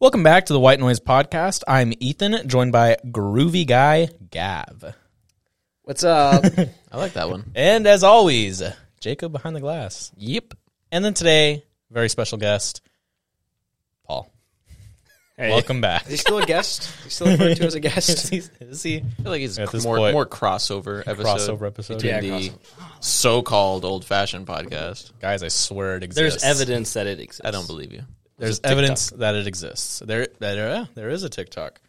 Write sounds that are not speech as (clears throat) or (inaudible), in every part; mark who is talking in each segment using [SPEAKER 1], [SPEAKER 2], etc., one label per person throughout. [SPEAKER 1] Welcome back to the White Noise Podcast. I'm Ethan, joined by groovy guy Gav.
[SPEAKER 2] What's uh,
[SPEAKER 1] (laughs)
[SPEAKER 2] up?
[SPEAKER 3] I like that one.
[SPEAKER 1] And as always, Jacob behind the glass.
[SPEAKER 3] Yep.
[SPEAKER 1] And then today, very special guest, Paul. Welcome back.
[SPEAKER 2] Is he still a guest? Is he still referred to as
[SPEAKER 1] (laughs)
[SPEAKER 2] a guest?
[SPEAKER 1] Is he- is he-
[SPEAKER 3] I feel like it's
[SPEAKER 1] At this
[SPEAKER 3] more
[SPEAKER 1] point-
[SPEAKER 3] more crossover episode.
[SPEAKER 1] Crossover episode.
[SPEAKER 3] between
[SPEAKER 1] Yeah,
[SPEAKER 3] the so-called old-fashioned podcast.
[SPEAKER 1] Guys, I swear it
[SPEAKER 4] There's
[SPEAKER 1] exists.
[SPEAKER 4] evidence that it exists.
[SPEAKER 3] I don't believe you.
[SPEAKER 1] There's evidence that it exists. There, there, uh, there is a TikTok.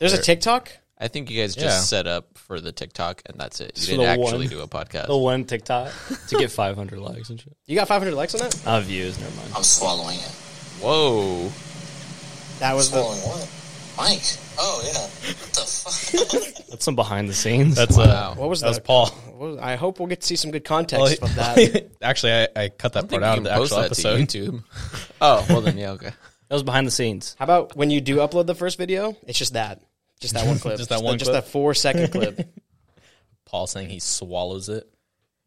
[SPEAKER 2] There's a TikTok?
[SPEAKER 3] I think you guys just
[SPEAKER 1] Yeah.
[SPEAKER 3] set up for the TikTok, and that's it. You
[SPEAKER 4] So
[SPEAKER 3] didn't
[SPEAKER 4] the one-
[SPEAKER 3] actually do a
[SPEAKER 4] the
[SPEAKER 3] podcast. (laughs)
[SPEAKER 4] one TikTok to get 500 likes and shit.
[SPEAKER 2] You got 500 likes on that?
[SPEAKER 4] Uh, views, never mind.
[SPEAKER 5] I'm swallowing it.
[SPEAKER 3] Whoa!
[SPEAKER 2] That was the.
[SPEAKER 5] Swallowing what? Mike. Oh yeah. What the fuck?
[SPEAKER 4] That's some behind the scenes.
[SPEAKER 1] That's
[SPEAKER 3] Wow.
[SPEAKER 1] uh,
[SPEAKER 2] What was
[SPEAKER 1] that? Was
[SPEAKER 2] that?
[SPEAKER 1] Paul?
[SPEAKER 2] what was- I hope we'll get to see some good context
[SPEAKER 1] Well, (laughs)
[SPEAKER 2] from that.
[SPEAKER 1] actually, I, I cut that
[SPEAKER 3] I
[SPEAKER 1] part
[SPEAKER 3] think you
[SPEAKER 1] out
[SPEAKER 3] can
[SPEAKER 1] of the
[SPEAKER 3] post
[SPEAKER 1] actual
[SPEAKER 3] that
[SPEAKER 1] episode. (laughs)
[SPEAKER 3] to YouTube. (laughs) oh well, then yeah, okay.
[SPEAKER 4] that was behind the scenes.
[SPEAKER 2] How about when you do upload the first video? It's just that.
[SPEAKER 1] (laughs)
[SPEAKER 2] Just that one clip.
[SPEAKER 1] Just that
[SPEAKER 2] the-
[SPEAKER 1] one
[SPEAKER 2] Just
[SPEAKER 1] clip?
[SPEAKER 2] that four
[SPEAKER 1] (laughs)
[SPEAKER 2] second clip.
[SPEAKER 1] Paul saying he swallows it.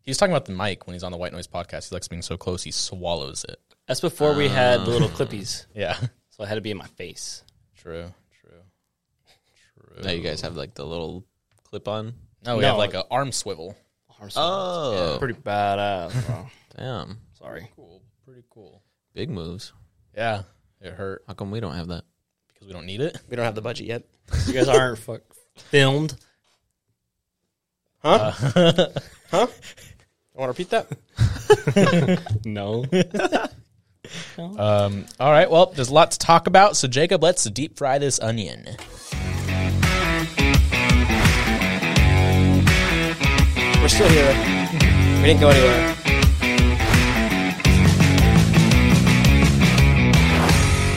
[SPEAKER 1] He was talking about the mic when he's on the White Noise podcast. He likes being so close, he swallows it.
[SPEAKER 4] That's before we had the
[SPEAKER 3] Oh.
[SPEAKER 4] little clippies,
[SPEAKER 1] Yeah.
[SPEAKER 4] so it had to be in my face.
[SPEAKER 1] True. True.
[SPEAKER 3] Now you guys have like the little clip-on.
[SPEAKER 1] No, we
[SPEAKER 4] No.
[SPEAKER 1] have like an arm swivel.
[SPEAKER 4] Arms
[SPEAKER 3] Oh,
[SPEAKER 4] pretty badass, bro.
[SPEAKER 3] damn!
[SPEAKER 4] Sorry.
[SPEAKER 1] Cool. Pretty cool.
[SPEAKER 3] Big moves.
[SPEAKER 1] Yeah. It hurt
[SPEAKER 3] How come we don't have that?
[SPEAKER 1] because we don't need it.
[SPEAKER 2] We don't have the budget yet.
[SPEAKER 4] You guys aren't fuck filmed.
[SPEAKER 2] I want to repeat that.
[SPEAKER 4] No.
[SPEAKER 1] Um, all right. Well, there's a lot to talk about. So, Jacob, let's deep fry this onion.
[SPEAKER 2] We're still here. We didn't go anywhere.
[SPEAKER 1] (laughs)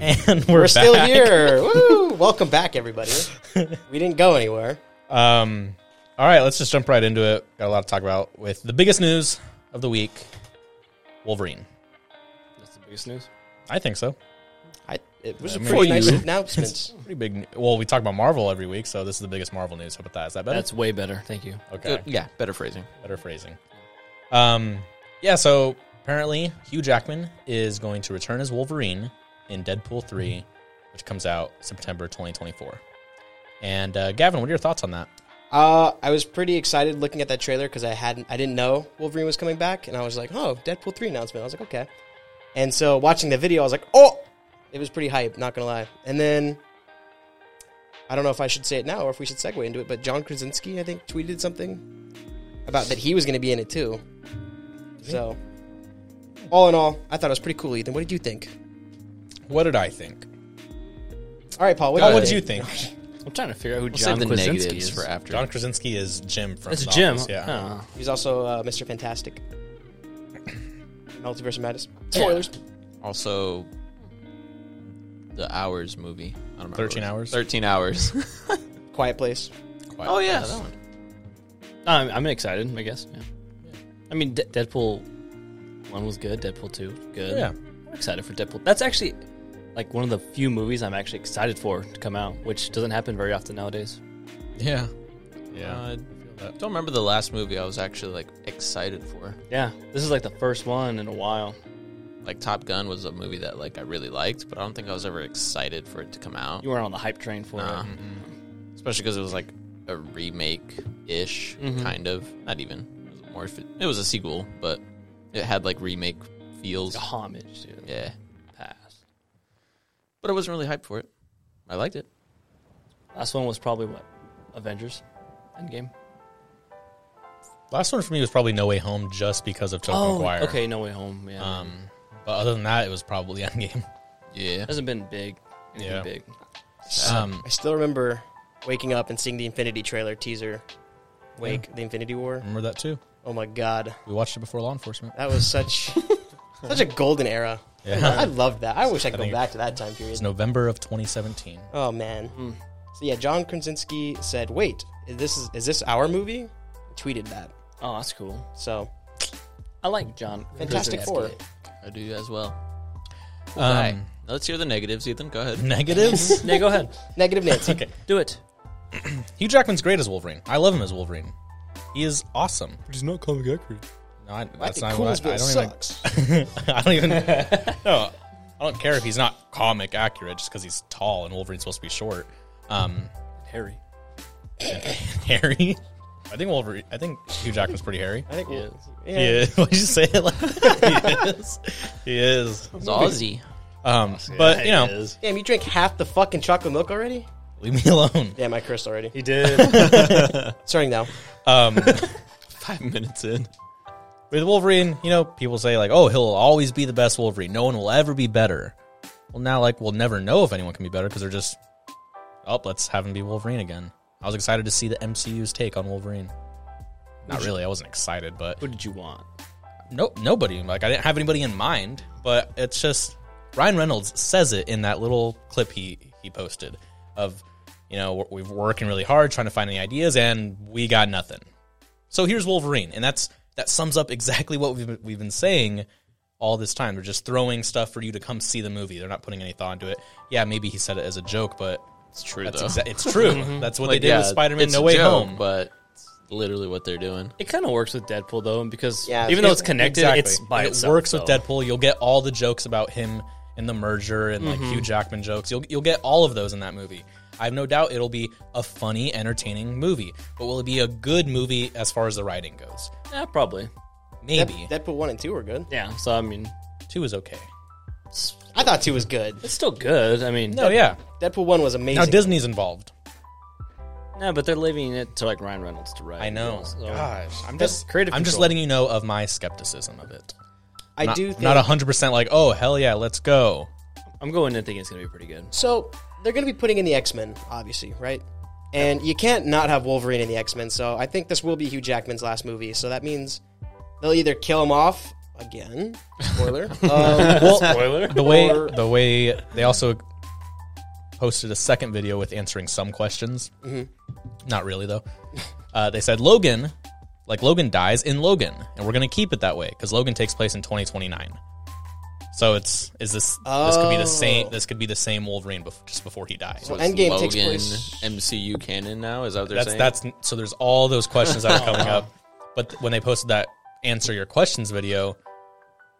[SPEAKER 1] And we're,
[SPEAKER 2] We're still
[SPEAKER 1] back. (laughs)
[SPEAKER 2] here. Woo! Welcome back, everybody. We didn't go anywhere.
[SPEAKER 1] Um, all right. Let's just jump right into it. Got a lot to talk about with the biggest news of the week Wolverine.
[SPEAKER 4] That's the biggest news.
[SPEAKER 1] I think so.
[SPEAKER 2] I, it was a
[SPEAKER 1] mean-
[SPEAKER 2] pretty
[SPEAKER 1] For
[SPEAKER 2] nice
[SPEAKER 1] you.
[SPEAKER 2] announcement.
[SPEAKER 1] Pretty big. Well, we talk about Marvel every week, so this is the biggest Marvel news. How about that? Is that better?
[SPEAKER 4] That's way better. Thank you.
[SPEAKER 1] okay.
[SPEAKER 3] Good- Yeah, better phrasing.
[SPEAKER 1] Better phrasing. Um, yeah. So apparently, Hugh Jackman is going to return as Wolverine in Deadpool three, which comes out September 2024. And uh, Gavin, what are your thoughts on that?
[SPEAKER 2] Uh, I was pretty excited looking at that trailer because I hadn't, I didn't know Wolverine was coming back, and I was like, oh, Deadpool three announcement. I was like, okay. And so watching the video, I was like, oh, it was pretty hype. Not gonna lie. And then I don't know if I should say it now or if we should segue into it, but John Krasinski, I think, tweeted something about that he was gonna be in it too. So, all in all, I thought it was pretty cool. Ethan, what did you think?
[SPEAKER 1] What did I think?
[SPEAKER 2] All right, Paul. What
[SPEAKER 1] Paul,
[SPEAKER 2] did
[SPEAKER 1] what did
[SPEAKER 2] you
[SPEAKER 1] you
[SPEAKER 2] think?
[SPEAKER 1] think?
[SPEAKER 4] I'm trying to figure out who
[SPEAKER 3] We'll
[SPEAKER 4] John
[SPEAKER 3] save the
[SPEAKER 4] Krasinski
[SPEAKER 3] negatives
[SPEAKER 4] is.
[SPEAKER 3] for after.
[SPEAKER 1] John Krasinski is Jim from.
[SPEAKER 4] It's
[SPEAKER 1] The
[SPEAKER 4] Jim.
[SPEAKER 1] Office, Yeah.
[SPEAKER 4] Oh.
[SPEAKER 2] He's also uh, Mr. Fantastic. (coughs) Multiverse of Madness. Spoilers.
[SPEAKER 3] Also, the hours movie. I don't remember
[SPEAKER 1] 13
[SPEAKER 3] what it was.
[SPEAKER 1] hours?
[SPEAKER 3] Thirteen hours.
[SPEAKER 2] Quiet Place.
[SPEAKER 1] Quiet
[SPEAKER 3] oh yeah,
[SPEAKER 1] Place.
[SPEAKER 3] that one.
[SPEAKER 4] I'm, I'm excited, I guess. Yeah. I mean, De- Deadpool 1 was good, Deadpool 2, good.
[SPEAKER 1] Yeah.
[SPEAKER 4] I'm excited for Deadpool. That's actually like one of the few movies I'm actually excited for to come out, which doesn't happen very often nowadays.
[SPEAKER 3] Yeah.
[SPEAKER 1] Yeah.
[SPEAKER 3] Uh, don't remember the last movie I was actually like excited for.
[SPEAKER 4] Yeah, this is like the first one in a while.
[SPEAKER 3] Like Top Gun was a movie that like I really liked, but I don't think I was ever excited for it to come out.
[SPEAKER 4] You weren't on the hype train for
[SPEAKER 3] Nah.
[SPEAKER 4] it.
[SPEAKER 3] Especially because it was like a remake ish, kind of. Not even. It was more. if It it was a sequel, but it had like remake feels.
[SPEAKER 4] It's a homage to the
[SPEAKER 3] Yeah,
[SPEAKER 4] past.
[SPEAKER 3] but I wasn't really hyped for it. I liked it.
[SPEAKER 4] Last one was probably what? Avengers Endgame.
[SPEAKER 1] Last one for me was probably No Way Home, just because of Tobey Maguire.
[SPEAKER 4] Oh, okay, No Way Home. Yeah.
[SPEAKER 1] Um, but other than that, it was probably (laughs) Endgame.
[SPEAKER 3] Yeah.
[SPEAKER 4] hasn't been big. anything
[SPEAKER 1] Yeah.
[SPEAKER 4] Big.
[SPEAKER 1] Um,
[SPEAKER 2] I still remember waking up and seeing the Infinity trailer teaser. Wake, the Infinity War.
[SPEAKER 1] remember that too.
[SPEAKER 2] Oh my god.
[SPEAKER 1] We watched it before Law Enforcement.
[SPEAKER 2] That was
[SPEAKER 1] (laughs)
[SPEAKER 2] such such a golden era.
[SPEAKER 1] Yeah.
[SPEAKER 2] I loved that. I wish I could go
[SPEAKER 1] think-
[SPEAKER 2] back to that time
[SPEAKER 1] It's
[SPEAKER 2] period.
[SPEAKER 1] November of 2017.
[SPEAKER 2] Oh man.
[SPEAKER 1] Hmm.
[SPEAKER 2] So yeah, John Krasinski said, "Wait, is this is, is this our movie?" Tweeted that.
[SPEAKER 4] Oh, that's cool.
[SPEAKER 2] So
[SPEAKER 4] I like John.
[SPEAKER 2] Fantastic
[SPEAKER 4] Krasinski.
[SPEAKER 2] Four.
[SPEAKER 3] I do as well.
[SPEAKER 1] Um,
[SPEAKER 3] Now Let's hear the negatives, Ethan. Go ahead.
[SPEAKER 1] negatives.
[SPEAKER 4] Yeah, go ahead.
[SPEAKER 1] (laughs)
[SPEAKER 2] Negative Nancy.
[SPEAKER 4] Do it.
[SPEAKER 1] Hugh Jackman's great as Wolverine. I love him as Wolverine. He is awesome.
[SPEAKER 4] He's not comic accurate.
[SPEAKER 1] No, I,
[SPEAKER 2] I
[SPEAKER 1] that's
[SPEAKER 2] think
[SPEAKER 1] not what I,
[SPEAKER 2] Coolsville
[SPEAKER 1] (laughs) I don't
[SPEAKER 2] (laughs) sucks.
[SPEAKER 1] even. I don't even. no, I don't care if he's not comic accurate just because he's tall and Wolverine's supposed to be short. Um, (laughs)
[SPEAKER 4] Harry.
[SPEAKER 1] hairy. I think Wolverine. I think Hugh Jackman's pretty hairy.
[SPEAKER 2] I think
[SPEAKER 4] Yes.
[SPEAKER 2] yeah.
[SPEAKER 1] He is. (laughs) Why'd you say it like
[SPEAKER 2] (laughs)
[SPEAKER 1] that? he is. He is.
[SPEAKER 3] (laughs) It's Aussie.
[SPEAKER 1] Um, but you know,
[SPEAKER 2] Damn, you drink half the fucking chocolate milk already?
[SPEAKER 1] leave me alone.
[SPEAKER 2] Damn, I cursed already.
[SPEAKER 4] He did.
[SPEAKER 2] (laughs) Starting now.
[SPEAKER 1] Um, (laughs)
[SPEAKER 3] Five minutes in.
[SPEAKER 1] with Wolverine, you know, people say like, "Oh, he'll always be the best Wolverine. No one will ever be better." Well, now like we'll never know if anyone can be better because they're just, oh, let's have him be Wolverine again. I was excited to see the MCU's take on Wolverine. Not really. I wasn't excited, but
[SPEAKER 4] what did you want?
[SPEAKER 1] no, nobody. Like I didn't have anybody in mind, but it's just Ryan Reynolds says it in that little clip he he posted of, you know, we're, we're working really hard trying to find any ideas and we got nothing. So here's Wolverine, and that's that sums up exactly what we've been- we've been saying all this time. They're just throwing stuff for you to come see the movie. They're not putting any thought into it. Yeah, maybe he said it as a joke, but
[SPEAKER 3] It's true
[SPEAKER 1] that's
[SPEAKER 3] though.
[SPEAKER 1] exa- it's
[SPEAKER 3] (laughs)
[SPEAKER 1] true. that's what they did with Spider-Man
[SPEAKER 3] it's
[SPEAKER 1] No
[SPEAKER 3] a
[SPEAKER 1] Way
[SPEAKER 3] joke,
[SPEAKER 1] Home.
[SPEAKER 3] but it's literally what they're doing.
[SPEAKER 4] It kind of works with Deadpool though, because
[SPEAKER 2] Yeah,
[SPEAKER 4] even though it's connected,
[SPEAKER 1] Exactly.
[SPEAKER 4] it's by
[SPEAKER 1] And it
[SPEAKER 4] itself.
[SPEAKER 1] works with
[SPEAKER 4] so.
[SPEAKER 1] Deadpool. You'll get all the jokes about him and the merger and like Hugh Jackman jokes. You'll you'll get all of those in that movie. I have no doubt it'll be a funny, entertaining movie. But will it be a good movie as far as the writing goes?
[SPEAKER 4] Yeah, probably.
[SPEAKER 2] Dep-
[SPEAKER 1] Maybe
[SPEAKER 2] Deadpool 1 and 2 were good.
[SPEAKER 4] Yeah. So I mean,
[SPEAKER 1] two is okay.
[SPEAKER 2] I thought 2 was good.
[SPEAKER 4] it's still good. I mean,
[SPEAKER 1] No, yeah.
[SPEAKER 2] Deadpool 1 was amazing.
[SPEAKER 1] Now Disney's involved.
[SPEAKER 4] No, but they're leaving it to like Ryan Reynolds to write.
[SPEAKER 1] I know.
[SPEAKER 4] So-
[SPEAKER 1] Gosh, I'm just
[SPEAKER 4] creative
[SPEAKER 1] I'm just
[SPEAKER 4] control.
[SPEAKER 1] letting you know of my skepticism of it.
[SPEAKER 2] I
[SPEAKER 1] Not,
[SPEAKER 2] do think.
[SPEAKER 1] not hundred percent like oh hell yeah let's go.
[SPEAKER 4] I'm going in thinking it's gonna be pretty good.
[SPEAKER 2] so, they're going to be putting in the X Men, obviously, right? And you can't not have Wolverine in the X Men, so I think this will be Hugh Jackman's last movie. So that means they'll either kill him off again,
[SPEAKER 4] (laughs)
[SPEAKER 2] spoiler, um,
[SPEAKER 1] (laughs)
[SPEAKER 4] Spoiler.
[SPEAKER 1] The way the way they also posted a second video with answering some questions. Not really though. Uh, they said Logan, like Logan dies in Logan, and we're gonna keep it that way because Logan takes place in 2029. So it's is this this could be the same
[SPEAKER 2] Oh.
[SPEAKER 1] this could be the same Wolverine bef- just before he dies.
[SPEAKER 3] So
[SPEAKER 2] Endgame
[SPEAKER 3] Logan,
[SPEAKER 2] takes
[SPEAKER 4] (laughs)
[SPEAKER 2] place-
[SPEAKER 3] MCU canon now. Is that what they're
[SPEAKER 1] that's
[SPEAKER 3] saying?
[SPEAKER 1] that's so there's all those questions that are
[SPEAKER 2] (laughs) Oh,
[SPEAKER 1] coming up. But th- when they posted that answer your questions video,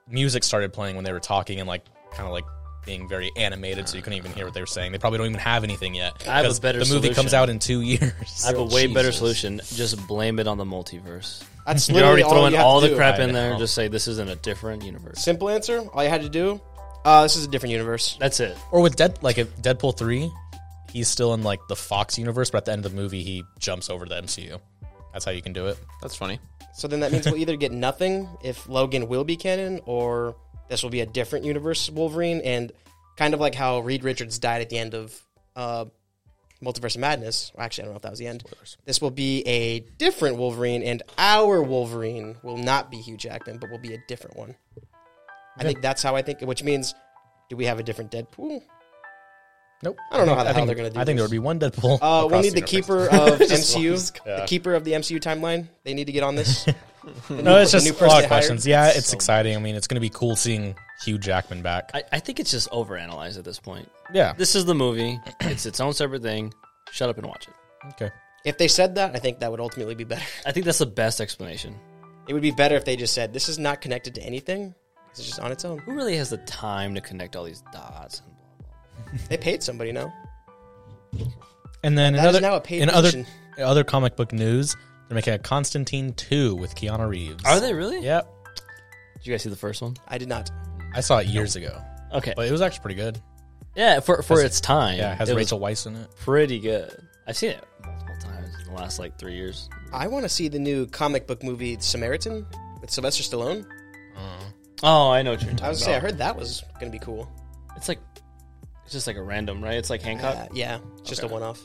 [SPEAKER 1] music started playing when they were talking and like kind of like being very animated, so you couldn't even hear what they were saying. They probably don't even have anything yet.
[SPEAKER 4] I have a
[SPEAKER 1] 'cause
[SPEAKER 4] better
[SPEAKER 1] The movie comes
[SPEAKER 4] solution.
[SPEAKER 1] out in two (laughs) years.
[SPEAKER 4] I have a way better
[SPEAKER 3] Jesus.
[SPEAKER 4] solution. Just blame it on the multiverse.
[SPEAKER 2] that's
[SPEAKER 4] You're
[SPEAKER 2] literally
[SPEAKER 4] already
[SPEAKER 2] all
[SPEAKER 4] throwing
[SPEAKER 2] you have
[SPEAKER 4] all
[SPEAKER 2] to
[SPEAKER 4] the
[SPEAKER 2] do.
[SPEAKER 4] crap
[SPEAKER 1] I
[SPEAKER 4] in there.
[SPEAKER 1] know.
[SPEAKER 4] Just say this is in a different universe.
[SPEAKER 2] Simple answer. All you had to do. Uh, this is a different universe.
[SPEAKER 4] That's it.
[SPEAKER 1] or with Dead like if Deadpool three, he's still in like the Fox universe, but at the end of the movie he jumps over to the MCU. That's how you can do it.
[SPEAKER 3] That's funny.
[SPEAKER 2] So then that means we'll either get nothing if Logan will be canon, or this will be a different universe Wolverine, and kind of like how Reed Richards died at the end of uh, Multiverse of Madness. Actually, I don't know if that was the end. This will be a different Wolverine, and our Wolverine will not be Hugh Jackman, but will be a different one. I think that's how I think. Which means, do we have a different Deadpool?
[SPEAKER 1] Nope.
[SPEAKER 2] I don't know
[SPEAKER 1] I
[SPEAKER 2] how the hell
[SPEAKER 1] think,
[SPEAKER 2] they're gonna do
[SPEAKER 1] I think
[SPEAKER 2] this.
[SPEAKER 1] there would be one Deadpool.
[SPEAKER 2] Uh, we'll
[SPEAKER 1] across
[SPEAKER 2] need
[SPEAKER 1] universe. (laughs)
[SPEAKER 2] the keeper of MCU,
[SPEAKER 1] Yeah.
[SPEAKER 2] the keeper of the MCU timeline. They need to get
[SPEAKER 1] (laughs)
[SPEAKER 2] on this.
[SPEAKER 1] No, it's
[SPEAKER 2] the
[SPEAKER 1] just
[SPEAKER 2] new
[SPEAKER 1] a
[SPEAKER 2] person
[SPEAKER 1] lot
[SPEAKER 2] they
[SPEAKER 1] of questions.
[SPEAKER 2] hired.
[SPEAKER 1] Yeah, it's exciting. I mean, it's going to be cool seeing Hugh Jackman back.
[SPEAKER 4] I, I think it's just overanalyzed at this point.
[SPEAKER 1] yeah.
[SPEAKER 4] This is the movie. (clears throat) It's its own separate thing. Shut up and watch it.
[SPEAKER 1] Okay.
[SPEAKER 2] If they said that, I think that would ultimately be better.
[SPEAKER 4] I think that's the best explanation.
[SPEAKER 2] It would be better if they just said this is not connected to anything. It's just on its own.
[SPEAKER 4] Who really has the time to connect all these dots?
[SPEAKER 2] They paid somebody now.
[SPEAKER 1] And then
[SPEAKER 2] That is
[SPEAKER 1] another
[SPEAKER 2] now a paid
[SPEAKER 1] in other
[SPEAKER 2] position.
[SPEAKER 1] in other comic book news, they're making a Constantine two with Keanu Reeves.
[SPEAKER 4] Are they really?
[SPEAKER 1] Yep.
[SPEAKER 4] Did you guys see the first one?
[SPEAKER 2] I did not.
[SPEAKER 1] I saw it years ago,
[SPEAKER 4] Okay.
[SPEAKER 1] but it was actually pretty good.
[SPEAKER 4] yeah, for for its time.
[SPEAKER 1] Yeah, it has
[SPEAKER 4] it was
[SPEAKER 1] Rachel Weisz in it.
[SPEAKER 4] pretty good. I've seen it multiple times in the last like three years.
[SPEAKER 2] I want to see the new comic book movie Samaritan with Sylvester Stallone.
[SPEAKER 4] Oh, I know what you're talking
[SPEAKER 2] I was
[SPEAKER 4] about.
[SPEAKER 2] gonna say I heard that was gonna be cool.
[SPEAKER 4] It's like it's just like a random, right? It's like Hancock.
[SPEAKER 2] Uh, yeah, it's just a one-off.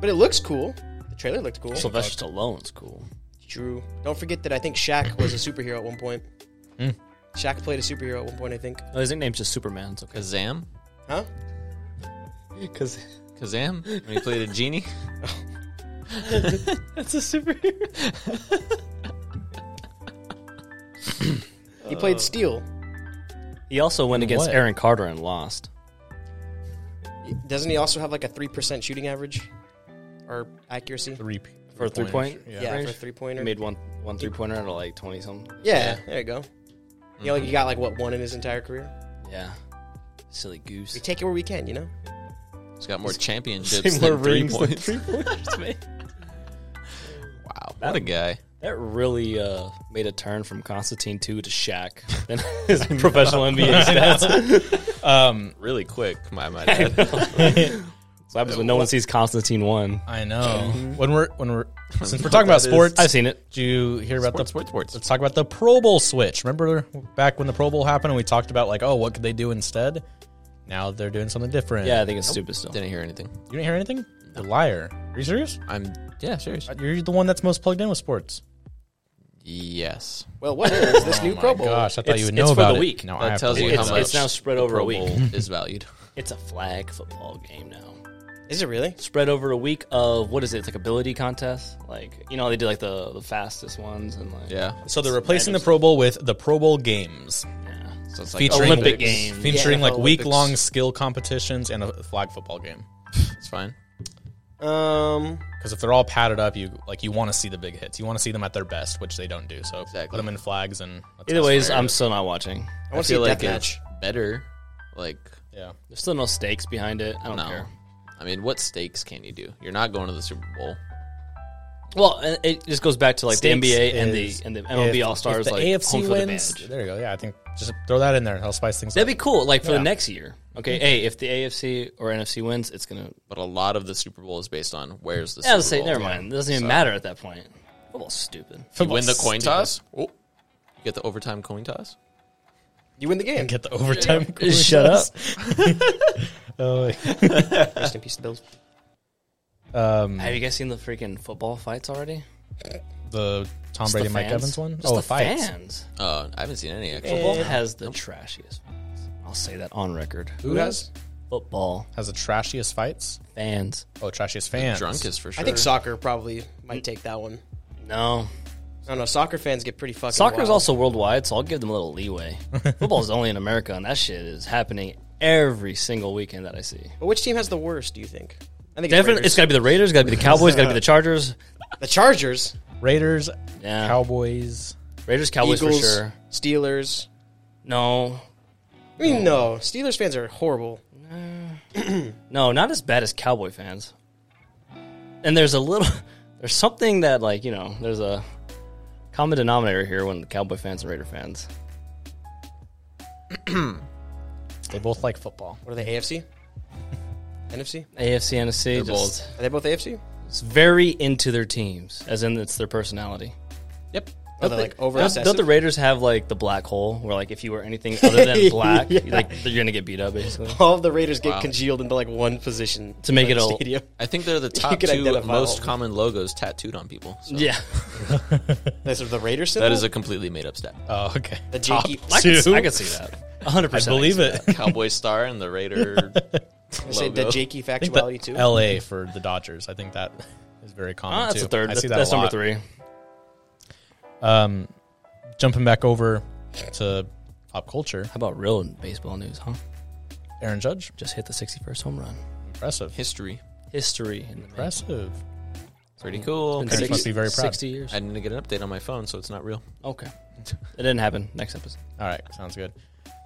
[SPEAKER 2] But it looks cool. The trailer looked cool.
[SPEAKER 4] Sylvester Stallone's cool.
[SPEAKER 2] True. Don't forget that I think Shaq was a superhero at one point. Shaq played a superhero at one point, I think.
[SPEAKER 4] No, Oh, his nickname's just Superman. It's okay.
[SPEAKER 3] Kazam.
[SPEAKER 2] Huh?
[SPEAKER 4] (laughs) Because
[SPEAKER 3] Kazam. When he played a genie.
[SPEAKER 4] that's a superhero.
[SPEAKER 2] He played Steel.
[SPEAKER 4] He also went against
[SPEAKER 1] What?
[SPEAKER 4] Aaron Carter and lost.
[SPEAKER 2] Doesn't he also have like a three percent shooting average or accuracy?
[SPEAKER 1] Three
[SPEAKER 4] For a three point?
[SPEAKER 1] Yeah.
[SPEAKER 2] Yeah,
[SPEAKER 4] range?
[SPEAKER 2] for a three
[SPEAKER 4] He
[SPEAKER 2] pointer.
[SPEAKER 4] made one one three pointer out of like twenty something.
[SPEAKER 2] Yeah, there you go. You know, like, he got like what one in his entire career.
[SPEAKER 4] Yeah. Yeah. Silly goose.
[SPEAKER 2] We take it where we can, you know.
[SPEAKER 3] He's
[SPEAKER 1] (laughs)
[SPEAKER 3] got more championships than three points. Wow, what a guy!
[SPEAKER 4] (laughs) That really uh, made a turn from Constantine 2 to (laughs) Shaq in his professional NBA stats.
[SPEAKER 3] Really quick,
[SPEAKER 1] (laughs)
[SPEAKER 3] my my dad.
[SPEAKER 4] So happens when no one sees Constantine 1.
[SPEAKER 1] I know. When we're when
[SPEAKER 4] (laughs)
[SPEAKER 1] we're since we're talking about sports,
[SPEAKER 4] I've seen it.
[SPEAKER 1] Did you hear about the
[SPEAKER 3] Sports, sports, sports.
[SPEAKER 1] Let's talk about the Pro Bowl switch. Remember back when the Pro Bowl happened and we talked about like, oh, what could they do instead? Now they're doing something different.
[SPEAKER 4] Yeah, I think it's stupid still.
[SPEAKER 3] Didn't hear anything.
[SPEAKER 1] You didn't hear anything? You're a liar. Are you serious?
[SPEAKER 3] I'm yeah, serious.
[SPEAKER 1] You're the one that's most plugged in with sports.
[SPEAKER 3] Yes,
[SPEAKER 2] Well, what is this new Pro Bowl?
[SPEAKER 1] Gosh, I thought
[SPEAKER 4] It's-
[SPEAKER 1] you would know
[SPEAKER 4] it's for
[SPEAKER 1] about
[SPEAKER 4] the
[SPEAKER 1] it.
[SPEAKER 4] week.
[SPEAKER 1] No, I
[SPEAKER 3] that
[SPEAKER 1] have
[SPEAKER 3] tells
[SPEAKER 1] to
[SPEAKER 3] you
[SPEAKER 1] look it
[SPEAKER 3] how
[SPEAKER 4] It's-
[SPEAKER 1] up.
[SPEAKER 3] much
[SPEAKER 4] it's now spread
[SPEAKER 3] the
[SPEAKER 4] over a
[SPEAKER 3] Pro
[SPEAKER 4] week.
[SPEAKER 3] Bowl
[SPEAKER 1] (laughs)
[SPEAKER 3] is valued.
[SPEAKER 4] It's a flag football game now.
[SPEAKER 2] Is it really?
[SPEAKER 4] Spread over a week of what is it? It's like ability contest. Like you know they do like the the fastest ones and like
[SPEAKER 3] Yeah,
[SPEAKER 1] So they're replacing the Pro Bowl with the Pro Bowl Games,
[SPEAKER 4] yeah.
[SPEAKER 3] so it's like
[SPEAKER 1] featuring
[SPEAKER 4] Olympic games.
[SPEAKER 1] featuring
[SPEAKER 2] Yeah,
[SPEAKER 1] like week long skill competitions and a flag football game.
[SPEAKER 3] It's fine.
[SPEAKER 2] Um,
[SPEAKER 1] Because if they're all padded up, you like you want to see the big hits. You want to see them at their best, which they don't do. So put
[SPEAKER 3] Exactly.
[SPEAKER 1] them in flags and let's
[SPEAKER 4] Either
[SPEAKER 1] go.
[SPEAKER 4] ways, I'm still not watching.
[SPEAKER 2] I
[SPEAKER 3] I,
[SPEAKER 2] want to see a
[SPEAKER 3] feel like
[SPEAKER 2] death match.
[SPEAKER 3] it's better. Like
[SPEAKER 1] yeah.
[SPEAKER 4] There's still no stakes behind it. I don't
[SPEAKER 3] no,
[SPEAKER 4] care.
[SPEAKER 3] I mean, what stakes can you do? You're not going to the Super Bowl.
[SPEAKER 4] Well, and it just goes back to like
[SPEAKER 1] Stakes
[SPEAKER 4] the NBA and the
[SPEAKER 1] is
[SPEAKER 4] and the MLB
[SPEAKER 1] if-
[SPEAKER 4] All
[SPEAKER 1] if
[SPEAKER 4] Stars
[SPEAKER 1] the
[SPEAKER 4] like
[SPEAKER 1] AFC
[SPEAKER 4] home field
[SPEAKER 1] wins.
[SPEAKER 4] advantage.
[SPEAKER 1] There you go. Yeah, I think just throw that in there. It'll spice things.
[SPEAKER 4] That'd
[SPEAKER 1] up.
[SPEAKER 4] be cool, like for the next year. Okay, hey, if the AFC or NFC wins, it's gonna.
[SPEAKER 3] But a lot of the Super Bowl is based on where's the
[SPEAKER 4] I was
[SPEAKER 3] Super
[SPEAKER 4] say,
[SPEAKER 3] Bowl.
[SPEAKER 4] never mind. It doesn't even matter at that point. Football's stupid.
[SPEAKER 3] You win the coin
[SPEAKER 1] Stupid.
[SPEAKER 3] toss. Oh, you get the overtime coin toss.
[SPEAKER 2] You win the
[SPEAKER 1] (laughs)
[SPEAKER 2] game.
[SPEAKER 1] Get the overtime.
[SPEAKER 4] Shut up.
[SPEAKER 1] Oh,
[SPEAKER 2] Rest in peace, the Bills.
[SPEAKER 1] um,
[SPEAKER 4] Have you guys seen the freaking football fights already?
[SPEAKER 1] the Tom
[SPEAKER 4] Just
[SPEAKER 1] Brady,
[SPEAKER 4] the
[SPEAKER 1] Mike
[SPEAKER 4] fans?
[SPEAKER 1] Evans one. Oh,
[SPEAKER 4] Just the
[SPEAKER 1] fights.
[SPEAKER 4] fans.
[SPEAKER 3] Uh, I haven't seen any actually.
[SPEAKER 4] Football has the trashiest. Fans. I'll say that on record.
[SPEAKER 1] Who does?
[SPEAKER 4] Football
[SPEAKER 1] Has the trashiest fights?
[SPEAKER 4] fans.
[SPEAKER 1] Oh, trashiest fans.
[SPEAKER 3] Drunk is for sure.
[SPEAKER 2] I think soccer probably might take that one.
[SPEAKER 4] No,
[SPEAKER 2] I don't know. Soccer fans get pretty fucking.
[SPEAKER 4] soccer's
[SPEAKER 2] wild.
[SPEAKER 4] also worldwide, so I'll give them a little
[SPEAKER 1] (laughs)
[SPEAKER 4] leeway. Football's only in America, and that shit is happening every single weekend that I see.
[SPEAKER 2] But which team has the worst? Do you think? I think
[SPEAKER 4] Definitely,
[SPEAKER 2] it's Raiders.
[SPEAKER 4] it's got to be the Raiders, got to be the Cowboys,
[SPEAKER 1] (laughs)
[SPEAKER 4] got to be the Chargers.
[SPEAKER 2] the Chargers,
[SPEAKER 1] Raiders,
[SPEAKER 4] Yeah,
[SPEAKER 1] Cowboys.
[SPEAKER 4] Raiders, Cowboys
[SPEAKER 2] Eagles,
[SPEAKER 4] for sure.
[SPEAKER 2] Steelers.
[SPEAKER 4] No,
[SPEAKER 2] I mean, no, Steelers fans are horrible.
[SPEAKER 4] No, not as bad as Cowboy fans. And there's a little, (laughs) there's something that like you know, there's a common denominator here when the Cowboy fans and Raider fans.
[SPEAKER 1] They both like football.
[SPEAKER 2] What are they? (laughs) AFC, NFC?
[SPEAKER 4] AFC, NFC, just,
[SPEAKER 2] Are they both AFC?
[SPEAKER 4] it's very into their teams, as in it's their personality.
[SPEAKER 3] Yep.
[SPEAKER 2] Are they like oh. over
[SPEAKER 4] Don't, don't
[SPEAKER 2] obsessive?
[SPEAKER 4] the Raiders have like the black hole, where like if you were anything other
[SPEAKER 1] (laughs)
[SPEAKER 4] than black, like you're gonna get beat up basically?
[SPEAKER 2] All of the Raiders get congealed into like one position
[SPEAKER 4] To make
[SPEAKER 2] in
[SPEAKER 4] it
[SPEAKER 2] the
[SPEAKER 4] all-
[SPEAKER 2] stadium.
[SPEAKER 3] I think they're
[SPEAKER 2] (laughs)
[SPEAKER 3] the top
[SPEAKER 2] can
[SPEAKER 3] two
[SPEAKER 2] identify all of
[SPEAKER 3] most
[SPEAKER 2] them.
[SPEAKER 3] common logos tattooed on people. So
[SPEAKER 4] Yeah,
[SPEAKER 2] That's the Raiders symbol.
[SPEAKER 3] That is a completely made up stat.
[SPEAKER 1] Oh, okay.
[SPEAKER 2] the Jakey.
[SPEAKER 4] I can,
[SPEAKER 1] Two.
[SPEAKER 4] I can see that. 100.
[SPEAKER 1] I
[SPEAKER 4] percent
[SPEAKER 1] believe
[SPEAKER 2] (laughs)
[SPEAKER 1] it. (laughs) I
[SPEAKER 3] Uh, Cowboy star and the Raider.
[SPEAKER 2] Say the
[SPEAKER 3] logo.
[SPEAKER 2] Jakey
[SPEAKER 1] think
[SPEAKER 2] factuality
[SPEAKER 1] the
[SPEAKER 2] too.
[SPEAKER 1] L.A. for the Dodgers. I think that is very common.
[SPEAKER 4] Oh, that's
[SPEAKER 1] too.
[SPEAKER 4] the third.
[SPEAKER 1] I
[SPEAKER 4] That's,
[SPEAKER 1] see that
[SPEAKER 4] that's
[SPEAKER 1] a
[SPEAKER 4] number
[SPEAKER 1] lot.
[SPEAKER 4] three.
[SPEAKER 1] Um, jumping back over to pop culture,
[SPEAKER 4] How about real baseball news? Huh?
[SPEAKER 1] Aaron Judge,
[SPEAKER 4] Just hit the 61st home run.
[SPEAKER 1] impressive,
[SPEAKER 3] History.
[SPEAKER 4] History in the making.
[SPEAKER 1] impressive.
[SPEAKER 3] Pretty cool.
[SPEAKER 1] Six- must be very proud.
[SPEAKER 4] 60 years.
[SPEAKER 3] I need to get an update on my phone, so it's not real.
[SPEAKER 4] okay. It didn't happen. Next episode.
[SPEAKER 1] All right, sounds good.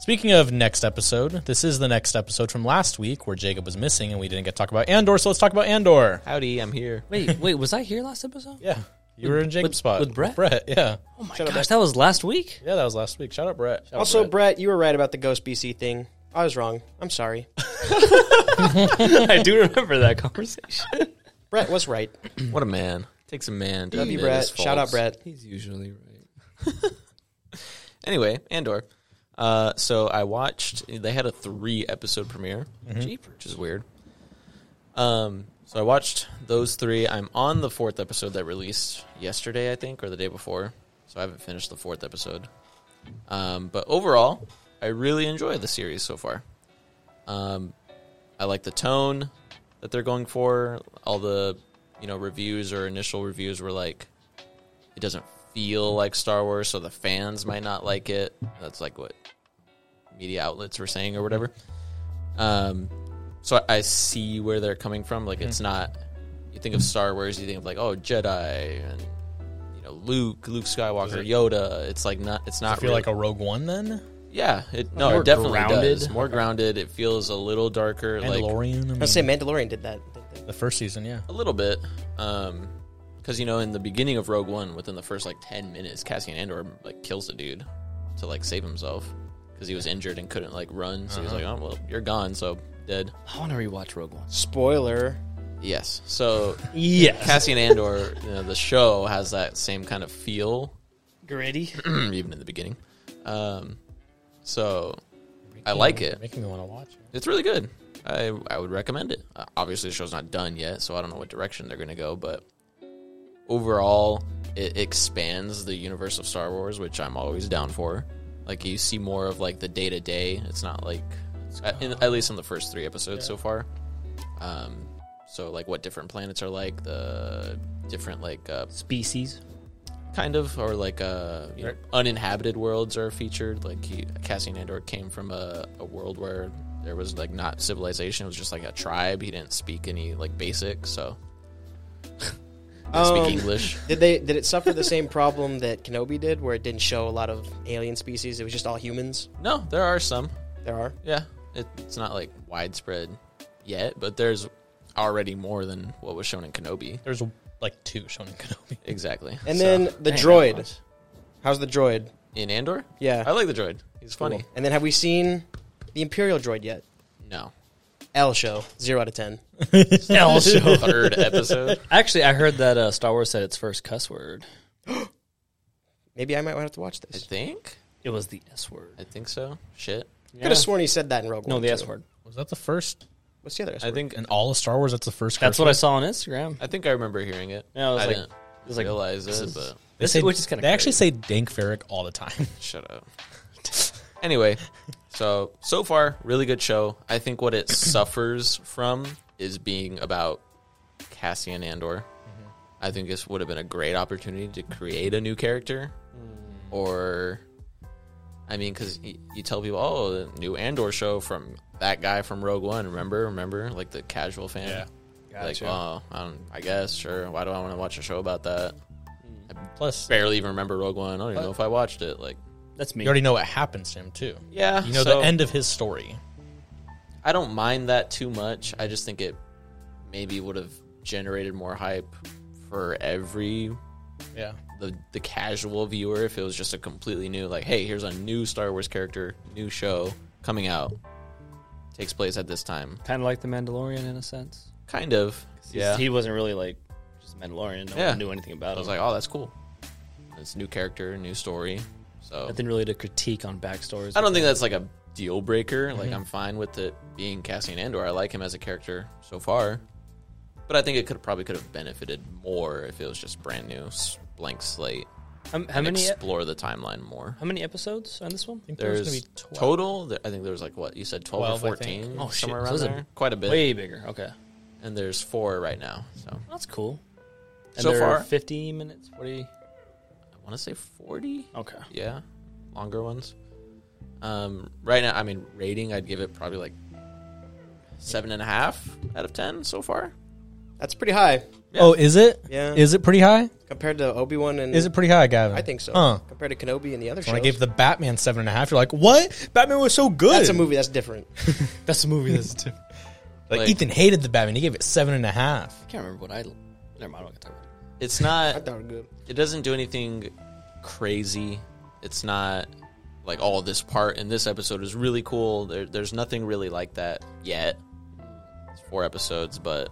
[SPEAKER 1] Speaking of next episode, this is the next episode from last week where Jacob was missing and we didn't get to talk about Andor. So let's talk about Andor.
[SPEAKER 3] Howdy, I'm here.
[SPEAKER 4] Wait, wait, was I here last episode?
[SPEAKER 1] Yeah, you were in Jacob's
[SPEAKER 4] with-
[SPEAKER 1] spot
[SPEAKER 4] with Brett?
[SPEAKER 1] Brett, yeah,
[SPEAKER 4] Oh my gosh, that was last week?
[SPEAKER 1] yeah, that was last week. Shout out Brett.
[SPEAKER 2] Also, Brett, you were right about the Ghost BC thing. I was wrong. I'm sorry.
[SPEAKER 4] (laughs) I do remember
[SPEAKER 3] (laughs)
[SPEAKER 4] that conversation.
[SPEAKER 2] Brett was right.
[SPEAKER 3] What a man. Takes a man. to
[SPEAKER 2] Mm. Love you,
[SPEAKER 3] admit
[SPEAKER 2] Brett.
[SPEAKER 3] his faults.
[SPEAKER 2] Shout out, Brett.
[SPEAKER 4] He's usually right.
[SPEAKER 3] Anyway, Andor. Uh, so I watched. They had a three episode premiere, which is weird. Um, so I watched those three. I'm on the fourth episode that released yesterday, I think, or the day before. So I haven't finished the fourth episode. Um, but overall, I really enjoy the series so far. Um, I like the tone that they're going for. All the you know reviews or initial reviews were like, it doesn't feel like Star Wars, so the fans might not like it. That's like what media outlets were saying or whatever. Um, so I, I see where they're coming from. Like it's
[SPEAKER 1] Hmm.
[SPEAKER 3] not. You think of Star Wars, you think of like oh Jedi and you know Luke, Luke Skywalker, Yoda. It's like not. It's not
[SPEAKER 1] I feel
[SPEAKER 3] really-
[SPEAKER 1] like a Rogue One then.
[SPEAKER 3] Yeah, it, no,
[SPEAKER 4] More
[SPEAKER 3] it definitely
[SPEAKER 4] grounded?
[SPEAKER 3] does. More grounded. It feels a little darker, like
[SPEAKER 1] Mandalorian. I
[SPEAKER 2] I
[SPEAKER 1] mean,
[SPEAKER 2] was saying Mandalorian did that.
[SPEAKER 1] the first season, yeah.
[SPEAKER 3] a little bit, because you know, in the beginning of Rogue One, within the first like ten minutes, Cassian Andor like kills the dude to like save himself because he was injured and couldn't like run. So he's
[SPEAKER 4] Uh-huh.
[SPEAKER 3] like, "Oh well, you're gone, so dead."
[SPEAKER 4] I want to rewatch Rogue One.
[SPEAKER 2] Spoiler.
[SPEAKER 3] Yes.
[SPEAKER 4] (laughs)
[SPEAKER 3] So
[SPEAKER 4] Yes.
[SPEAKER 3] Cassian Andor, you know, the show has that same kind of feel, (clears throat) (laughs)
[SPEAKER 4] Gritty.
[SPEAKER 3] even in the beginning. Um, so I like it.
[SPEAKER 1] Making me want to watch it.
[SPEAKER 3] It's really good. I I would recommend it. Uh, obviously, the show's not done yet, so I don't know what direction they're going to go. But overall, it expands the universe of Star Wars, which I'm always down for. Like you see more of like the day to day. It's not like at, in, at least in the first three episodes so far. Um, so like what different planets are like, the different like uh,
[SPEAKER 4] Species.
[SPEAKER 3] kind of, or like uh, you know, uninhabited worlds are featured. Like he, Cassian Andor came from a, a world where there was like not civilization; it was just like a tribe. He didn't speak any like basic, so didn't
[SPEAKER 2] Um, (laughs)
[SPEAKER 3] speak English.
[SPEAKER 2] Did they? Did it suffer the same problem that Kenobi did, where it didn't show a lot of alien species? It was just all humans.
[SPEAKER 3] No, there are some.
[SPEAKER 2] There are.
[SPEAKER 3] Yeah, it, it's not like widespread yet, but there's already more than what was shown in Kenobi.
[SPEAKER 1] There's like two shown in (laughs) Kenobi.
[SPEAKER 3] Exactly.
[SPEAKER 2] And
[SPEAKER 3] So-
[SPEAKER 2] then the
[SPEAKER 3] Dang, that
[SPEAKER 2] droid.
[SPEAKER 3] was-
[SPEAKER 2] How's the droid?
[SPEAKER 3] in Andor.
[SPEAKER 2] Yeah.
[SPEAKER 3] I like the droid. He's funny.
[SPEAKER 2] And then have we seen the Imperial droid yet?
[SPEAKER 3] No,
[SPEAKER 2] L show zero out of ten. (laughs)
[SPEAKER 3] third episode.
[SPEAKER 4] Actually, I heard that uh, Star Wars said its first cuss word.
[SPEAKER 2] Maybe I might have to watch
[SPEAKER 3] I
[SPEAKER 2] this.
[SPEAKER 3] think.
[SPEAKER 4] It was the S word.
[SPEAKER 3] I think so. Shit.
[SPEAKER 2] Could have sworn he said that in Rogue
[SPEAKER 4] No,
[SPEAKER 2] One.
[SPEAKER 4] the
[SPEAKER 2] too.
[SPEAKER 4] S word.
[SPEAKER 1] Was that the first?
[SPEAKER 2] What's the other S
[SPEAKER 3] I
[SPEAKER 2] word?
[SPEAKER 3] think
[SPEAKER 1] In all of Star Wars, that's the first.
[SPEAKER 4] That's what I saw on Instagram.
[SPEAKER 3] I think I remember hearing it.
[SPEAKER 4] Yeah, I was like-
[SPEAKER 3] didn't
[SPEAKER 4] it was like,
[SPEAKER 3] realize
[SPEAKER 4] this
[SPEAKER 3] it,
[SPEAKER 4] is-
[SPEAKER 3] but
[SPEAKER 4] This
[SPEAKER 1] They
[SPEAKER 4] is, which is kind of
[SPEAKER 1] They actually say Dank Ferric all the time.
[SPEAKER 3] shut up. (laughs) anyway, so so far, really good show. I think what
[SPEAKER 4] (coughs)
[SPEAKER 3] it suffers from is being about Cassian Andor.
[SPEAKER 4] Mm-hmm.
[SPEAKER 3] I think this would have been a great opportunity to create a new character,
[SPEAKER 4] Mm.
[SPEAKER 3] or I mean, because you, you tell people, oh, the new Andor show from that guy from Rogue One. Remember, remember, like the casual fan.
[SPEAKER 1] Yeah.
[SPEAKER 3] Like, oh, I, don't, I guess, sure. Why do I want to watch a show about that?
[SPEAKER 1] (laughs) Plus,
[SPEAKER 3] barely even remember Rogue One. I don't even know if I watched it. Like,
[SPEAKER 4] that's me.
[SPEAKER 1] you already know what happens to him too.
[SPEAKER 3] yeah,
[SPEAKER 1] You know
[SPEAKER 3] so
[SPEAKER 1] the end of his story.
[SPEAKER 3] I don't mind that too much. I just think it maybe would have generated more hype for every
[SPEAKER 1] Yeah.
[SPEAKER 3] the the casual viewer if it was just a completely new like, hey, here's a new Star Wars character, new show coming out, takes place at this time.
[SPEAKER 4] kind of like the Mandalorian in a sense.
[SPEAKER 3] Kind of, yeah.
[SPEAKER 4] He wasn't really like just Mandalorian. No
[SPEAKER 3] Yeah.
[SPEAKER 4] one knew anything about
[SPEAKER 3] I
[SPEAKER 4] him.
[SPEAKER 3] was like, oh, that's cool. It's a new character, new story. So
[SPEAKER 4] nothing really to critique on backstories.
[SPEAKER 3] oh. I don't think that's like a deal breaker. Like I'm fine with it being Cassian Andor. I like him as a character so far, but I think it could probably could have benefited more if it was just brand new, s- blank slate.
[SPEAKER 4] Um, how many?
[SPEAKER 3] Explore the timeline more.
[SPEAKER 4] How many episodes on this one?
[SPEAKER 1] there's
[SPEAKER 3] There's
[SPEAKER 1] gonna be 12.
[SPEAKER 3] total. there- I think there was like what you said, twelve,
[SPEAKER 1] 12, I
[SPEAKER 3] or
[SPEAKER 1] think.
[SPEAKER 3] fourteen,
[SPEAKER 4] Oh, shit.
[SPEAKER 3] somewhere
[SPEAKER 4] So
[SPEAKER 3] around
[SPEAKER 4] it's a-
[SPEAKER 3] there. Quite a bit.
[SPEAKER 4] Way bigger. Okay,
[SPEAKER 3] And there's four right now. So
[SPEAKER 4] that's cool. And
[SPEAKER 3] So
[SPEAKER 4] they're
[SPEAKER 3] far-
[SPEAKER 4] fifty minutes. What do you?
[SPEAKER 3] I want to say forty.
[SPEAKER 4] Okay,
[SPEAKER 3] Yeah, longer ones. Um, right now, I mean, rating, I'd give it probably like seven and a half out of ten so far.
[SPEAKER 2] That's pretty high
[SPEAKER 1] Oh, is it?
[SPEAKER 2] Yeah.
[SPEAKER 1] Is it pretty high?
[SPEAKER 2] compared to Obi Wan and.
[SPEAKER 1] Is it pretty high, Gavin?
[SPEAKER 2] I think so.
[SPEAKER 1] Huh.
[SPEAKER 2] Compared to Kenobi and the other shows.
[SPEAKER 1] When I gave the Batman seven and a half, you're like, what? Batman was so good.
[SPEAKER 2] that's a movie that's different.
[SPEAKER 1] That's a movie. That's too. Like,
[SPEAKER 3] Like-
[SPEAKER 1] Ethan hated the Batman. He gave it seven and a half.
[SPEAKER 4] I can't remember what I. Never mind. I'm not gonna talk about it.
[SPEAKER 3] It's
[SPEAKER 2] I
[SPEAKER 3] not.
[SPEAKER 2] thought it was good.
[SPEAKER 3] it doesn't do anything crazy. It's not like all this part in this episode is really cool. There, there's nothing really like that yet. It's four episodes, but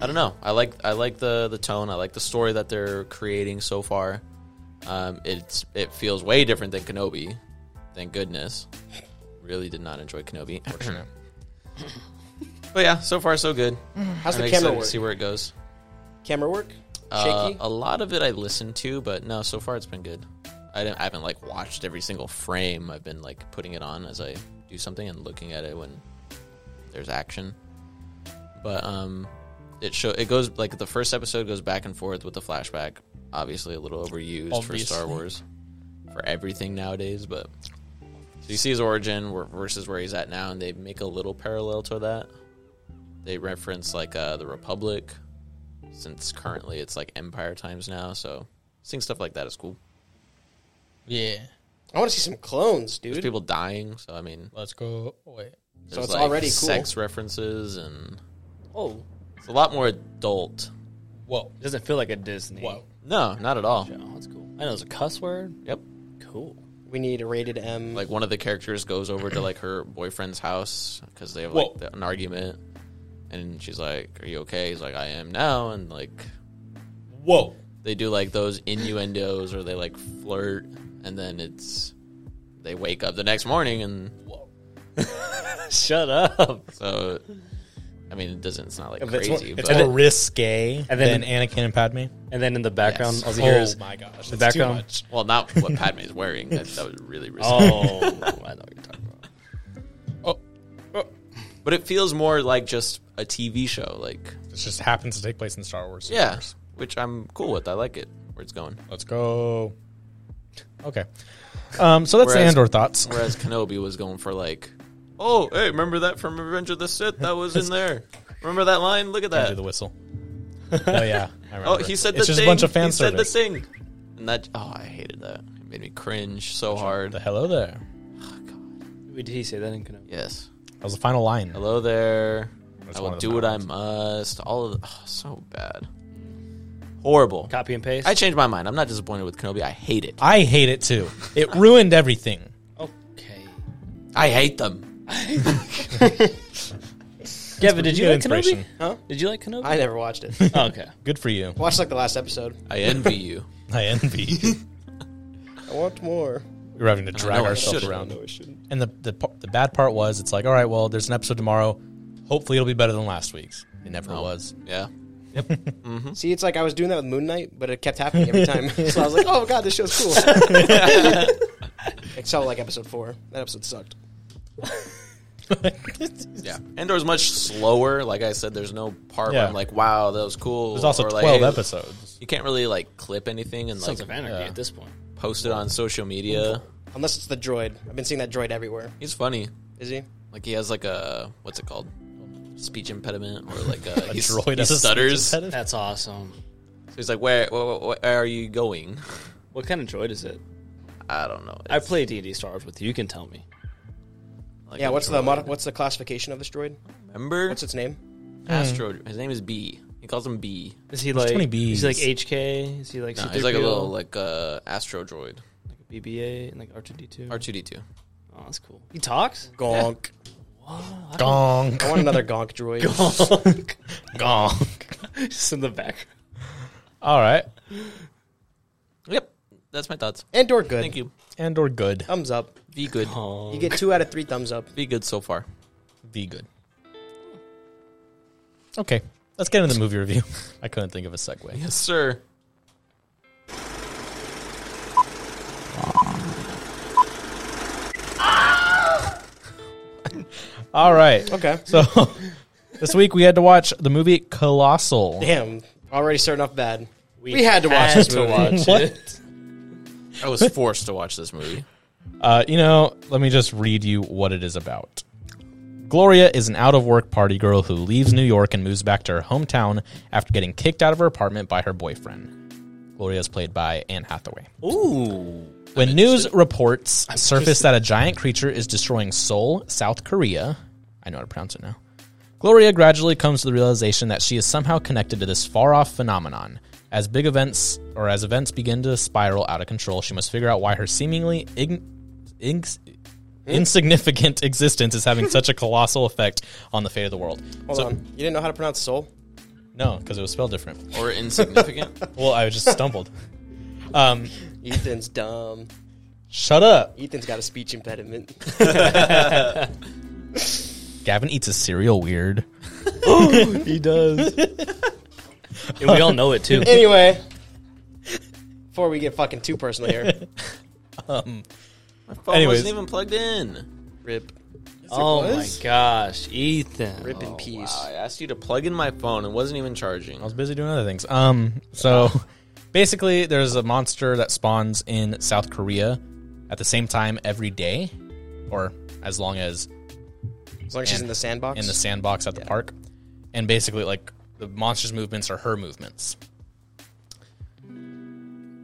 [SPEAKER 3] I don't know. I like I like the the tone. I like the story that they're creating so far. Um, it's it feels way different than Kenobi. Thank goodness. Really did not enjoy Kenobi.
[SPEAKER 2] (clears throat)
[SPEAKER 3] but yeah, so far so good.
[SPEAKER 2] How's
[SPEAKER 3] I'm
[SPEAKER 2] the
[SPEAKER 3] excited
[SPEAKER 2] camera
[SPEAKER 3] to
[SPEAKER 2] work?
[SPEAKER 3] see where it goes.
[SPEAKER 2] Camera work?
[SPEAKER 3] Uh,
[SPEAKER 2] Shaky?
[SPEAKER 3] a lot of it I listened to, but no, so far it's been good. I, didn't, I haven't like watched every single frame. I've been like putting it on as I do something and looking at it when there's action. But um, it show it goes like the first episode goes back and forth with the flashback. Obviously, a little overused
[SPEAKER 1] Obviously.
[SPEAKER 3] for Star Wars for everything nowadays. But so you see his origin where- versus where he's at now, and they make a little parallel to that. They reference like uh, the Republic since currently it's like empire times now so seeing stuff like that is cool
[SPEAKER 1] Yeah.
[SPEAKER 2] I want to see some clones,
[SPEAKER 3] There's
[SPEAKER 2] dude.
[SPEAKER 3] people dying, so I mean,
[SPEAKER 1] Let's go. Oh, wait.
[SPEAKER 3] there's,
[SPEAKER 2] it's already cool.
[SPEAKER 3] sex references and
[SPEAKER 4] Oh,
[SPEAKER 3] it's a lot more adult.
[SPEAKER 1] Whoa.
[SPEAKER 4] it doesn't feel like a Disney.
[SPEAKER 1] Whoa.
[SPEAKER 3] No, not at all.
[SPEAKER 4] Oh, that's cool. I know it's a cuss word.
[SPEAKER 3] Yep.
[SPEAKER 4] Cool.
[SPEAKER 2] we need a rated M.
[SPEAKER 3] Like one of the characters goes over to like her boyfriend's house because they have like
[SPEAKER 1] Whoa.
[SPEAKER 3] the- an argument, and she's like, "Are you okay?" He's like, "I am now," and like
[SPEAKER 1] Whoa.
[SPEAKER 3] they do like those innuendos or they like flirt, and then it's they wake up the next morning, and
[SPEAKER 1] Whoa.
[SPEAKER 4] Shut up.
[SPEAKER 3] so I mean, it doesn't. It's not like
[SPEAKER 2] it's
[SPEAKER 3] crazy,
[SPEAKER 2] more-
[SPEAKER 1] It's
[SPEAKER 3] but
[SPEAKER 1] more risque
[SPEAKER 4] and then-
[SPEAKER 1] than Anakin and Padme. Oh
[SPEAKER 4] And then in the background,
[SPEAKER 3] Yes.
[SPEAKER 4] all you hear is,
[SPEAKER 1] my gosh.
[SPEAKER 4] the
[SPEAKER 1] that's too
[SPEAKER 4] background-
[SPEAKER 1] much.
[SPEAKER 3] well, not what Padme's wearing. That, that was really risky. (laughs)
[SPEAKER 4] "Oh, I know what you're talking about."
[SPEAKER 1] Oh,
[SPEAKER 3] But it feels more like just a TV show. Like,
[SPEAKER 1] this just happens to take place in Star Wars.
[SPEAKER 3] yeah, which I'm cool with. I like it where it's (laughs) going.
[SPEAKER 1] Let's go. Okay. Um, so that's
[SPEAKER 3] Whereas-
[SPEAKER 1] the Andor thoughts.
[SPEAKER 3] Whereas Kenobi was going for like, oh, hey, remember that from Revenge of the Sith? That was (laughs) in there. Remember that line? Look at
[SPEAKER 1] Do the
[SPEAKER 3] that.
[SPEAKER 1] whistle. oh yeah. I remember.
[SPEAKER 3] Oh, he said the
[SPEAKER 1] it's just
[SPEAKER 3] thing.
[SPEAKER 1] a bunch of fan
[SPEAKER 3] he said the
[SPEAKER 1] service.
[SPEAKER 3] thing. And that, oh, I hated that. It made me cringe so hard.
[SPEAKER 1] The hello there.
[SPEAKER 4] Oh, Wait, did he say that in Kenobi?
[SPEAKER 3] Yes.
[SPEAKER 1] That was the final line.
[SPEAKER 3] Hello there.
[SPEAKER 1] That's
[SPEAKER 3] I
[SPEAKER 1] one
[SPEAKER 3] will
[SPEAKER 1] of
[SPEAKER 3] do
[SPEAKER 1] the
[SPEAKER 3] what I
[SPEAKER 1] bad
[SPEAKER 3] must. All of the, oh, so bad. Horrible.
[SPEAKER 4] Copy and paste.
[SPEAKER 3] I changed my mind. I'm not disappointed with Kenobi. I hate it.
[SPEAKER 1] I hate it too. It ruined everything.
[SPEAKER 4] okay.
[SPEAKER 3] I hate them.
[SPEAKER 4] Gavin, did you
[SPEAKER 1] good
[SPEAKER 4] like Kenobi?
[SPEAKER 1] inspiration.
[SPEAKER 2] Huh?
[SPEAKER 4] Did you like Kenobi?
[SPEAKER 2] I never watched it.
[SPEAKER 4] oh, okay.
[SPEAKER 1] Good for you.
[SPEAKER 2] Watched like the last episode.
[SPEAKER 3] I envy you.
[SPEAKER 1] I envy
[SPEAKER 3] (laughs)
[SPEAKER 1] you.
[SPEAKER 2] I want more.
[SPEAKER 1] we were having to drag
[SPEAKER 3] know, I
[SPEAKER 1] ourselves
[SPEAKER 3] should've.
[SPEAKER 1] around.
[SPEAKER 2] I shouldn't.
[SPEAKER 1] And the, the par- the bad part was, it's like, all right, well, there's an episode tomorrow. Hopefully, it'll be better than last week's. It never was.
[SPEAKER 3] Yeah.
[SPEAKER 2] See, it's like I was doing that with Moon Knight, but it kept happening every time. so I was like, "Oh god, this show's cool." Except like episode four. That episode sucked.
[SPEAKER 3] Yeah. Andor's much slower. Like I said, there's no part where
[SPEAKER 1] Yeah.
[SPEAKER 3] I'm like, wow, that was cool.
[SPEAKER 1] There's also
[SPEAKER 3] Or like,
[SPEAKER 1] 12
[SPEAKER 3] hey,
[SPEAKER 1] episodes.
[SPEAKER 3] You can't really like clip anything and like
[SPEAKER 4] Sons of Anarchy at this point.
[SPEAKER 3] post it on social media.
[SPEAKER 2] Unless it's the droid. I've been seeing that droid everywhere.
[SPEAKER 3] He's funny.
[SPEAKER 2] Is he?
[SPEAKER 3] Like he has like a what's it called? Speech impediment or like a,
[SPEAKER 1] (laughs) A
[SPEAKER 3] he,
[SPEAKER 1] droid
[SPEAKER 3] he
[SPEAKER 1] has a
[SPEAKER 3] stutters.
[SPEAKER 1] speech impediment? (laughs)
[SPEAKER 4] That's awesome.
[SPEAKER 3] So he's like, where, where, where, where are you going? (laughs)
[SPEAKER 4] What kind of droid is it?
[SPEAKER 3] I don't know.
[SPEAKER 4] I play D and D Star Wars with you. You can tell me.
[SPEAKER 3] Like
[SPEAKER 2] Yeah.
[SPEAKER 3] a
[SPEAKER 2] What's the
[SPEAKER 3] droid.
[SPEAKER 2] mod- what's the classification of this droid?
[SPEAKER 3] remember?
[SPEAKER 2] What's its name?
[SPEAKER 1] Hmm.
[SPEAKER 3] Astro? His name is B. He calls him B.
[SPEAKER 4] Is he like?
[SPEAKER 1] too many Bs.
[SPEAKER 4] Is he like HK? Is he like?
[SPEAKER 3] No,
[SPEAKER 4] C3PO?
[SPEAKER 3] he's like a little like uh, Astro droid.
[SPEAKER 4] BBA and like R two D two.
[SPEAKER 3] R two D two.
[SPEAKER 4] Oh, that's cool. He talks.
[SPEAKER 2] Gonk.
[SPEAKER 1] Gong.
[SPEAKER 2] I want another (laughs) Gonk droid.
[SPEAKER 1] Gong.
[SPEAKER 4] (laughs) Just in the back.
[SPEAKER 1] All right.
[SPEAKER 3] Yep, that's my thoughts.
[SPEAKER 2] Andor good.
[SPEAKER 3] Thank you.
[SPEAKER 1] Andor good.
[SPEAKER 2] Thumbs up.
[SPEAKER 3] Be good.
[SPEAKER 2] You get two out of three thumbs up.
[SPEAKER 3] Be good so far.
[SPEAKER 1] Be good. Okay. Let's get into the movie review. (laughs) I couldn't think of a segue.
[SPEAKER 3] Yes, sir.
[SPEAKER 1] All right.
[SPEAKER 2] Okay.
[SPEAKER 1] So (laughs) this week we had to watch the movie Colossal.
[SPEAKER 2] Damn. Already starting off bad. We, had to watch this movie.
[SPEAKER 4] (laughs)
[SPEAKER 1] What?
[SPEAKER 3] I was forced to watch this movie.
[SPEAKER 1] Uh, you know, let me just read you what it is about. Gloria is an out of work party girl who leaves New York and moves back to her hometown after getting kicked out of her apartment by her boyfriend. Gloria is played by Anne Hathaway.
[SPEAKER 3] Ooh.
[SPEAKER 1] When news reports surface that a giant creature is destroying Seoul, South Korea, I know how to pronounce it now. Gloria gradually comes to the realization that she is somehow connected to this far off phenomenon. As big events or as events begin to spiral out of control, she must figure out why her seemingly ign- ings- insignificant existence is having such a colossal effect on the fate of the world.
[SPEAKER 2] Hold on. You didn't know how to pronounce soul?
[SPEAKER 1] No, because it was spelled different.
[SPEAKER 3] Or (laughs) insignificant.
[SPEAKER 1] Well, I just stumbled. Um,
[SPEAKER 2] Ethan's dumb.
[SPEAKER 1] shut up.
[SPEAKER 2] Ethan's got a speech impediment.
[SPEAKER 1] Gavin eats a cereal weird.
[SPEAKER 4] (laughs) He does. (laughs) and we all know it too.
[SPEAKER 2] anyway, before we get fucking too personal here,
[SPEAKER 3] My phone
[SPEAKER 1] Anyways.
[SPEAKER 3] wasn't even plugged in.
[SPEAKER 2] rip,
[SPEAKER 4] Oh
[SPEAKER 2] Yes, it
[SPEAKER 4] my
[SPEAKER 2] was.
[SPEAKER 4] gosh, Ethan.
[SPEAKER 2] rip in peace.
[SPEAKER 3] I asked you to plug in my phone. It wasn't even charging.
[SPEAKER 1] I was busy doing other things. Um, so (laughs) basically, there's a monster that spawns in South Korea at the same time every day, or as long as
[SPEAKER 2] As long as she's in the sandbox.
[SPEAKER 1] in the sandbox at the park. And basically, like the monster's movements are her movements.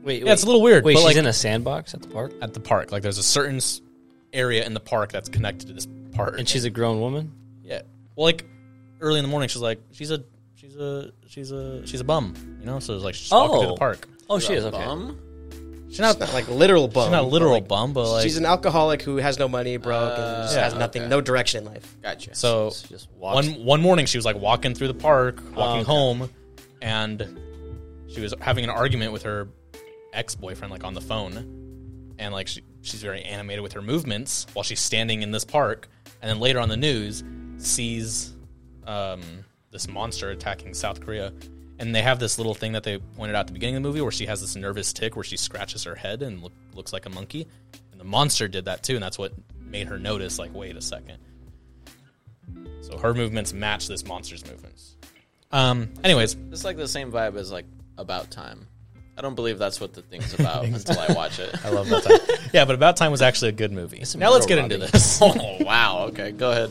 [SPEAKER 4] Wait,
[SPEAKER 1] Yeah, it's a little weird,
[SPEAKER 4] Wait,
[SPEAKER 1] but,
[SPEAKER 4] she's
[SPEAKER 1] like-
[SPEAKER 4] in a sandbox at the park,
[SPEAKER 1] at the park. Like there's a certain s- area in the park that's connected to this park.
[SPEAKER 4] and she's a grown woman.
[SPEAKER 1] yeah, well, like early in the morning, she's like she's a she's a she's a she's a bum, you know. So it's like she's walking through
[SPEAKER 4] Oh.
[SPEAKER 1] the park.
[SPEAKER 4] Oh, she is
[SPEAKER 3] A
[SPEAKER 4] okay.
[SPEAKER 3] bum?
[SPEAKER 1] She's not
[SPEAKER 2] Not like literal bum.
[SPEAKER 1] she's not a literal
[SPEAKER 2] Oh, but,
[SPEAKER 1] bum, but
[SPEAKER 2] like,
[SPEAKER 1] like
[SPEAKER 2] she's an alcoholic who has no money, broke, and just
[SPEAKER 1] Yeah,
[SPEAKER 2] has nothing, no direction in life.
[SPEAKER 3] Gotcha.
[SPEAKER 1] so
[SPEAKER 4] She just walks. Oh,
[SPEAKER 1] one one morning she was like walking through the park, walking
[SPEAKER 4] okay.
[SPEAKER 1] home, and she was having an argument with her ex boyfriend like on the phone, and like she, she's very animated with her movements while she's standing in this park, and then later on the news sees um, this monster attacking South Korea. And they have this little thing that they pointed out at the beginning of the movie where she has this nervous tick where she scratches her head and look, looks like a monkey. And the monster did that too. And that's what made her notice, like, wait a second. So her movements match this monster's movements. Um. Anyways,
[SPEAKER 3] It's like the same vibe as like About Time. I don't believe that's what the thing's about until I watch it.
[SPEAKER 1] I love About Time. (laughs) yeah, but About Time was actually a good movie.
[SPEAKER 4] a
[SPEAKER 1] Now let's get
[SPEAKER 4] Margot
[SPEAKER 1] into (laughs) this.
[SPEAKER 3] oh wow. Okay, go ahead.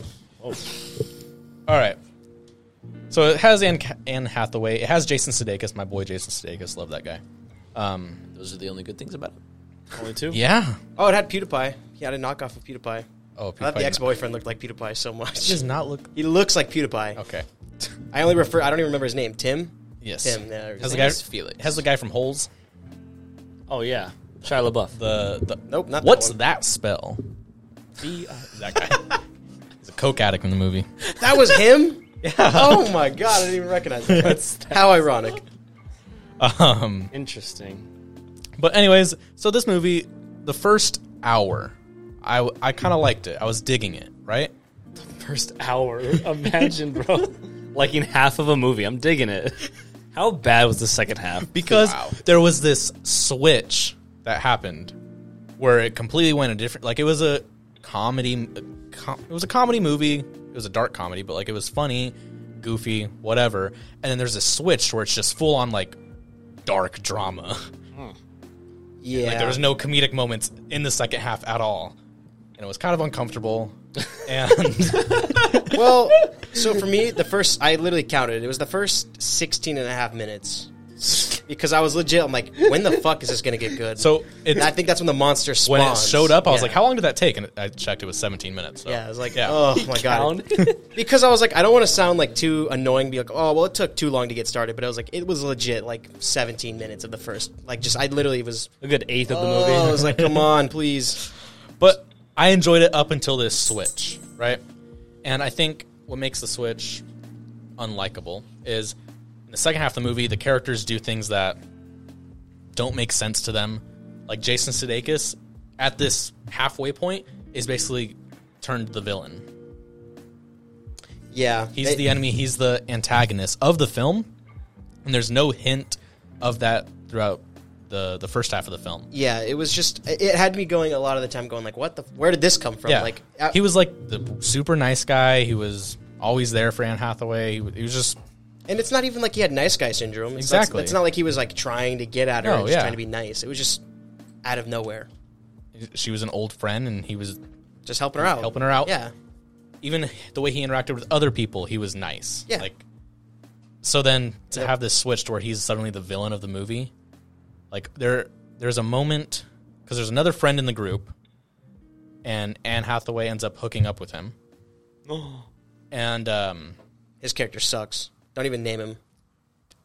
[SPEAKER 1] All right. So it has Anne, Anne Hathaway. It has Jason Sudeikis. My boy Jason Sudeikis. Love that guy.
[SPEAKER 3] Those are the only good things about it.
[SPEAKER 4] Only two.
[SPEAKER 1] Yeah.
[SPEAKER 2] Oh, it had PewDiePie. He had a knockoff of PewDiePie.
[SPEAKER 1] Oh,
[SPEAKER 2] I thought
[SPEAKER 1] PewDiePie-
[SPEAKER 2] the ex-boyfriend looked like PewDiePie so much.
[SPEAKER 1] He Oh. does not look
[SPEAKER 2] (laughs) he looks like PewDiePie.
[SPEAKER 1] okay.
[SPEAKER 2] I only refer. I don't even remember his name. Tim.
[SPEAKER 1] Yes.
[SPEAKER 2] Tim. Yeah, there we
[SPEAKER 1] has
[SPEAKER 2] go.
[SPEAKER 1] the guy
[SPEAKER 3] His name is Felix.
[SPEAKER 1] has the guy from Holes.
[SPEAKER 4] Oh yeah, Shia LaBeouf.
[SPEAKER 1] The, the
[SPEAKER 2] Nope, not that
[SPEAKER 1] what's
[SPEAKER 2] one.
[SPEAKER 1] that spell? (laughs) that guy. He's a coke addict in the movie.
[SPEAKER 2] That was
[SPEAKER 1] (laughs)
[SPEAKER 2] him. Oh my god! I didn't even recognize that. How ironic.
[SPEAKER 1] Um.
[SPEAKER 4] Interesting.
[SPEAKER 1] But anyways, so this movie, the first hour, I I kind of liked it. I was digging it, right?
[SPEAKER 4] First hour. (laughs) Imagine, bro. (laughs) Liking half of a movie. I'm digging it. (laughs) How bad was the second half? (laughs)
[SPEAKER 1] Because
[SPEAKER 3] Wow.
[SPEAKER 1] there was this switch that happened where it completely went a different like it was a comedy com, it was a comedy movie. It was a dark comedy, but like it was funny, goofy, whatever. And then there's a switch where it's just full on like dark drama. (laughs)
[SPEAKER 2] Yeah.
[SPEAKER 1] Like there was no comedic moments in the second half at all. And it was kind of uncomfortable. And
[SPEAKER 4] (laughs)
[SPEAKER 2] well, so for me, the first I literally counted. It was the first 16 and a half minutes. Because I was legit, I'm like, when the fuck is this gonna get good?
[SPEAKER 1] so
[SPEAKER 2] and
[SPEAKER 1] it's
[SPEAKER 2] I think that's when the monster spawns.
[SPEAKER 1] when it showed up, I was
[SPEAKER 2] Yeah.
[SPEAKER 1] like, "How long did that take?" And I checked; it was 17 minutes. So.
[SPEAKER 2] Yeah, I was like,
[SPEAKER 1] Yeah.
[SPEAKER 2] oh my god. Because I was like, I don't want to sound like too annoying. Be like, oh well, it took too long to get started. But I was like, it was legit like 17 minutes of the first. Like, just I literally was.
[SPEAKER 4] (laughs) A good eighth of the
[SPEAKER 2] Oh, I
[SPEAKER 4] (laughs) movie.
[SPEAKER 2] was like, come on, please.
[SPEAKER 1] but I enjoyed it up until this switch, right? And I think what makes the switch unlikable is in the second half of the movie, the characters do things that don't make sense to them. Like Jason Sudeikis, at this halfway point, is basically turned the villain.
[SPEAKER 2] Yeah,
[SPEAKER 1] He's
[SPEAKER 2] They-
[SPEAKER 1] the enemy. He's the antagonist of the film, and there's no hint of that throughout the the first half of the film.
[SPEAKER 2] yeah. It was just it it had me going a lot of the time, going like, what the? Where did this come from?
[SPEAKER 1] Yeah,
[SPEAKER 2] Like, uh, I,
[SPEAKER 1] he was like the super nice guy. He was always there for Anne Hathaway. He, wa- he was just
[SPEAKER 2] and it's not even like he had nice guy syndrome. It's- that's-
[SPEAKER 1] Exactly.
[SPEAKER 2] It's not like he was like trying to get at her.
[SPEAKER 1] No,
[SPEAKER 2] and just
[SPEAKER 1] yeah.
[SPEAKER 2] trying to be nice. It was just out of nowhere,
[SPEAKER 1] she was an old friend, and he was
[SPEAKER 2] just helping her out,
[SPEAKER 1] Helping her out.
[SPEAKER 2] Yeah,
[SPEAKER 1] even the way he interacted with other people. He was nice.
[SPEAKER 2] Yeah.
[SPEAKER 1] Like so, then to
[SPEAKER 2] Yep.
[SPEAKER 1] have this switch to where he's suddenly the villain of the movie, like there there's a moment because there's another friend in the group, and Anne Hathaway ends up hooking up with him.
[SPEAKER 2] (gasps)
[SPEAKER 1] And um,
[SPEAKER 2] his character sucks. Don't even
[SPEAKER 1] (laughs)
[SPEAKER 2] name him.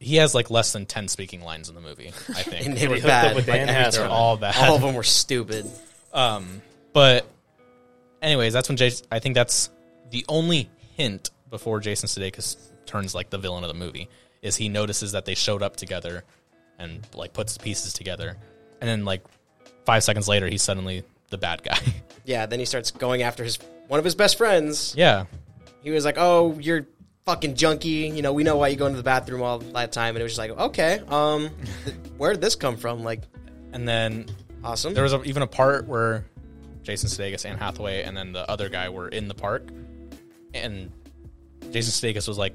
[SPEAKER 1] he has like less than 10 speaking lines in the movie,
[SPEAKER 2] (laughs)
[SPEAKER 1] I
[SPEAKER 2] And
[SPEAKER 1] think.
[SPEAKER 2] they were
[SPEAKER 4] hooked up
[SPEAKER 2] bad.
[SPEAKER 4] with
[SPEAKER 2] Like,
[SPEAKER 4] Anne
[SPEAKER 2] every-
[SPEAKER 1] They're
[SPEAKER 4] Hathaway.
[SPEAKER 1] all bad.
[SPEAKER 2] all of them were stupid.
[SPEAKER 1] But, anyways, that's when Jason. I think that's the only hint before Jason Sudeikis turns like the villain of the movie is he notices that they showed up together and like puts the pieces together, and then like five seconds later he's suddenly the bad guy. (laughs)
[SPEAKER 2] Yeah, then he starts going after his one of his best friends.
[SPEAKER 1] yeah,
[SPEAKER 2] He was like, "Oh, you're fucking junkie. You know, we know why you go into the bathroom all that time." And it was just like, "Okay, um, (laughs) th- where did this come from?" Like,
[SPEAKER 1] and then
[SPEAKER 2] awesome.
[SPEAKER 1] there was a, even a part where Jason Sudeikis, Anne Hathaway, and then the other guy were in the park, and Jason Sudeikis was like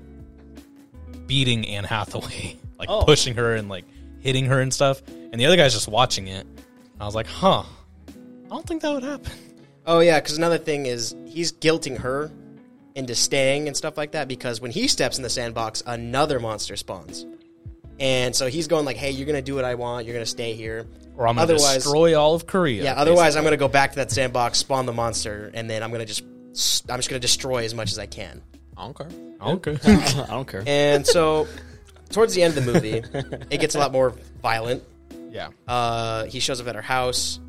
[SPEAKER 1] beating Anne Hathaway, (laughs) like
[SPEAKER 4] Oh.
[SPEAKER 1] pushing her and like hitting her and stuff, and the other guy's just watching it. And I was like, huh, I don't think that would happen.
[SPEAKER 2] oh yeah, because another thing is he's guilting her into staying and stuff like that because when he steps in the sandbox, another monster spawns. And so he's going like, "Hey, you're gonna do what I want. You're gonna stay here,
[SPEAKER 1] Or I'm going to
[SPEAKER 2] Otherwise-
[SPEAKER 1] destroy all of Korea.
[SPEAKER 2] yeah. Otherwise, I'm gonna go back to that sandbox, spawn the monster, and then I'm gonna just I'm just gonna destroy as much as I can."
[SPEAKER 3] Honker.
[SPEAKER 2] (laughs)
[SPEAKER 1] Okay.
[SPEAKER 4] I don't care.
[SPEAKER 2] And so, (laughs) towards the end of the movie, it gets a lot more violent.
[SPEAKER 1] yeah.
[SPEAKER 2] Uh, he shows up at her house.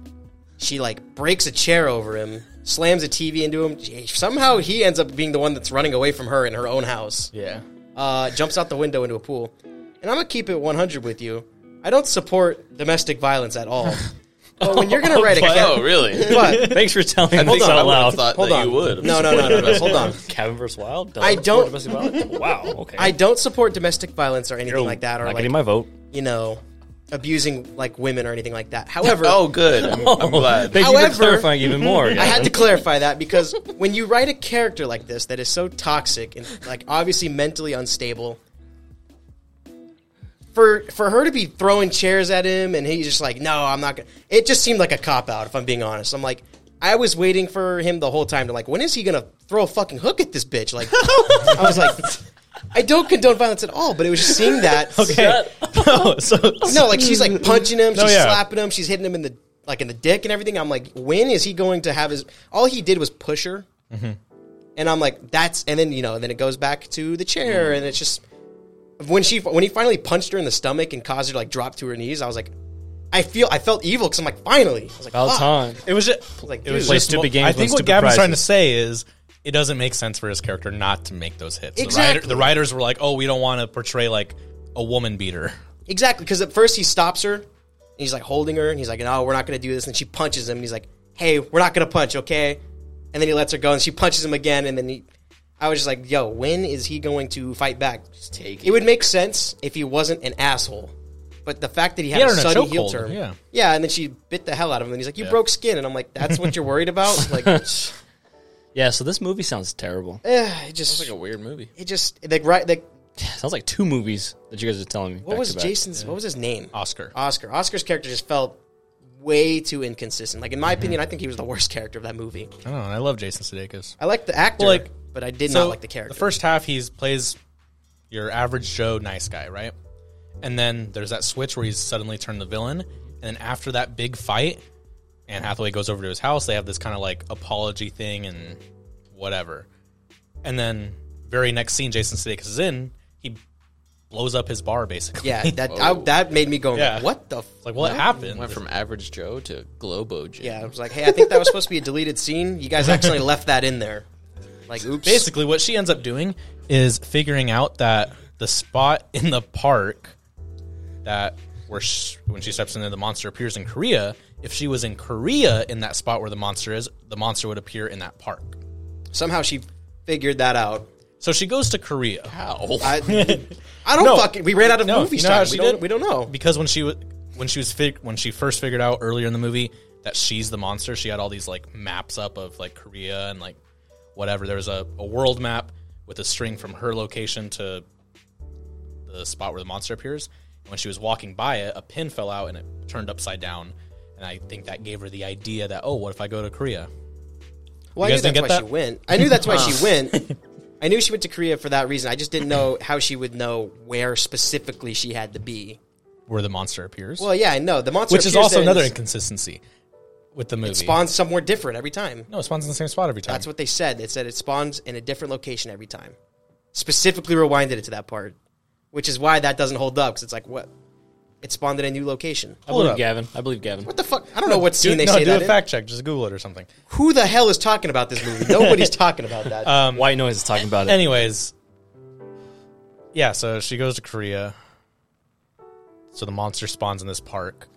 [SPEAKER 2] She like breaks a chair over him, slams a TV into him. Gee, Somehow he ends up being the one that's running away from her in her own house.
[SPEAKER 1] yeah.
[SPEAKER 2] Uh, jumps out the window into a pool. And I'm gonna keep it 100 with you. I don't support domestic violence at all. But when you're gonna write a
[SPEAKER 3] Oh, (laughs)
[SPEAKER 2] cat,
[SPEAKER 3] really?
[SPEAKER 4] (laughs)
[SPEAKER 2] but
[SPEAKER 4] Thanks for telling me
[SPEAKER 3] Hold
[SPEAKER 4] this
[SPEAKER 3] on, I
[SPEAKER 4] out
[SPEAKER 3] would've
[SPEAKER 4] loud. (laughs)
[SPEAKER 3] thought
[SPEAKER 2] hold
[SPEAKER 3] that
[SPEAKER 2] on,
[SPEAKER 3] you would.
[SPEAKER 2] no, no, no, no, no, hold on.
[SPEAKER 4] Kevin versus Wild.
[SPEAKER 2] I don't-
[SPEAKER 4] domestic (laughs) violence? Wow. Okay.
[SPEAKER 2] I don't support domestic violence or anything
[SPEAKER 4] You're
[SPEAKER 2] like that, or
[SPEAKER 4] not
[SPEAKER 2] like
[SPEAKER 4] getting my (laughs) vote.
[SPEAKER 2] you know, abusing like women or anything like that. However,
[SPEAKER 3] Oh, good.
[SPEAKER 4] (laughs)
[SPEAKER 3] I'm, I'm glad.
[SPEAKER 4] Thank you
[SPEAKER 2] However-
[SPEAKER 4] for clarifying even more.
[SPEAKER 2] I had to clarify that because when you write a character like this that is so toxic and like obviously mentally unstable, for for her to be throwing chairs at him and he's just like, no, I'm not gonna. It just seemed like a cop out. If I'm being honest, I'm like. I was waiting for him the whole time to like, when is he gonna throw a fucking hook at this bitch? Like, I was like, I don't condone violence at all, but it was just seeing that.
[SPEAKER 4] (laughs)
[SPEAKER 1] no, so, so-
[SPEAKER 2] No, like she's like punching him, she's
[SPEAKER 1] Oh, yeah.
[SPEAKER 2] slapping him, she's hitting him in the like in the dick and everything. I'm like, when is he going to have his? All he did was push her,
[SPEAKER 1] Mm-hmm.
[SPEAKER 2] and I'm like, that's and then you know, and then it goes back to the chair, and it's just when she when he finally punched her in the stomach and caused her to like drop to her knees. I was like, I feel I felt evil because I'm like, finally, I was like,
[SPEAKER 4] About
[SPEAKER 2] fuck.
[SPEAKER 4] time.
[SPEAKER 1] it was just,
[SPEAKER 2] Like,
[SPEAKER 1] it was
[SPEAKER 2] dude.
[SPEAKER 4] Play
[SPEAKER 1] just
[SPEAKER 4] stupid
[SPEAKER 1] mo-
[SPEAKER 4] games,
[SPEAKER 1] I
[SPEAKER 4] win
[SPEAKER 1] think what
[SPEAKER 4] stupid
[SPEAKER 1] Gavin's trying to
[SPEAKER 4] prizes.
[SPEAKER 1] say is it doesn't make sense for his character not to make those hits. The writer-
[SPEAKER 2] Exactly.
[SPEAKER 1] The, writers were like, "Oh, we don't want to portray like a woman beater."
[SPEAKER 2] Exactly, because at first he stops her, and he's like holding her, and he's like, "No, we're not going to do this." And she punches him, and he's like, "Hey, we're not going to punch, okay?" And then he lets her go, and she punches him again, and then he, I was just like, "Yo, when is he going to fight back?" Just
[SPEAKER 3] take
[SPEAKER 2] it. would make sense if he wasn't an asshole, but the fact that he had
[SPEAKER 1] had
[SPEAKER 2] a
[SPEAKER 1] her in a
[SPEAKER 2] sudden heel
[SPEAKER 1] chokehold,
[SPEAKER 2] turn,
[SPEAKER 1] yeah.
[SPEAKER 2] yeah, and then she bit the hell out of him, and he's like, "You broke skin," and I'm like, "That's what you're worried about?"
[SPEAKER 1] (laughs)
[SPEAKER 2] Like, eh,
[SPEAKER 4] Yeah, so this movie sounds terrible.
[SPEAKER 2] it just,
[SPEAKER 3] It's like a weird movie.
[SPEAKER 2] it just like right like
[SPEAKER 4] sounds like two movies that you guys are telling me.
[SPEAKER 2] what was Jason's? What was his name?
[SPEAKER 1] Oscar.
[SPEAKER 2] Oscar. Oscar's character just felt way too inconsistent. Like in my opinion, I think he was the worst character of that movie.
[SPEAKER 1] I don't know. I love Jason Sudeikis.
[SPEAKER 2] I liked the actor,
[SPEAKER 1] Well, like-
[SPEAKER 2] but I did not like the character.
[SPEAKER 1] The first half, he's plays your average Joe nice guy, right? And then there's that switch where he's suddenly turned the villain. And then after that big fight, Anne Hathaway goes over to his house. They have this kind of like apology thing and whatever. And then very next scene, Jason Sudeikis is in. He blows up his bar basically. (laughs)
[SPEAKER 2] yeah, that I, that made me go, like,
[SPEAKER 1] Yeah.
[SPEAKER 2] what the? F-?
[SPEAKER 1] It's like what happened?
[SPEAKER 3] Went from Average Joe to Globo Joe.
[SPEAKER 2] Yeah, I was like, hey, I think that was supposed to be a deleted scene.
[SPEAKER 1] (laughs)
[SPEAKER 2] You guys actually left that in there. Like, oops.
[SPEAKER 1] basically what she ends up doing is figuring out that the spot in the park that where sh when she steps into the monster appears in Korea, if she was in Korea in that spot where the monster is, the monster would appear in that park.
[SPEAKER 2] Somehow she figured that out.
[SPEAKER 1] So she goes to Korea.
[SPEAKER 3] Ow.
[SPEAKER 2] I, I don't
[SPEAKER 1] No.
[SPEAKER 2] fucking. We ran out of
[SPEAKER 1] No,
[SPEAKER 2] movies.
[SPEAKER 1] you know how
[SPEAKER 2] time.
[SPEAKER 1] she
[SPEAKER 2] we don't.
[SPEAKER 1] did?
[SPEAKER 2] We don't know.
[SPEAKER 1] because when she was when she was fig- when she first figured out earlier in the movie that she's the monster, she had all these like maps up of like Korea and like whatever. There was a, a world map with a string from her location to the spot where the monster appears. And when she was walking by it, a pin fell out and it turned upside down. And I think that gave her the idea that oh, what if I go to Korea?
[SPEAKER 2] Well,
[SPEAKER 1] You
[SPEAKER 2] I
[SPEAKER 1] guys
[SPEAKER 2] knew
[SPEAKER 1] didn't
[SPEAKER 2] that's why
[SPEAKER 1] get
[SPEAKER 2] she
[SPEAKER 1] that? Oh.
[SPEAKER 2] went. I knew that's
[SPEAKER 1] (laughs)
[SPEAKER 2] why she went. I knew she went to Korea for that reason. I just didn't know how she would know where specifically she had to be.
[SPEAKER 1] Where the monster appears,
[SPEAKER 2] Well, yeah, I know the monster,
[SPEAKER 1] which is
[SPEAKER 2] appears
[SPEAKER 1] also
[SPEAKER 2] there and
[SPEAKER 1] another
[SPEAKER 2] it
[SPEAKER 1] inconsistency with the movie.
[SPEAKER 2] spawns somewhere different every time.
[SPEAKER 1] no, it spawns in the same spot every time.
[SPEAKER 2] That's what they said. They said it spawns in a different location every time. Specifically rewinded it to that part, which is why that doesn't hold up because it's like what it spawned in a new location.
[SPEAKER 4] I
[SPEAKER 1] Hold
[SPEAKER 4] believe
[SPEAKER 1] up.
[SPEAKER 4] Gavin. I believe Gavin.
[SPEAKER 2] What the fuck? I don't know what
[SPEAKER 1] do,
[SPEAKER 2] scene they
[SPEAKER 1] no,
[SPEAKER 2] say
[SPEAKER 1] do
[SPEAKER 2] that.
[SPEAKER 1] a
[SPEAKER 2] in.
[SPEAKER 1] fact check. Just Google it or something.
[SPEAKER 2] Who the hell is talking about
[SPEAKER 1] (laughs)
[SPEAKER 2] this movie? Nobody's talking about that.
[SPEAKER 1] Uh,
[SPEAKER 4] White noise is talking about it.
[SPEAKER 1] Anyways, yeah, so she goes to Korea. So the monster spawns in this park,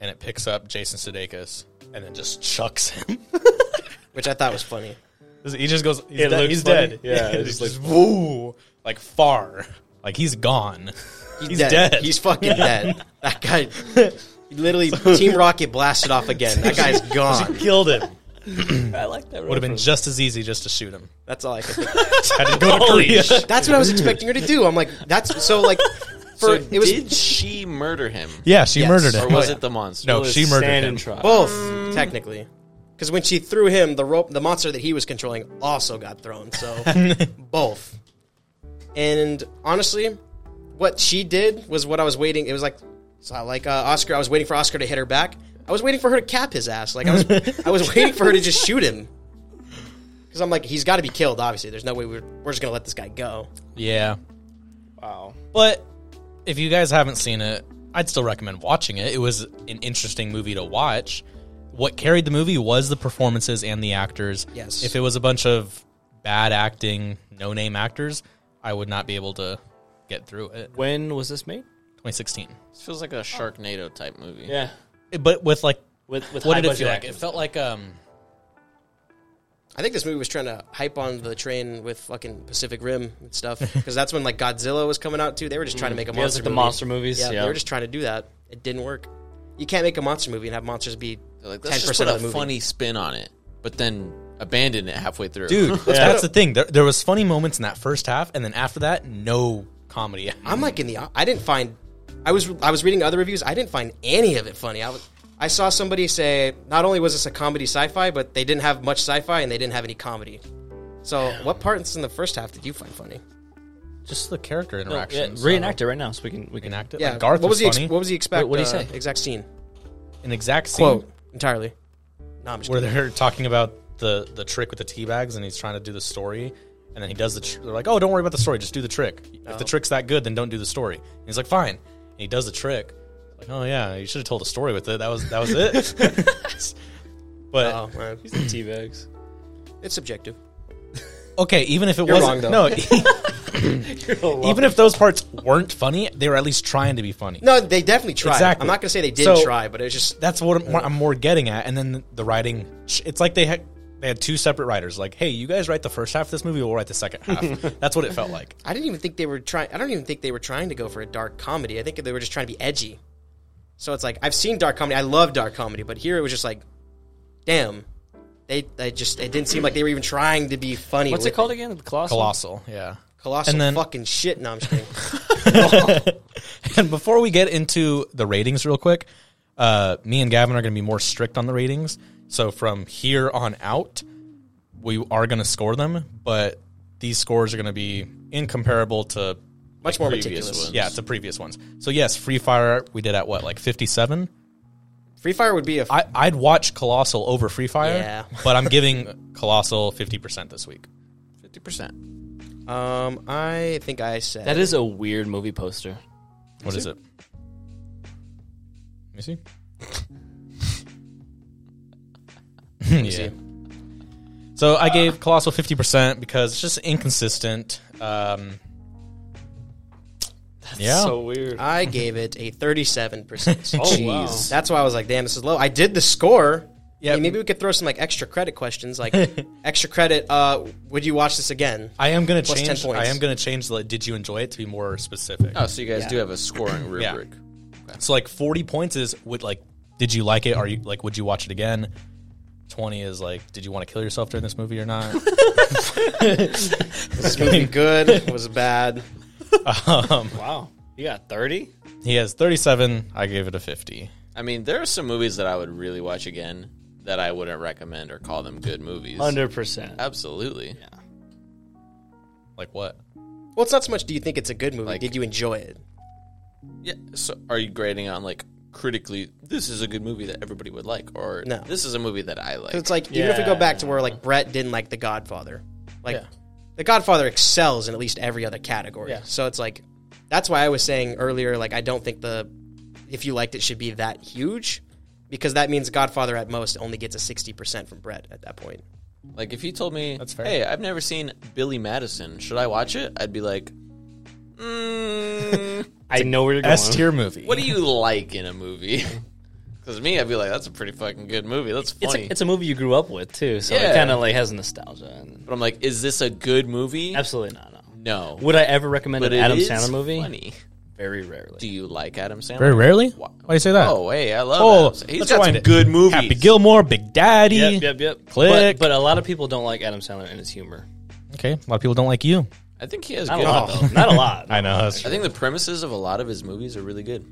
[SPEAKER 1] and it picks up Jason Sudeikis and then just chucks him.
[SPEAKER 2] which I thought was funny.
[SPEAKER 1] he just goes. He's
[SPEAKER 4] It
[SPEAKER 1] dead.
[SPEAKER 4] looks
[SPEAKER 1] he's
[SPEAKER 4] funny.
[SPEAKER 1] dead. (laughs)
[SPEAKER 4] Yeah,
[SPEAKER 1] he's
[SPEAKER 4] it's just
[SPEAKER 1] just woo, like far, like he's gone. He's, dead.
[SPEAKER 2] He's fucking dead. That guy
[SPEAKER 1] (laughs)
[SPEAKER 2] he literally Team Rocket blasted off again. That
[SPEAKER 1] (laughs)
[SPEAKER 2] guy's gone.
[SPEAKER 1] killed
[SPEAKER 4] (clears throat)
[SPEAKER 1] him.
[SPEAKER 4] I like that.
[SPEAKER 1] Would
[SPEAKER 4] (laughs)
[SPEAKER 1] have been just as easy just to shoot him.
[SPEAKER 2] That's all I could think.
[SPEAKER 1] Had to go to
[SPEAKER 4] Holy
[SPEAKER 1] Korea.
[SPEAKER 4] shit.
[SPEAKER 2] That's what I was expecting her to do. I'm like, that's so
[SPEAKER 3] (laughs)
[SPEAKER 2] like
[SPEAKER 3] So
[SPEAKER 2] for it was
[SPEAKER 3] did she murder him?
[SPEAKER 1] Yeah, she
[SPEAKER 2] Yes.
[SPEAKER 1] murdered
[SPEAKER 3] Or
[SPEAKER 1] him.
[SPEAKER 3] was
[SPEAKER 2] yeah.
[SPEAKER 3] it the monster?
[SPEAKER 1] No, she murdered him.
[SPEAKER 2] both technically. Because when she threw him, the rope the monster that he was controlling
[SPEAKER 3] (laughs)
[SPEAKER 2] also got thrown. So both. And honestly, what she did was what I was waiting. It was like so like uh, Oscar. I was waiting for Oscar to hit her back. I was waiting for her to cap his ass. Like I was I was waiting for her to just shoot him. Because I'm like, he's got to be killed. Obviously, there's no way we're we're just gonna let this guy go.
[SPEAKER 1] Yeah.
[SPEAKER 4] Wow.
[SPEAKER 1] But if you guys haven't seen it, I'd still recommend watching it. It was an interesting movie to watch. What carried the movie was the performances and the actors.
[SPEAKER 2] Yes.
[SPEAKER 1] If it was a bunch of bad acting, no name actors, I would not be able to get through it.
[SPEAKER 4] When was this made?
[SPEAKER 1] 2016.
[SPEAKER 3] This feels like a Sharknado type movie.
[SPEAKER 4] Yeah.
[SPEAKER 1] But with like,
[SPEAKER 4] With with
[SPEAKER 1] what
[SPEAKER 4] high
[SPEAKER 1] did it
[SPEAKER 4] budget
[SPEAKER 1] feel like?
[SPEAKER 4] actors.
[SPEAKER 1] It felt like, um,
[SPEAKER 2] I think this movie was trying to hype on the train with fucking Pacific Rim and stuff. Because that's when like Godzilla was coming out too. They were just trying to make a
[SPEAKER 4] Mm. Yeah, it's
[SPEAKER 2] monster.
[SPEAKER 4] like the
[SPEAKER 2] movie.
[SPEAKER 4] monster movies.
[SPEAKER 2] Yeah,
[SPEAKER 4] Yeah,
[SPEAKER 2] they were just trying to do that. It didn't work. You can't make a monster movie and have monsters be
[SPEAKER 3] They're like,
[SPEAKER 2] ten
[SPEAKER 3] let's just
[SPEAKER 2] percent
[SPEAKER 3] put
[SPEAKER 2] of
[SPEAKER 3] a
[SPEAKER 2] the movie.
[SPEAKER 3] funny spin on it, but then abandon it halfway through. (laughs)
[SPEAKER 1] dude, that's the thing. There, there was funny moments in that first half, and then after that, no comedy. (laughs)
[SPEAKER 2] I'm like in the. I didn't find. I was I was reading other reviews. I didn't find any of it funny. I was. I saw somebody say not only was this a comedy sci-fi, but they didn't have much sci-fi and they didn't have any comedy. So what parts in the first half did you find funny?
[SPEAKER 1] Just the character
[SPEAKER 4] yeah,
[SPEAKER 1] interactions.
[SPEAKER 4] reenact it right now, so we can we can
[SPEAKER 1] Reenact it.
[SPEAKER 2] Yeah,
[SPEAKER 1] Like Garth
[SPEAKER 2] what was,
[SPEAKER 1] was,
[SPEAKER 2] the ex-
[SPEAKER 1] funny.
[SPEAKER 2] what was the expect?
[SPEAKER 4] What- what did he
[SPEAKER 2] uh,
[SPEAKER 4] say?
[SPEAKER 2] Exact scene
[SPEAKER 1] An exact scene.
[SPEAKER 2] quote entirely. No, I'm just
[SPEAKER 1] where
[SPEAKER 2] kidding.
[SPEAKER 1] they're (laughs) talking about the the trick with the tea bags, and he's trying to do the story, and then he does the. Tr- they're like, "Oh, don't worry about the story. Just do the trick. If the trick's that good, then don't do the story." And he's like, "Fine." And he does the trick. Like, "Oh yeah, you should have told a story with it. That was that was it." but
[SPEAKER 2] Oh, man.
[SPEAKER 4] tea bags.
[SPEAKER 2] it's subjective.
[SPEAKER 1] okay, even if it
[SPEAKER 2] You're
[SPEAKER 1] wasn't
[SPEAKER 2] (laughs) wrong,
[SPEAKER 1] no, (laughs) even if those parts weren't funny, they were at least trying to be funny.
[SPEAKER 2] No, they definitely tried.
[SPEAKER 1] Exactly.
[SPEAKER 2] I'm not gonna say they didn't
[SPEAKER 1] So-
[SPEAKER 2] try, but it was just
[SPEAKER 1] that's what I'm, what I'm more getting at. And then the writing, it's like they had they had two separate writers. Like, hey, you guys write the first half of this movie, we'll write the second half. that's what it felt like.
[SPEAKER 2] I didn't even think they were trying. I don't even think they were trying to go for a dark comedy. I think they were just trying to be edgy. So it's like I've seen dark comedy. I love dark comedy, but here it was just like, damn, they they just it didn't seem like they were even trying to be funny.
[SPEAKER 4] What's
[SPEAKER 2] with
[SPEAKER 4] it called again? The colossal.
[SPEAKER 1] Colossal, yeah.
[SPEAKER 2] Colossal
[SPEAKER 1] And then-
[SPEAKER 2] fucking shit. No,
[SPEAKER 1] (laughs)
[SPEAKER 2] I'm just kidding.
[SPEAKER 1] And before we get into the ratings, real quick, uh, me and Gavin are going to be more strict on the ratings. So from here on out, we are going to score them, but these scores are going to be incomparable to
[SPEAKER 2] Much more
[SPEAKER 3] Previous
[SPEAKER 2] meticulous.
[SPEAKER 3] one.
[SPEAKER 1] yeah to previous ones. So yes, Free Fire we did at what like fifty seven.
[SPEAKER 2] Free Fire would be a.
[SPEAKER 1] I, I'd watch Colossal over Free Fire,
[SPEAKER 2] Yeah. (laughs)
[SPEAKER 1] but I'm giving Colossal 50% this week.
[SPEAKER 3] fifty percent.
[SPEAKER 2] um, I think I said
[SPEAKER 4] That is a weird movie poster.
[SPEAKER 1] What is it? Let me see.
[SPEAKER 2] Hmm,
[SPEAKER 1] yeah. So I
[SPEAKER 2] Uh.
[SPEAKER 1] gave Colossal 50% because it's just inconsistent. Um, yeah.
[SPEAKER 4] weird.
[SPEAKER 2] I gave it a 37. percent
[SPEAKER 4] (laughs) Oh, wow.
[SPEAKER 2] That's why I was like, damn, this is low. I did the score.
[SPEAKER 1] Yeah.
[SPEAKER 2] Yeah, maybe we could throw some like extra credit questions,
[SPEAKER 4] (laughs)
[SPEAKER 2] like extra credit. Uh, would you watch this again?
[SPEAKER 1] I am gonna
[SPEAKER 2] Plus 10
[SPEAKER 1] change.
[SPEAKER 2] points.
[SPEAKER 1] I am gonna change the. Did you enjoy it to be more specific?
[SPEAKER 3] Oh, so you guys do have
[SPEAKER 2] (clears throat)
[SPEAKER 3] a scoring rubric.
[SPEAKER 1] So like forty points is would like did you like it? Are you like would you watch it again? Twenty is like did you want to kill yourself during this movie or
[SPEAKER 2] (laughs)
[SPEAKER 1] not?
[SPEAKER 2] Was this movie good? Was it bad?
[SPEAKER 4] (laughs) Wow. You got thirty?
[SPEAKER 1] he has thirty seven. I gave it a fifty.
[SPEAKER 3] I mean, there are some movies that I would really watch again that I wouldn't recommend or call them good movies.
[SPEAKER 4] Hundred percent.
[SPEAKER 3] Absolutely.
[SPEAKER 1] Like what?
[SPEAKER 2] Well, it's not so much do you think it's a good movie.
[SPEAKER 3] Like-
[SPEAKER 2] Did you enjoy it?
[SPEAKER 3] Yeah. So are you grading on like critically? This is a good movie that everybody would like, or
[SPEAKER 2] No.
[SPEAKER 3] this is a movie that I like.
[SPEAKER 2] So it's like even if we go back to where like Brett didn't like The Godfather, like The Godfather excels in at least every other category. So it's like that's why I was saying earlier, like I don't think the if you liked it should be that huge because that means Godfather at most only gets a sixty percent from Brett at that point.
[SPEAKER 3] Like if you told me,
[SPEAKER 1] fair.
[SPEAKER 3] "Hey, I've never seen Billy Madison. Should I watch it?" I'd be like, mm,
[SPEAKER 4] I know where you're going.
[SPEAKER 1] S tier movie.
[SPEAKER 3] "What do
[SPEAKER 4] (laughs)
[SPEAKER 3] you like in a movie?" (laughs) Because me, I'd be like, "That's a pretty fucking good movie. That's
[SPEAKER 4] It's
[SPEAKER 3] funny."
[SPEAKER 4] a, it's a movie you grew up with too, so
[SPEAKER 3] Yeah.
[SPEAKER 4] it kind of like has nostalgia. And
[SPEAKER 3] but I'm like, "Is this a good movie?"
[SPEAKER 4] absolutely not. No.
[SPEAKER 3] No.
[SPEAKER 4] Would I ever recommend
[SPEAKER 3] but
[SPEAKER 4] an
[SPEAKER 3] it
[SPEAKER 4] Adam
[SPEAKER 3] is
[SPEAKER 4] Sandler movie?
[SPEAKER 3] Funny.
[SPEAKER 4] Very rarely.
[SPEAKER 3] Do you like Adam Sandler?
[SPEAKER 1] Very rarely.
[SPEAKER 3] Why-
[SPEAKER 1] Why do you say that?
[SPEAKER 3] Oh, hey, I love.
[SPEAKER 1] Oh,
[SPEAKER 3] Adam Sandler. He's
[SPEAKER 1] let's
[SPEAKER 3] got some
[SPEAKER 1] rewind it.
[SPEAKER 3] good movies.
[SPEAKER 1] Happy Gilmore, Big Daddy.
[SPEAKER 4] Yep, yep, yep.
[SPEAKER 1] Click.
[SPEAKER 4] But, but a lot of people don't like Adam Sandler and his humor.
[SPEAKER 1] Okay, a lot of people don't like you.
[SPEAKER 3] I think he has
[SPEAKER 4] Not
[SPEAKER 3] good.
[SPEAKER 4] (laughs) a lot, though. Not a lot.
[SPEAKER 1] know.
[SPEAKER 3] I think the premises of a lot of his movies are really good.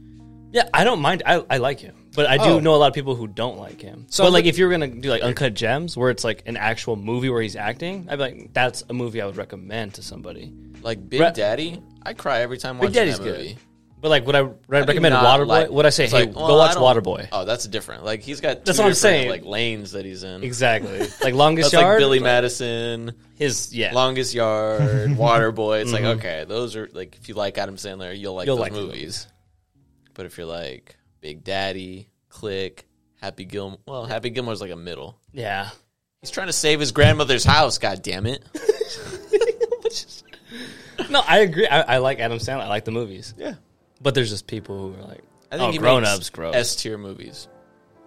[SPEAKER 4] Yeah, I don't mind. I, I like him, but I do
[SPEAKER 2] Oh.
[SPEAKER 4] know a lot of people who don't like him.
[SPEAKER 2] So
[SPEAKER 4] but
[SPEAKER 2] I'm
[SPEAKER 4] like,
[SPEAKER 2] li-
[SPEAKER 4] if you're gonna do like Uncut Gems, where it's like an actual movie where he's acting, I'd be like, that's a movie I would recommend to somebody.
[SPEAKER 3] Like Big
[SPEAKER 4] Re-
[SPEAKER 3] Daddy, I cry every time watching
[SPEAKER 4] Big Daddy's
[SPEAKER 3] that
[SPEAKER 4] good,
[SPEAKER 3] movie.
[SPEAKER 4] but like, would I, would I
[SPEAKER 3] I do
[SPEAKER 4] recommend
[SPEAKER 3] not
[SPEAKER 4] Waterboy?
[SPEAKER 3] like-
[SPEAKER 4] would I say,
[SPEAKER 3] it's
[SPEAKER 4] hey,
[SPEAKER 3] like,
[SPEAKER 4] go
[SPEAKER 3] well, I
[SPEAKER 4] watch
[SPEAKER 3] don't-
[SPEAKER 4] Waterboy?
[SPEAKER 3] (laughs) Oh, that's different. Like he's got
[SPEAKER 4] That's
[SPEAKER 3] two
[SPEAKER 4] what I'm
[SPEAKER 3] different,
[SPEAKER 4] saying.
[SPEAKER 3] Like lanes that he's in.
[SPEAKER 4] Exactly, like Longest
[SPEAKER 3] That's like
[SPEAKER 4] Yard.
[SPEAKER 3] Billy Madison,
[SPEAKER 4] his yeah, Mm-hmm.
[SPEAKER 3] Longest
[SPEAKER 4] (laughs)
[SPEAKER 3] Yard, Waterboy. It's like okay, those are like if you like Adam Sandler, you'll like
[SPEAKER 4] You'll
[SPEAKER 3] those
[SPEAKER 4] like the
[SPEAKER 3] movies. But if you're like Big Daddy, Click, Happy Gilmore, well, Happy Gilmore's like a middle.
[SPEAKER 4] yeah.
[SPEAKER 3] He's trying to save his grandmother's house. God damn it!
[SPEAKER 4] No, I agree. I, I like Adam Sandler. I like the movies,
[SPEAKER 3] Yeah,
[SPEAKER 4] but there's just people who are like,
[SPEAKER 3] I think
[SPEAKER 4] oh,
[SPEAKER 3] he
[SPEAKER 4] grown
[SPEAKER 3] makes
[SPEAKER 4] ups, gross.
[SPEAKER 3] S tier movies.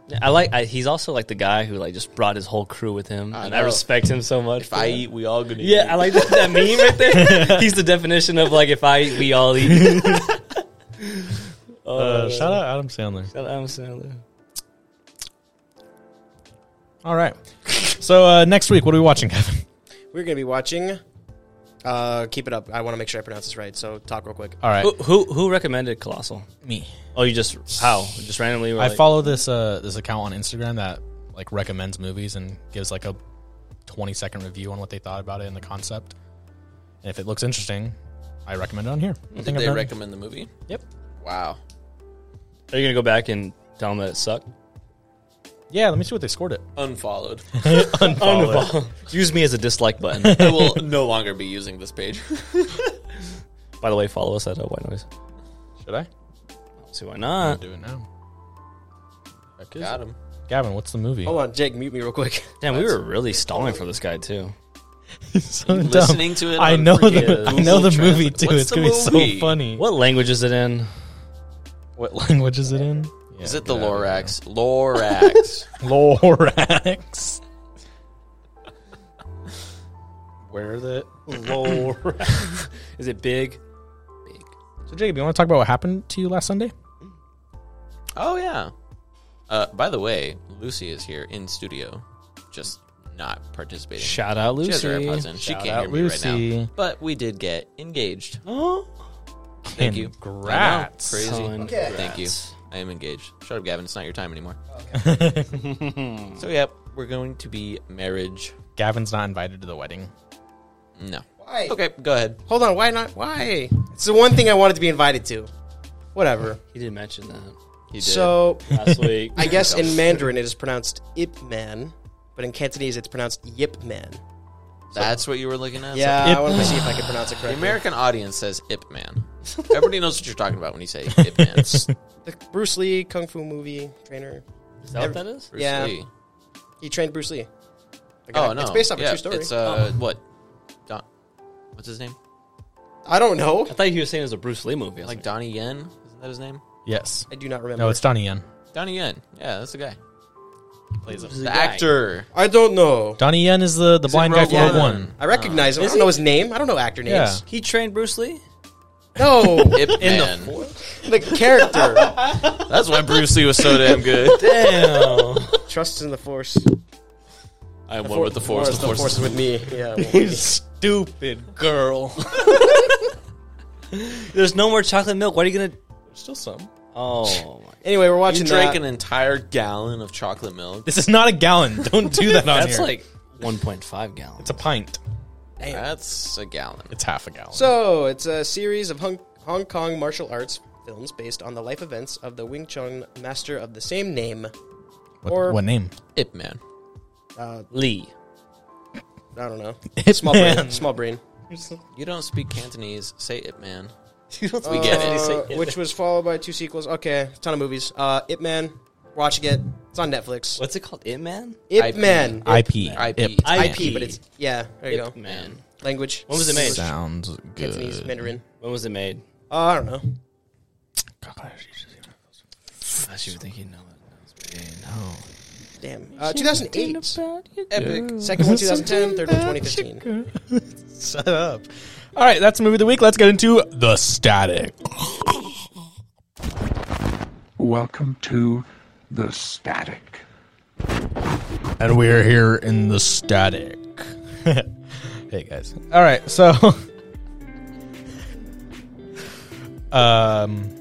[SPEAKER 4] Yeah, I like. I, he's also like the guy who like just brought his whole crew with him, and I
[SPEAKER 3] know.
[SPEAKER 4] respect him so much.
[SPEAKER 3] If
[SPEAKER 4] for
[SPEAKER 3] I
[SPEAKER 4] that.
[SPEAKER 3] eat, we all gonna eat.
[SPEAKER 4] Yeah, I like that, that meme right
[SPEAKER 3] (laughs)
[SPEAKER 4] there. He's the definition of like if I eat, we all eat.
[SPEAKER 1] Uh, shout out Adam Sandler.
[SPEAKER 4] Adam Sandler.
[SPEAKER 1] All right. So uh, next week, what are we watching,
[SPEAKER 3] (laughs)
[SPEAKER 1] Kevin?
[SPEAKER 2] We're going to be watching. Uh, keep it up. I want to make sure I pronounce this right. So talk real quick.
[SPEAKER 1] All right,
[SPEAKER 4] Who, who who recommended Colossal?
[SPEAKER 1] me.
[SPEAKER 4] Oh, you just how just randomly? were
[SPEAKER 1] I
[SPEAKER 4] like-
[SPEAKER 1] follow this uh, this account on Instagram that like recommends movies and gives like a twenty second review on what they thought about it and the concept. And if it looks interesting, I recommend it on here. I
[SPEAKER 3] Did
[SPEAKER 1] I've
[SPEAKER 3] they
[SPEAKER 1] done-
[SPEAKER 3] recommend the movie?
[SPEAKER 1] Yep.
[SPEAKER 3] Wow.
[SPEAKER 4] Are you gonna go back and tell them that it (laughs) sucked?
[SPEAKER 1] Yeah, let me see what they scored it.
[SPEAKER 3] Unfollowed.
[SPEAKER 4] (laughs) Use me as a dislike (laughs) button.
[SPEAKER 3] I will no longer be using this page. (laughs)
[SPEAKER 4] By the way, follow us at uh, White Noise.
[SPEAKER 1] Should I
[SPEAKER 4] See why not?
[SPEAKER 1] do it now?
[SPEAKER 3] Got him.
[SPEAKER 1] Gavin, what's the movie?
[SPEAKER 3] Oh,
[SPEAKER 1] (laughs)
[SPEAKER 2] Hold on, Jake, mute me real quick.
[SPEAKER 4] Damn, we were really stalling for this guy too.
[SPEAKER 1] So dumb.
[SPEAKER 3] listening to it
[SPEAKER 1] I
[SPEAKER 3] on
[SPEAKER 1] know the (laughs)
[SPEAKER 3] freaking
[SPEAKER 1] I know the
[SPEAKER 3] Google
[SPEAKER 1] movie
[SPEAKER 3] Translate.
[SPEAKER 1] too.
[SPEAKER 3] What's
[SPEAKER 1] it's
[SPEAKER 3] the
[SPEAKER 1] gonna be so
[SPEAKER 3] movie?
[SPEAKER 1] funny.
[SPEAKER 4] What language is it in?
[SPEAKER 1] What (laughs) language is it in?
[SPEAKER 3] Is it the Lorax? Lorax.
[SPEAKER 1] Lorax.
[SPEAKER 3] (laughs) Where the
[SPEAKER 4] Is it big?
[SPEAKER 1] So Jacob, you want to talk about what happened to you last Sunday?
[SPEAKER 3] Oh yeah. Uh, by the way, Lucy is here in studio, just not participating.
[SPEAKER 4] Shout out
[SPEAKER 3] she has her
[SPEAKER 4] Lucy.
[SPEAKER 3] AirPods in. She
[SPEAKER 1] Shout
[SPEAKER 3] can't
[SPEAKER 1] out
[SPEAKER 3] hear me right
[SPEAKER 1] Lucy.
[SPEAKER 3] now. But we did get engaged.
[SPEAKER 4] Oh,
[SPEAKER 1] Thank
[SPEAKER 3] you.
[SPEAKER 1] Congrats.
[SPEAKER 3] I know. Crazy.
[SPEAKER 4] Son.
[SPEAKER 3] Thank you. I am engaged. Shut up, Gavin. It's not your time anymore. (laughs) so yep, we're going to be marriage.
[SPEAKER 1] Gavin's not invited to the wedding.
[SPEAKER 3] No.
[SPEAKER 2] Why?
[SPEAKER 3] Okay, go ahead.
[SPEAKER 2] Hold on. Why not? Why? It's the one thing I wanted to be invited to. Whatever.
[SPEAKER 4] He did mention that
[SPEAKER 3] He did.
[SPEAKER 2] So
[SPEAKER 4] last (laughs) week.
[SPEAKER 2] I guess in Mandarin it is pronounced Ip Man, but in Cantonese it's pronounced Yip Man.
[SPEAKER 3] that's what you were looking at.
[SPEAKER 2] Yeah,
[SPEAKER 1] Ip-
[SPEAKER 2] I wanted to see if I could pronounce it
[SPEAKER 3] The
[SPEAKER 2] correctly.
[SPEAKER 3] American audience says "Ip Man." Everybody knows what you're talking about when you say "Ip
[SPEAKER 2] (laughs)
[SPEAKER 3] Man." Bruce
[SPEAKER 2] The Bruce Lee Kung Fu movie trainer.
[SPEAKER 4] Is that what that is?
[SPEAKER 2] Yeah.
[SPEAKER 3] Lee.
[SPEAKER 2] He trained Bruce Lee. I got
[SPEAKER 3] Oh
[SPEAKER 2] it.
[SPEAKER 3] no,
[SPEAKER 2] It's based off
[SPEAKER 3] Yeah,
[SPEAKER 2] a true story. Oh.
[SPEAKER 3] It's uh, what? Don, what's his name?
[SPEAKER 2] I don't (laughs) know.
[SPEAKER 4] I thought he was saying it was a Bruce Lee movie. I was
[SPEAKER 3] Like Donnie Yen? Isn't that his name?
[SPEAKER 1] Yes.
[SPEAKER 2] I do not remember.
[SPEAKER 1] No, it's Donnie Yen.
[SPEAKER 3] Donnie Yen. Yeah, that's the guy.
[SPEAKER 4] plays
[SPEAKER 3] The actor.
[SPEAKER 2] I don't know.
[SPEAKER 1] Donnie Yen is the, the blind guy
[SPEAKER 3] Rogue
[SPEAKER 1] from Rogue
[SPEAKER 3] One?
[SPEAKER 1] One.
[SPEAKER 2] I recognize him. I
[SPEAKER 4] Is
[SPEAKER 2] don't know his name. I don't know actor names.
[SPEAKER 4] He trained Bruce Lee.
[SPEAKER 2] No,
[SPEAKER 3] Ip
[SPEAKER 4] In
[SPEAKER 3] Man.
[SPEAKER 4] the
[SPEAKER 2] the character. (laughs)
[SPEAKER 3] That's why Bruce Lee was so damn good.
[SPEAKER 4] Damn.
[SPEAKER 2] Trust in the force.
[SPEAKER 3] I am one with the force.
[SPEAKER 2] Force,
[SPEAKER 3] The force is
[SPEAKER 2] with me. Yeah. (laughs) well,
[SPEAKER 1] (laughs)
[SPEAKER 4] you stupid girl. There's no more chocolate milk. What are you gonna?
[SPEAKER 1] Still some.
[SPEAKER 4] Oh, my.
[SPEAKER 2] anyway, we're
[SPEAKER 3] You
[SPEAKER 2] watching uh,
[SPEAKER 3] drank
[SPEAKER 2] that.
[SPEAKER 3] an entire gallon of chocolate milk.
[SPEAKER 1] This is not a gallon. Don't do that on
[SPEAKER 4] that's
[SPEAKER 1] here.
[SPEAKER 4] like 1.5 gallons.
[SPEAKER 1] it's a pint.
[SPEAKER 3] That's a gallon.
[SPEAKER 1] It's half a gallon.
[SPEAKER 2] So it's a series of Hong, Hong Kong martial arts films based on the life events of the Wing Chun master of the same name.
[SPEAKER 1] what,
[SPEAKER 2] or-
[SPEAKER 1] what name?
[SPEAKER 3] Ip Man.
[SPEAKER 4] Lee.
[SPEAKER 2] Uh, I don't know.
[SPEAKER 1] (laughs) Ip
[SPEAKER 2] Small
[SPEAKER 1] Man.
[SPEAKER 2] brain. Small brain.
[SPEAKER 3] You don't speak Cantonese. Say Ip Man.
[SPEAKER 4] we
[SPEAKER 3] get it.
[SPEAKER 2] Uh, which was followed by two sequels. Okay, ton of movies. Uh, Ip Man, watching it. It's on Netflix.
[SPEAKER 4] What's it called? It man.
[SPEAKER 2] Ip
[SPEAKER 3] IP.
[SPEAKER 2] Man.
[SPEAKER 1] IP.
[SPEAKER 3] IP.
[SPEAKER 1] Ip.
[SPEAKER 2] IP, but it's yeah. There you
[SPEAKER 4] Ip
[SPEAKER 2] go.
[SPEAKER 4] man.
[SPEAKER 2] Language.
[SPEAKER 4] When was it made?
[SPEAKER 1] Sounds good.
[SPEAKER 2] Cantonese, Mandarin.
[SPEAKER 4] When was it made?
[SPEAKER 2] Uh, I don't know.
[SPEAKER 4] I should think he'd know
[SPEAKER 2] Damn. Uh, 2008.
[SPEAKER 3] Epic.
[SPEAKER 2] Second one 2010. Third one 2015.
[SPEAKER 1] Shut up. All right, that's the movie of the week. Let's get into the static.
[SPEAKER 6] Welcome to the static.
[SPEAKER 1] And we're here in the static. (laughs) hey guys. All right, so (laughs) um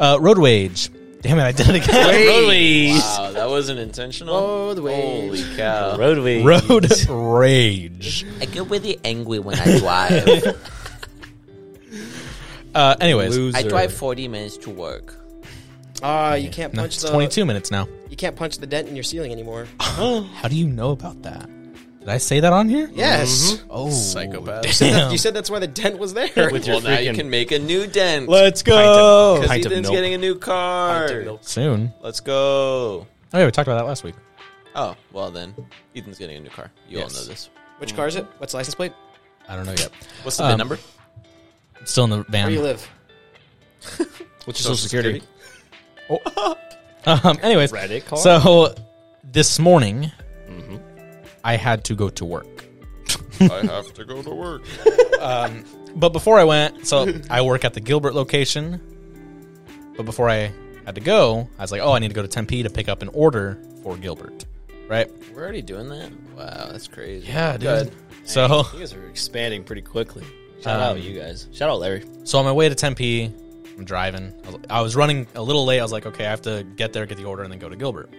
[SPEAKER 1] Uh, road rage. Damn it, I did it again.
[SPEAKER 4] Roadways.
[SPEAKER 3] Wow, that wasn't intentional.
[SPEAKER 2] Oh.
[SPEAKER 3] Holy cow.
[SPEAKER 1] (laughs)
[SPEAKER 4] Roadways.
[SPEAKER 1] Road rage.
[SPEAKER 3] I get really angry when (laughs) I drive.
[SPEAKER 1] Uh, anyways,
[SPEAKER 3] I drive 40 minutes to work.
[SPEAKER 2] Ah, you can't
[SPEAKER 1] no,
[SPEAKER 2] punch
[SPEAKER 1] it's
[SPEAKER 2] the
[SPEAKER 1] 22 minutes now.
[SPEAKER 2] You can't punch the dent in your ceiling anymore.
[SPEAKER 1] How do you know about that? Did I say that on here?
[SPEAKER 2] Yes.
[SPEAKER 1] Oh,
[SPEAKER 3] Psychopath.
[SPEAKER 2] You said that-
[SPEAKER 1] Damn.
[SPEAKER 2] (laughs) You said that's why the dent was there. (laughs)
[SPEAKER 4] With your
[SPEAKER 3] Well, now you
[SPEAKER 4] freaking-
[SPEAKER 3] can make a new dent.
[SPEAKER 1] Let's go
[SPEAKER 3] Because
[SPEAKER 4] Pint of
[SPEAKER 3] Ethan's
[SPEAKER 4] milk.
[SPEAKER 3] getting a new car.
[SPEAKER 1] soon.
[SPEAKER 3] Let's go.
[SPEAKER 1] Oh yeah, we talked about that last week.
[SPEAKER 3] Oh, well then. Ethan's getting a new car. You
[SPEAKER 1] Yes.
[SPEAKER 3] all know this.
[SPEAKER 2] Which car is it? What's the license plate?
[SPEAKER 1] I don't know yet.
[SPEAKER 3] What's the
[SPEAKER 1] Um,
[SPEAKER 3] VIN number?
[SPEAKER 1] It's still in the
[SPEAKER 2] Where do you
[SPEAKER 1] van.
[SPEAKER 2] live?
[SPEAKER 4] What's your social security?
[SPEAKER 1] Um, anyways,
[SPEAKER 4] Reddit card?
[SPEAKER 1] so this morning I had to go to work. Um,
[SPEAKER 3] I have to go
[SPEAKER 1] (laughs)
[SPEAKER 3] to work.
[SPEAKER 1] But before I went, so I work at the Gilbert location. But before I had to go, I was like, oh, I need to go to Tempe to pick up an order for Gilbert, right?
[SPEAKER 3] We're already doing that? Wow, that's crazy.
[SPEAKER 1] Good. So,
[SPEAKER 4] You guys are expanding pretty quickly. Shout out you guys. Shout out Larry.
[SPEAKER 1] so on my way to Tempe, I'm driving. I was, I was running a little late. I was like, okay, I have to get there, get the order, and then go to Gilbert.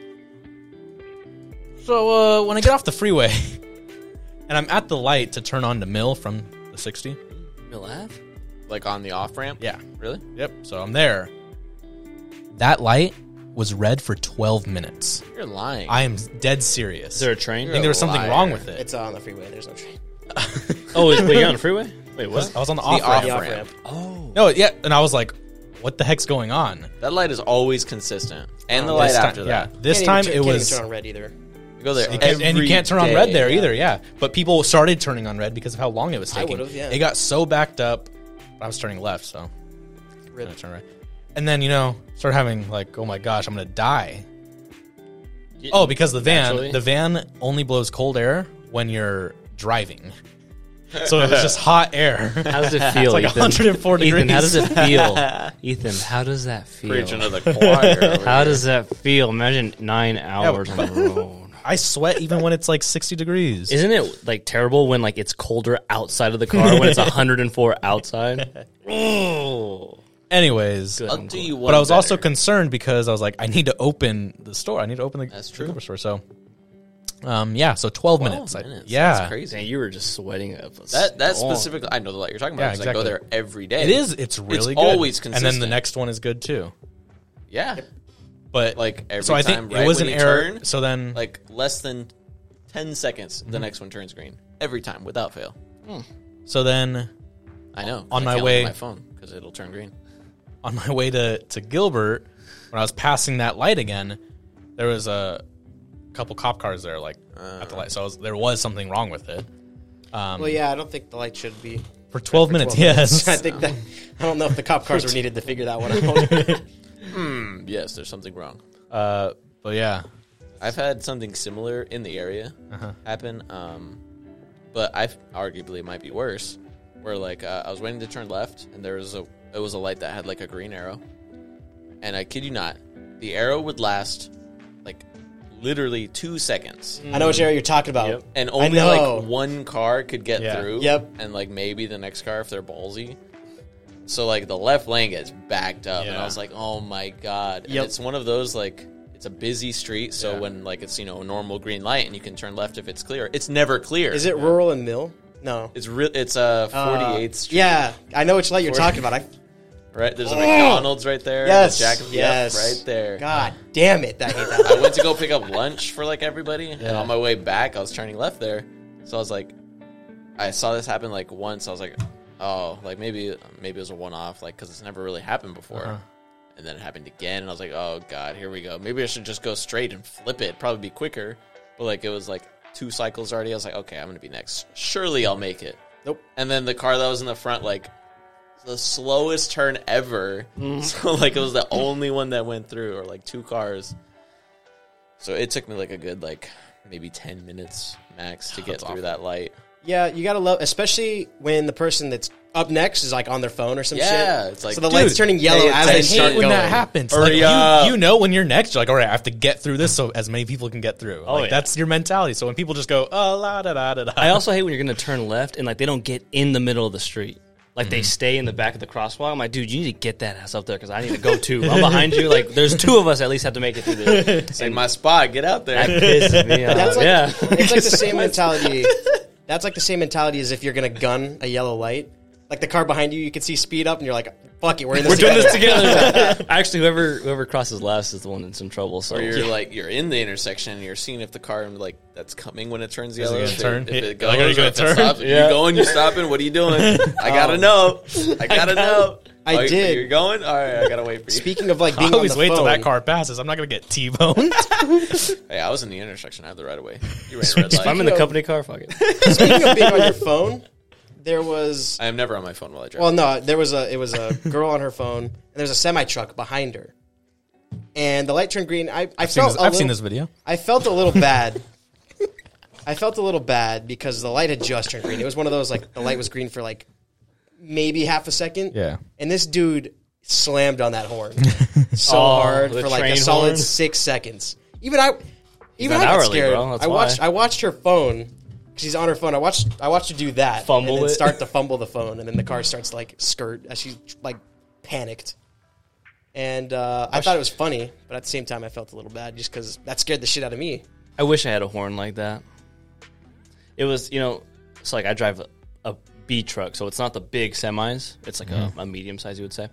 [SPEAKER 1] So uh, when I get off the freeway, (laughs) and I'm at the light to turn on to Mill from the 60,
[SPEAKER 4] Mill Ave?
[SPEAKER 3] Like on the off ramp?
[SPEAKER 1] yeah,
[SPEAKER 3] Really?
[SPEAKER 1] Yep. So I'm there. That light was red for 12 minutes.
[SPEAKER 3] You're lying.
[SPEAKER 1] I am dead serious.
[SPEAKER 4] Is there a train?
[SPEAKER 1] I think there was something
[SPEAKER 3] liar.
[SPEAKER 1] wrong with it.
[SPEAKER 2] It's on the freeway. There's no train.
[SPEAKER 4] (laughs) oh, is, wait, you're on the freeway? Wait, what?
[SPEAKER 1] I was on the off
[SPEAKER 3] off-
[SPEAKER 1] ramp.
[SPEAKER 2] The
[SPEAKER 3] Off-ramp.
[SPEAKER 2] off-ramp.
[SPEAKER 4] Oh.
[SPEAKER 1] No, yeah, and I was like, "What the heck's going on?"
[SPEAKER 3] that light is always consistent. And the
[SPEAKER 2] Oh,
[SPEAKER 3] light
[SPEAKER 1] This time-
[SPEAKER 3] after that.
[SPEAKER 1] yeah, this
[SPEAKER 2] Can't even
[SPEAKER 1] time
[SPEAKER 2] tu-
[SPEAKER 1] it
[SPEAKER 2] can't even
[SPEAKER 1] was,
[SPEAKER 2] turn on red either.
[SPEAKER 3] You go there.
[SPEAKER 1] it can't- and you
[SPEAKER 3] every
[SPEAKER 1] can't turn on
[SPEAKER 3] day.
[SPEAKER 1] red there either. Yeah, but people started turning on red because of how long it was
[SPEAKER 2] I
[SPEAKER 1] taking.
[SPEAKER 2] would've, yeah.
[SPEAKER 1] It got so backed up. I was turning left, so
[SPEAKER 2] Red.
[SPEAKER 1] I turned right. And then you know, start having like, "Oh my gosh, I'm gonna die." Oh, because the van
[SPEAKER 4] Naturally.
[SPEAKER 1] the van only blows cold air when you're driving. So it was just hot air.
[SPEAKER 4] How does it feel?
[SPEAKER 1] like
[SPEAKER 4] Ethan?
[SPEAKER 1] 104
[SPEAKER 4] Ethan, how does
[SPEAKER 1] degrees.
[SPEAKER 4] it (laughs) feel? Ethan, how does that feel?
[SPEAKER 3] Preaching to the choir.
[SPEAKER 4] (laughs) How does that feel? Imagine nine hours on the road.
[SPEAKER 1] I sweat even when it's like 60 degrees.
[SPEAKER 4] Isn't it like terrible when like it's colder outside of the car when it's 104 (laughs) outside? Oh,
[SPEAKER 1] Anyways,
[SPEAKER 4] Good.
[SPEAKER 3] I'll do you one
[SPEAKER 1] but I was also
[SPEAKER 3] better.
[SPEAKER 1] concerned because I was like I need to open the store. I need to open the,
[SPEAKER 3] That's
[SPEAKER 1] the
[SPEAKER 3] true.
[SPEAKER 1] Cooper store. So um yeah, so 12, minutes. I-
[SPEAKER 3] minutes.
[SPEAKER 1] Yeah.
[SPEAKER 3] Oh, That's crazy.
[SPEAKER 4] dang, you were just sweating up. a
[SPEAKER 3] That that
[SPEAKER 4] storm.
[SPEAKER 3] specifically, I know the light you're talking about.
[SPEAKER 1] Yeah,
[SPEAKER 3] because I go there
[SPEAKER 1] exactly.
[SPEAKER 3] every day.
[SPEAKER 1] It is it's really good.
[SPEAKER 3] always
[SPEAKER 1] And then the
[SPEAKER 3] consistent.
[SPEAKER 1] next one is good too.
[SPEAKER 3] Yeah,
[SPEAKER 1] But
[SPEAKER 3] like every
[SPEAKER 1] so I
[SPEAKER 3] time.
[SPEAKER 1] think
[SPEAKER 3] right
[SPEAKER 1] it was
[SPEAKER 3] when
[SPEAKER 1] an
[SPEAKER 3] you
[SPEAKER 1] error.
[SPEAKER 3] turn,
[SPEAKER 1] so Mm-hmm. then
[SPEAKER 3] like less than ten seconds, the next one turns green every time without fail.
[SPEAKER 1] so then
[SPEAKER 3] I know 'cause
[SPEAKER 1] On
[SPEAKER 3] I
[SPEAKER 1] my
[SPEAKER 3] can't look
[SPEAKER 1] way-
[SPEAKER 3] at my phone because it'll turn green.
[SPEAKER 1] on my way to, to Gilbert, when I was passing that light again, there was a couple cop cars there, like at
[SPEAKER 3] Uh.
[SPEAKER 1] the light. So I was, there was something wrong with it
[SPEAKER 2] Well, yeah, I don't think the light should be. (laughs)
[SPEAKER 1] for twelve minutes.
[SPEAKER 2] 12
[SPEAKER 1] yes,
[SPEAKER 3] (laughs)
[SPEAKER 2] I think that. I don't know if the cop cars were needed to figure that one out.
[SPEAKER 3] Mm, Yes, there's something wrong.
[SPEAKER 1] uh, but yeah,
[SPEAKER 3] I've had something similar in the area happen, um, but I arguably it might be worse. Where like uh, I was waiting to turn left, and there was a it was a light that had like a green arrow, and I kid you not, the arrow would last like literally two seconds,
[SPEAKER 2] I know which area you're talking about.
[SPEAKER 4] Yep.
[SPEAKER 3] and
[SPEAKER 2] I
[SPEAKER 3] only
[SPEAKER 2] know.
[SPEAKER 3] like one car could get
[SPEAKER 1] Yeah.
[SPEAKER 3] through.
[SPEAKER 2] Yep.
[SPEAKER 3] and like maybe the next car if they're ballsy. So like the left lane gets backed up, and
[SPEAKER 1] Yeah.
[SPEAKER 3] I was like, "Oh my god!" And
[SPEAKER 2] Yep.
[SPEAKER 3] it's one of those like it's a busy street, so when like it's you know a normal green light and you can turn left if it's clear, it's never clear.
[SPEAKER 2] Is it rural and mill? No.
[SPEAKER 3] It's real. It's a
[SPEAKER 2] Uh,
[SPEAKER 3] forty eighth street,
[SPEAKER 2] Yeah, I know which light you're talking about. I,
[SPEAKER 3] right? There's a McDonald's right there.
[SPEAKER 2] oh. yes,
[SPEAKER 3] a Jack and
[SPEAKER 2] yes,
[SPEAKER 3] yep, right there.
[SPEAKER 2] God damn it! I hate that.
[SPEAKER 3] (laughs) I went to go pick up lunch for like everybody, and on my way back, I was turning left there. So I was like, I saw this happen like once. I was like, oh, like maybe maybe it was a one off, like because it's never really happened before. And then it happened again, and I was like, oh god, here we go. Maybe I should just go straight and flip it. Probably be quicker. But like it was like two cycles already. I was like, okay, I'm gonna be next. Surely I'll make it.
[SPEAKER 2] Nope.
[SPEAKER 3] And then the car that was in the front, like the slowest turn ever. (laughs) So like it was the only one that went through, or like two cars. So it took me like a good like maybe ten minutes max to get through that light.
[SPEAKER 2] Yeah, you gotta love, especially when the person that's up next is like on their phone or some
[SPEAKER 3] Yeah,
[SPEAKER 2] shit.
[SPEAKER 3] it's like,
[SPEAKER 2] so the
[SPEAKER 3] dude,
[SPEAKER 2] light's turning yellow
[SPEAKER 3] they-
[SPEAKER 2] as
[SPEAKER 3] they
[SPEAKER 2] they
[SPEAKER 1] I hate
[SPEAKER 2] start
[SPEAKER 1] when
[SPEAKER 2] going. uh,
[SPEAKER 1] that happens. Like,
[SPEAKER 3] Hurry
[SPEAKER 1] you,
[SPEAKER 3] up.
[SPEAKER 1] you know when you're next. You're like, all right, I have to get through this so as many people can get through.
[SPEAKER 2] Oh,
[SPEAKER 1] like
[SPEAKER 4] yeah.
[SPEAKER 1] that's your mentality. So when people just go, oh la da da da da,
[SPEAKER 4] I also hate when you're going to turn left and like they don't get in the middle of the street. Like they stay in the back of the crosswalk. I'm like, dude, you need to get that ass up there because I need to go too. I'm behind you. Like, there's two of us at least have to make it through this.
[SPEAKER 3] (laughs) It's like my spot. Get out
[SPEAKER 4] That
[SPEAKER 3] there.
[SPEAKER 4] pisses me uh, off.
[SPEAKER 2] That's like-
[SPEAKER 4] yeah.
[SPEAKER 2] It's
[SPEAKER 1] (laughs)
[SPEAKER 2] like the same mentality. That's like the same mentality as if you're gonna gun a yellow light. Like the car behind you, you can see speed up, and you're like, "Fuck it, we're in this."
[SPEAKER 4] We're doing
[SPEAKER 2] together."
[SPEAKER 4] this together. (laughs) Actually, whoever whoever crosses last is the one that's in trouble. So
[SPEAKER 3] Or (laughs) you're like you're in the intersection. and You're seeing if the car like that's coming when it turns yellow.
[SPEAKER 1] gonna
[SPEAKER 3] if it-
[SPEAKER 1] turn?
[SPEAKER 3] If it
[SPEAKER 1] Yeah,
[SPEAKER 3] goes,
[SPEAKER 1] like, are you
[SPEAKER 3] or
[SPEAKER 1] gonna
[SPEAKER 3] if
[SPEAKER 1] turn?
[SPEAKER 3] It stops,
[SPEAKER 4] Yeah.
[SPEAKER 3] You going? You stopping? What are you doing? I gotta know. I gotta know.
[SPEAKER 2] I
[SPEAKER 3] Oh, you-
[SPEAKER 2] did.
[SPEAKER 3] You're going? All right. I gotta wait for you.
[SPEAKER 2] Speaking of like
[SPEAKER 1] (laughs)
[SPEAKER 2] being
[SPEAKER 1] I always
[SPEAKER 2] on the
[SPEAKER 1] wait till
[SPEAKER 2] phone,
[SPEAKER 1] that car passes. I'm not gonna get T-boned.
[SPEAKER 3] Hey, I was in the intersection. I had the right of way. You ran a red
[SPEAKER 4] if I'm
[SPEAKER 3] light.
[SPEAKER 4] in the company car, fuck it.
[SPEAKER 2] speaking of being on
[SPEAKER 1] (laughs)
[SPEAKER 2] your phone, there was
[SPEAKER 3] I am never on my phone while I drive.
[SPEAKER 2] well, no, there was a it was a girl on her phone, and there was a semi truck behind her, and the light turned green. I I felt a
[SPEAKER 1] I've seen
[SPEAKER 2] little-
[SPEAKER 1] this video.
[SPEAKER 2] I felt a little bad. I felt a little bad because the light had just turned green. It was one of those like the light was green for like maybe half a second.
[SPEAKER 1] (laughs) Yeah.
[SPEAKER 2] And this dude slammed on that horn so
[SPEAKER 4] Oh,
[SPEAKER 2] hard
[SPEAKER 4] the
[SPEAKER 2] for like a
[SPEAKER 4] train
[SPEAKER 2] solid
[SPEAKER 4] horn?
[SPEAKER 2] six seconds. Even I, even
[SPEAKER 4] an
[SPEAKER 2] I got
[SPEAKER 4] hourly,
[SPEAKER 2] scared.
[SPEAKER 4] bro. That's
[SPEAKER 2] I watched.
[SPEAKER 4] why.
[SPEAKER 2] I watched her phone. 'cause She's on her phone. I watched. I watched her do that.
[SPEAKER 4] Fumble
[SPEAKER 2] and then
[SPEAKER 4] it.
[SPEAKER 2] start
[SPEAKER 4] (laughs)
[SPEAKER 2] to fumble the phone, and then the car starts to, like skirt as she's like panicked. And uh, I thought it was funny, but at the same time, I felt a little bad just because that scared the shit out of me.
[SPEAKER 4] I wish I had a horn like that. It was, you know, it's like I drive a, a B truck, so it's not the big semis. It's like a, a medium size, you would say.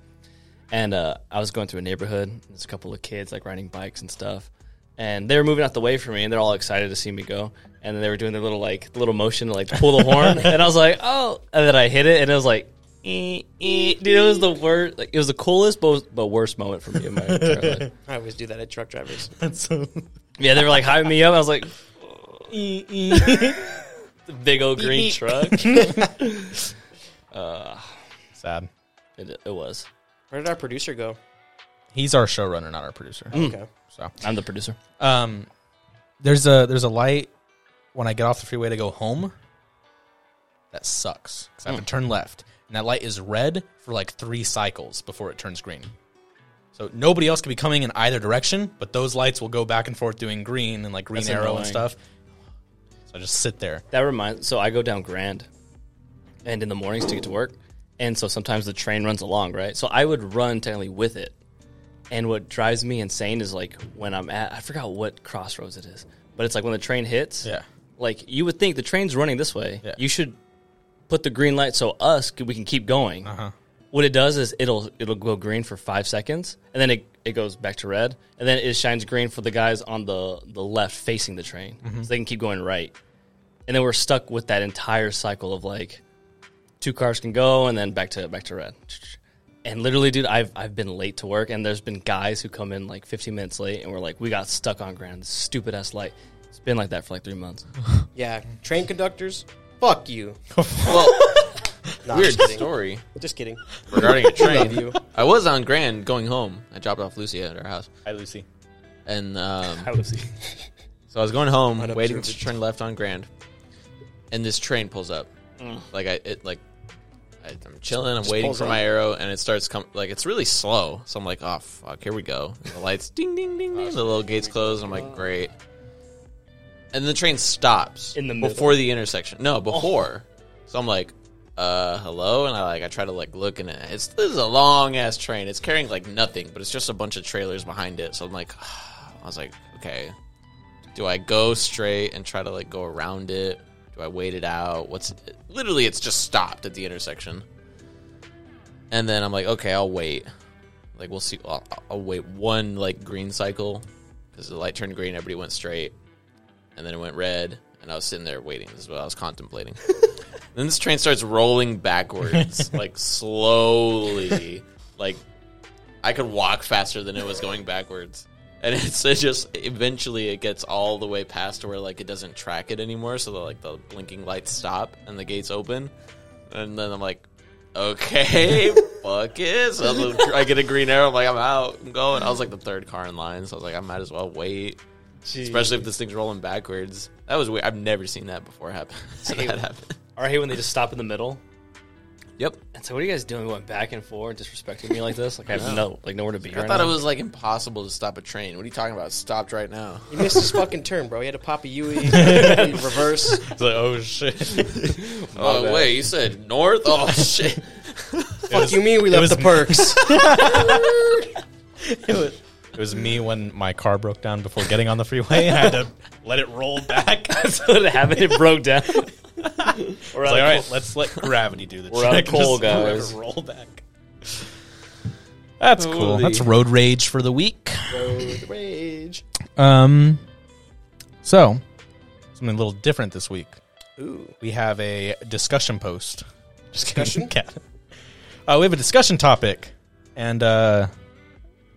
[SPEAKER 4] And uh, I was going through a neighborhood. and There's a couple of kids like riding bikes and stuff, and they were moving out the way for me, and they're all excited to see me go. And then they were doing their little like little motion to like pull the horn, and I was like, oh, and then I hit it, and it was like. eh, eh. Dude, it was the worst. Like, it was the coolest, but, but worst moment for me in my entire life.
[SPEAKER 2] I always do that at truck drivers.
[SPEAKER 4] Yeah, they were like hyping me up. I was like,
[SPEAKER 2] E
[SPEAKER 4] the big old green truck.
[SPEAKER 1] (laughs) Sad.
[SPEAKER 4] It, it was.
[SPEAKER 2] Where did our producer go?
[SPEAKER 1] He's our showrunner, not our producer.
[SPEAKER 4] Hmm.
[SPEAKER 2] Okay.
[SPEAKER 1] So
[SPEAKER 4] I'm the producer.
[SPEAKER 1] um, there's a there's a light when I get off the freeway to go home. That sucks 'cause I have to
[SPEAKER 4] Hmm.
[SPEAKER 1] turn left, and that light is red for like three cycles before it turns green. So nobody else could be coming in either direction, but those lights will go back and forth doing green and like green
[SPEAKER 4] That's
[SPEAKER 1] arrow and
[SPEAKER 4] annoying.
[SPEAKER 1] stuff. So I just sit there.
[SPEAKER 4] That reminds. So I go down Grand, and in the mornings to get to work, and so sometimes the train runs along, right? So I would run technically with it, and what drives me insane is like when I'm at I forgot what crossroads it is, but it's like when the train hits.
[SPEAKER 1] (laughs) Yeah.
[SPEAKER 4] Like you would think the train's running this way.
[SPEAKER 1] Yeah.
[SPEAKER 4] You should put the green light so us c- we can keep going. What it does is it'll it'll go green for five seconds, and then it, it goes back to red, and then it shines green for the guys on the the left facing the train, so they can keep going right. And then we're stuck with that entire cycle of like two cars can go, and then back to back to red. And literally, dude, I've I've been late to work, and there's been guys who come in like 15 minutes late, and we're like, we got stuck on ground, stupid ass light. It's been like that for like three months.
[SPEAKER 2] Yeah, train conductors. Fuck
[SPEAKER 4] (laughs)
[SPEAKER 2] you. Nah,
[SPEAKER 3] Weird
[SPEAKER 2] just kidding.
[SPEAKER 3] story
[SPEAKER 2] Just kidding. (laughs)
[SPEAKER 3] regarding a
[SPEAKER 2] Love
[SPEAKER 3] train.
[SPEAKER 2] you.
[SPEAKER 3] I was on Grand going home. I dropped off Lucy at her house,
[SPEAKER 1] Hi, Lucy.
[SPEAKER 3] and um,
[SPEAKER 4] was he?
[SPEAKER 3] So I was going home,
[SPEAKER 2] Unobserved.
[SPEAKER 3] waiting to turn left on Grand, and this train pulls up.
[SPEAKER 2] Mm.
[SPEAKER 3] Like I, it like I, I'm chilling, I'm waiting
[SPEAKER 2] pulls
[SPEAKER 3] for
[SPEAKER 2] up.
[SPEAKER 3] my arrow, and it starts coming. Like it's really slow, so I'm like, oh fuck, here we go. And the lights, (laughs) ding, ding, ding, ding. The little gates close. I'm like, great. And the train stops
[SPEAKER 4] In the middle. Oh.
[SPEAKER 3] before the intersection. No, before. So I'm like, uh, hello, and I like I try to like look, and it's this is a long ass train. It's carrying like nothing, but it's just a bunch of trailers behind it. So I'm like, (sighs) I was like, okay, do I go straight and try to like go around it? Do I wait it out? What's literally it's just stopped at the intersection. And then I'm like, okay, I'll wait. Like we'll see. I'll, I'll wait one like green cycle because the light turned green. Everybody went straight, and then it went red. And I was sitting there waiting. This is what I was contemplating. then this train starts rolling backwards, like slowly. Like I could walk faster than it was going backwards. And it's it just eventually it gets all the way past to where like it doesn't track it anymore, so the like the blinking lights stop and the gates open. And then I'm like, (laughs) okay, fuck it. So the- I get a green arrow. I'm like, I'm out. I'm going. I was like the third car in line, so I was like, I might as well wait. Especially if this thing's rolling backwards. That was weird. I've never seen that before happen. (laughs) so that happened.
[SPEAKER 4] Or I hate when they just stop in the middle.
[SPEAKER 3] Yep.
[SPEAKER 4] And so, what are you guys doing? Going back and forth, disrespecting me like this? Like I have no, like nowhere to be.
[SPEAKER 3] I
[SPEAKER 4] right (laughs)
[SPEAKER 3] thought it
[SPEAKER 4] now.
[SPEAKER 3] was like impossible to stop a train. What are you talking about? It's stopped right now.
[SPEAKER 2] You missed his fucking turn, bro. He had to pop
[SPEAKER 1] (laughs)
[SPEAKER 2] a Yui, reverse.
[SPEAKER 1] It's like, oh shit.
[SPEAKER 3] (laughs) Oh wait, you said north? Oh shit.
[SPEAKER 2] Fuck you mean we left
[SPEAKER 1] was-
[SPEAKER 2] the perks?
[SPEAKER 1] It was me when my car broke down before getting on the freeway. I
[SPEAKER 4] (laughs)
[SPEAKER 1] had to let it roll back. I was
[SPEAKER 4] That's what happened. It broke down. We're
[SPEAKER 1] like, all
[SPEAKER 4] out
[SPEAKER 1] right,
[SPEAKER 4] of coal.
[SPEAKER 1] let's let gravity do the
[SPEAKER 4] We're out of
[SPEAKER 1] trick. (laughs)
[SPEAKER 4] coal,
[SPEAKER 1] Just let it
[SPEAKER 4] guys.
[SPEAKER 1] roll back. That's cool.
[SPEAKER 3] Holy.
[SPEAKER 1] That's road rage for the week.
[SPEAKER 2] Rage.
[SPEAKER 1] Um, so something a little different this week.
[SPEAKER 2] Ooh.
[SPEAKER 1] We have a discussion (laughs) post. (laughs) Just
[SPEAKER 2] Discussion?
[SPEAKER 1] Cat. Uh, we have a discussion topic, and uh,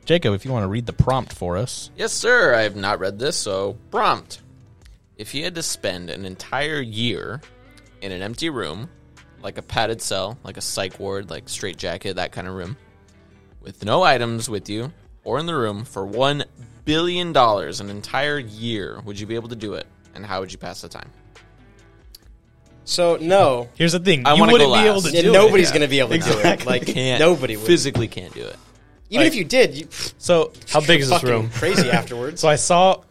[SPEAKER 1] Jacob, if you want to read the prompt for us,
[SPEAKER 3] Yes, sir. I have not read this, so prompt. If you had to spend an entire year in an empty room, like a padded cell, like a psych ward, like straight jacket, that kind of room, with no items with you or in the room for one billion dollars an entire year, would you be able to do it? And how would you pass the time?
[SPEAKER 2] So no,
[SPEAKER 1] here's the thing:
[SPEAKER 3] I
[SPEAKER 1] you
[SPEAKER 3] wanna
[SPEAKER 1] wouldn't
[SPEAKER 3] go
[SPEAKER 1] be able
[SPEAKER 3] last.
[SPEAKER 1] to
[SPEAKER 2] Yeah,
[SPEAKER 1] do it.
[SPEAKER 2] nobody's gonna be able to do it. Like
[SPEAKER 3] Can't-
[SPEAKER 2] nobody would.
[SPEAKER 3] physically can't do it.
[SPEAKER 2] Even if you did, you
[SPEAKER 1] So,
[SPEAKER 4] How big is this
[SPEAKER 2] fucking
[SPEAKER 4] room?
[SPEAKER 1] (laughs)
[SPEAKER 2] crazy afterwards.
[SPEAKER 1] so I saw.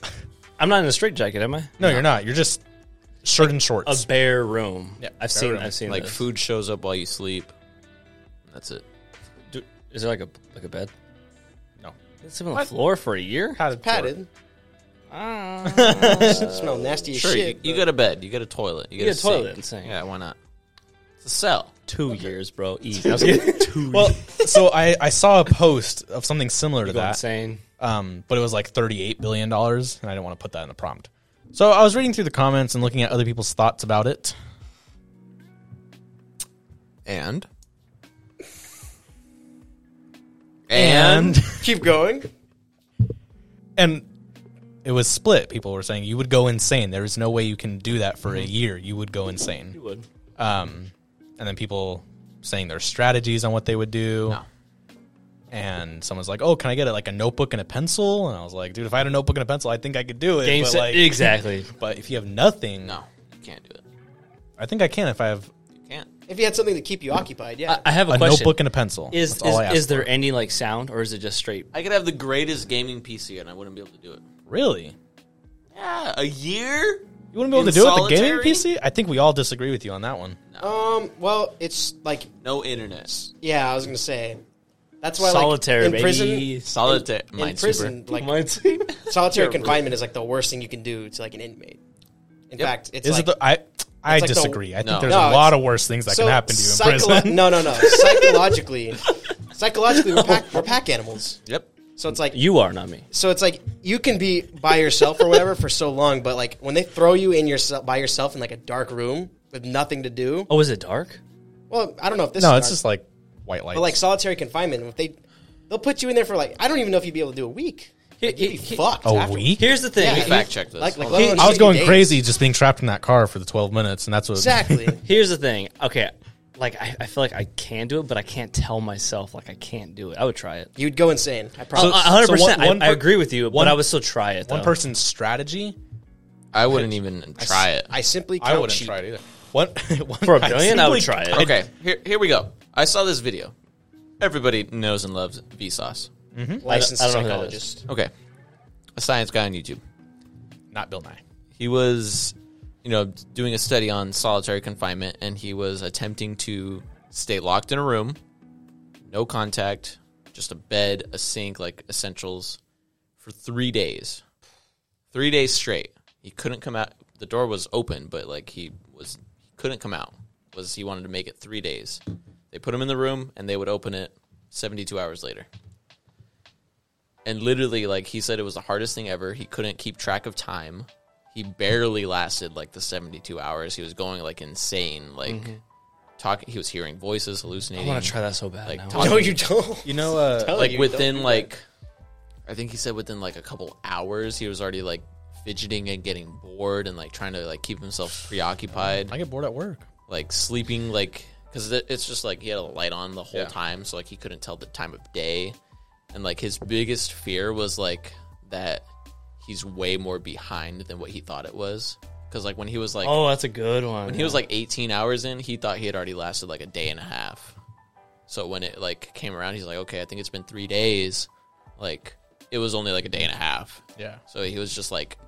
[SPEAKER 4] I'm not in a straight jacket, am I?
[SPEAKER 1] No, you're not. You're just shirt and
[SPEAKER 4] A
[SPEAKER 1] shorts.
[SPEAKER 4] bare room.
[SPEAKER 1] Yeah, bare
[SPEAKER 4] I've seen.
[SPEAKER 1] room.
[SPEAKER 4] I've seen.
[SPEAKER 3] Like
[SPEAKER 4] this.
[SPEAKER 3] food shows up while you sleep. That's it.
[SPEAKER 4] Do- Is there like a like a bed?
[SPEAKER 1] No.
[SPEAKER 4] It's been on the floor for a year.
[SPEAKER 1] Padded,
[SPEAKER 2] Padded.
[SPEAKER 1] Ah.
[SPEAKER 2] (laughs) Smell nasty as
[SPEAKER 3] Sure,
[SPEAKER 2] shit.
[SPEAKER 3] you, you
[SPEAKER 2] but-
[SPEAKER 3] got a bed, you got a toilet, you,
[SPEAKER 4] get
[SPEAKER 3] got
[SPEAKER 4] a
[SPEAKER 3] a
[SPEAKER 4] toilet
[SPEAKER 3] sink.
[SPEAKER 4] and sink.
[SPEAKER 3] Yeah, why not? It's a cell.
[SPEAKER 4] Two years, bro. Easy. I was getting two.
[SPEAKER 1] Well, so I, I saw a post of something similar to
[SPEAKER 4] Going
[SPEAKER 1] that.
[SPEAKER 4] insane.
[SPEAKER 1] um, but it was like thirty-eight billion dollars, and I didn't want to put that in the prompt. So I was reading through the comments and looking at other people's thoughts about it.
[SPEAKER 3] And.
[SPEAKER 2] (laughs) Keep going.
[SPEAKER 1] and it was split. People were saying you would go insane. There is no way you can do that
[SPEAKER 4] Mm-hmm.
[SPEAKER 1] for a year. You would go insane.
[SPEAKER 4] You would.
[SPEAKER 1] Um, and then people saying their strategies on what they would do. And someone's like, "Oh, can I get like a notebook and a pencil?" And I was like, "Dude, if I had a notebook and a pencil, I think I could do it."
[SPEAKER 4] Game
[SPEAKER 1] but,
[SPEAKER 4] set-
[SPEAKER 1] like,
[SPEAKER 4] exactly.
[SPEAKER 1] but if you have nothing,
[SPEAKER 3] No, you can't do it.
[SPEAKER 1] I think I can if I have
[SPEAKER 3] You can't.
[SPEAKER 2] If you had something to keep you occupied, yeah.
[SPEAKER 4] I, I have a,
[SPEAKER 1] a
[SPEAKER 4] question.
[SPEAKER 1] notebook and a pencil.
[SPEAKER 4] is
[SPEAKER 1] That's all I
[SPEAKER 4] is,
[SPEAKER 1] ask
[SPEAKER 4] is there any like sound or is it just straight?
[SPEAKER 3] I could have the greatest gaming PC and I wouldn't be able to do it.
[SPEAKER 1] for. really?
[SPEAKER 3] Yeah, a year?
[SPEAKER 1] You wouldn't be able
[SPEAKER 3] In
[SPEAKER 1] to do it with a
[SPEAKER 3] solitary?
[SPEAKER 1] gaming PC? I think we all disagree with you on that one.
[SPEAKER 2] um, well, it's like
[SPEAKER 3] No internet.
[SPEAKER 2] yeah, I was gonna say. That's why like,
[SPEAKER 4] Solitary,
[SPEAKER 2] in
[SPEAKER 4] baby.
[SPEAKER 2] prison.
[SPEAKER 3] Solitaire.
[SPEAKER 1] (laughs)
[SPEAKER 2] In prison, like solitary confinement is like the worst thing you can do to like an inmate. In fact, it's
[SPEAKER 1] Is
[SPEAKER 2] like
[SPEAKER 1] it the I? I
[SPEAKER 2] like the-
[SPEAKER 1] disagree. I think
[SPEAKER 3] No.
[SPEAKER 1] there's
[SPEAKER 2] No,
[SPEAKER 1] a lot
[SPEAKER 2] it's-
[SPEAKER 1] of worse things that
[SPEAKER 2] so
[SPEAKER 1] can happen to you in
[SPEAKER 2] psycholo-
[SPEAKER 1] prison.
[SPEAKER 2] (laughs) No, no, no. Psychologically, psychologically, we're pack, we're pack animals.
[SPEAKER 3] Yep.
[SPEAKER 2] So it's like
[SPEAKER 4] You are not me.
[SPEAKER 2] so it's like you can be by yourself or whatever for so long, but like when they throw you in yourself by yourself in like a dark room with nothing to do.
[SPEAKER 4] Oh, is it dark?
[SPEAKER 2] Well, I don't know if
[SPEAKER 1] (laughs)
[SPEAKER 2] this.
[SPEAKER 1] No,
[SPEAKER 2] is
[SPEAKER 1] it's
[SPEAKER 2] dark,
[SPEAKER 1] just like white lights.
[SPEAKER 2] but like solitary confinement. If they they'll put you in there for like I don't even know if you'd be able to do a week. Like, you'd be fucked.
[SPEAKER 1] a
[SPEAKER 2] afterwards.
[SPEAKER 1] week.
[SPEAKER 4] Here's the thing.
[SPEAKER 2] Yeah.
[SPEAKER 3] Fact check this.
[SPEAKER 2] Like, like
[SPEAKER 3] Hold
[SPEAKER 2] let
[SPEAKER 3] on.
[SPEAKER 2] alone
[SPEAKER 1] I was
[SPEAKER 2] 60
[SPEAKER 1] going
[SPEAKER 2] days.
[SPEAKER 1] crazy just being trapped in that car for the 12 minutes, and that's what
[SPEAKER 2] Exactly.
[SPEAKER 4] Here's the thing. Okay, like I, I feel like I can do it, but I can't tell myself like I can't do it. I would try it.
[SPEAKER 2] You'd go insane. I promise.
[SPEAKER 1] So-
[SPEAKER 4] hundred percent.
[SPEAKER 1] one- one
[SPEAKER 4] I, I
[SPEAKER 1] per-
[SPEAKER 4] agree with you,
[SPEAKER 1] one-
[SPEAKER 4] but I would still try
[SPEAKER 1] (laughs)
[SPEAKER 4] it.
[SPEAKER 1] one
[SPEAKER 4] though.
[SPEAKER 1] person's strategy.
[SPEAKER 3] I wouldn't even try it.
[SPEAKER 2] I simply count
[SPEAKER 1] I wouldn't
[SPEAKER 2] sheep.
[SPEAKER 1] try it either. One, (laughs) one
[SPEAKER 4] (laughs) for a
[SPEAKER 1] I
[SPEAKER 4] billion, I, would try
[SPEAKER 1] simply-
[SPEAKER 4] it.
[SPEAKER 3] Okay, here, here we go. I saw this video. Everybody knows and loves Vsauce.
[SPEAKER 2] Licensed
[SPEAKER 4] I don't know who that
[SPEAKER 2] psychologist.
[SPEAKER 3] Okay. A science guy on YouTube.
[SPEAKER 1] Not Bill Nye.
[SPEAKER 3] he was you know doing a study on solitary confinement and he was attempting to stay locked in a room no contact just a bed a sink like essentials for 3 days 3 days straight he couldn't come out the door was open but like he was he couldn't come out was he wanted to make it 3 days they put him in the room and they would open it 72 hours later and literally like he said it was the hardest thing ever he couldn't keep track of time he barely lasted like the 72 hours he was going like insane like talking he was hearing voices hallucinating
[SPEAKER 4] Mm-hmm. I want to try that so bad.
[SPEAKER 3] like
[SPEAKER 4] now.
[SPEAKER 3] talking,
[SPEAKER 2] No, you don't.
[SPEAKER 1] You know, uh,
[SPEAKER 3] like
[SPEAKER 2] Oh, you
[SPEAKER 3] within like i think he said within like a couple hours he was already like fidgeting and getting bored and like trying to like keep himself preoccupied
[SPEAKER 1] I get bored at work.
[SPEAKER 3] like sleeping like because it's just like he had a light on the whole time so like he couldn't tell the time of day and like his biggest fear was like that he's way more behind than what he thought it was because like when he was like
[SPEAKER 4] oh, that's a good one.
[SPEAKER 3] when he was like 18 hours in he thought he had already lasted like a day and a half so when it like came around he's like okay i think it's been three days like it was only like a day and a half
[SPEAKER 1] Yeah.
[SPEAKER 3] so he was just like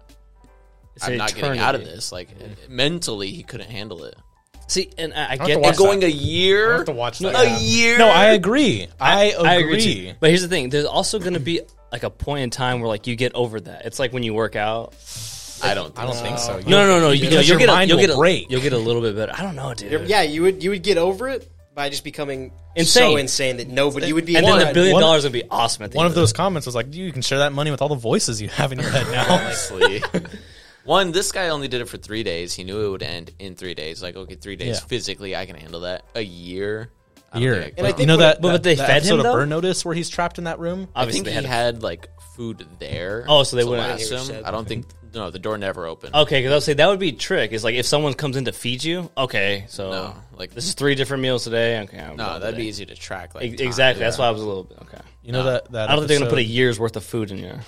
[SPEAKER 4] It's
[SPEAKER 3] i'm
[SPEAKER 4] an
[SPEAKER 3] not getting out of
[SPEAKER 4] eternity.
[SPEAKER 3] this like mentally he couldn't handle it
[SPEAKER 4] See, and I, I
[SPEAKER 1] have to
[SPEAKER 4] get that.
[SPEAKER 1] watch
[SPEAKER 3] Going a year,
[SPEAKER 1] have to watch that,
[SPEAKER 3] a
[SPEAKER 1] yeah.
[SPEAKER 3] year.
[SPEAKER 1] No, I agree. I, agree.
[SPEAKER 4] I agree. too. But here's the thing: there's also going to be like a point in time where like you get over that. It's like when you work out.
[SPEAKER 3] I don't.
[SPEAKER 1] I
[SPEAKER 3] Think
[SPEAKER 1] don't think so.
[SPEAKER 4] No, no, no, no. You,
[SPEAKER 1] Because
[SPEAKER 4] will
[SPEAKER 1] your
[SPEAKER 4] get a,
[SPEAKER 1] mind
[SPEAKER 4] you'll
[SPEAKER 1] will
[SPEAKER 4] get a,
[SPEAKER 1] break.
[SPEAKER 4] You'll get a little bit better. I don't know, dude.
[SPEAKER 2] Yeah, you would you would get over it by just becoming so
[SPEAKER 4] Insane.
[SPEAKER 2] insane that nobody you would be.
[SPEAKER 4] and then
[SPEAKER 2] one-
[SPEAKER 4] the billion
[SPEAKER 1] one-
[SPEAKER 4] dollars would be awesome. At the
[SPEAKER 1] One
[SPEAKER 4] end
[SPEAKER 1] of those comments was like, "Dude, you can share that money with all the voices you have in your head now."
[SPEAKER 3] (laughs) Honestly, one, this guy only did it for three days. He knew it would end in three days. Like, okay, three days
[SPEAKER 1] Yeah.
[SPEAKER 3] physically, I can handle that. A year, I don't
[SPEAKER 1] Here,
[SPEAKER 3] think I
[SPEAKER 1] But
[SPEAKER 3] can.
[SPEAKER 1] you know that,
[SPEAKER 4] but-
[SPEAKER 1] that,
[SPEAKER 4] but they
[SPEAKER 1] that
[SPEAKER 4] fed him,
[SPEAKER 1] episode of
[SPEAKER 4] though?
[SPEAKER 1] Burn Notice where he's trapped in that room.
[SPEAKER 3] I think
[SPEAKER 4] Obviously,
[SPEAKER 3] he
[SPEAKER 4] they had
[SPEAKER 3] had,
[SPEAKER 4] a-
[SPEAKER 3] like food there.
[SPEAKER 4] Oh, so they
[SPEAKER 3] to
[SPEAKER 4] wouldn't- Oh.
[SPEAKER 3] last
[SPEAKER 2] I hear what you
[SPEAKER 3] him.
[SPEAKER 2] said.
[SPEAKER 3] I don't think. No, the door never opened.
[SPEAKER 4] Okay, because I would say that would be a trick. It's like if someone comes in to feed you, okay, so
[SPEAKER 3] No, like
[SPEAKER 4] this is three different meals today. Okay, I'm
[SPEAKER 3] no,
[SPEAKER 4] done
[SPEAKER 3] that'd be
[SPEAKER 4] today.
[SPEAKER 3] easy to track. Like
[SPEAKER 4] E-
[SPEAKER 3] time.
[SPEAKER 4] exactly. That's
[SPEAKER 3] Yeah.
[SPEAKER 4] why I was a little bit okay.
[SPEAKER 1] You know that that
[SPEAKER 4] I don't think they're gonna put a
[SPEAKER 1] episode-
[SPEAKER 4] year's worth of food in here.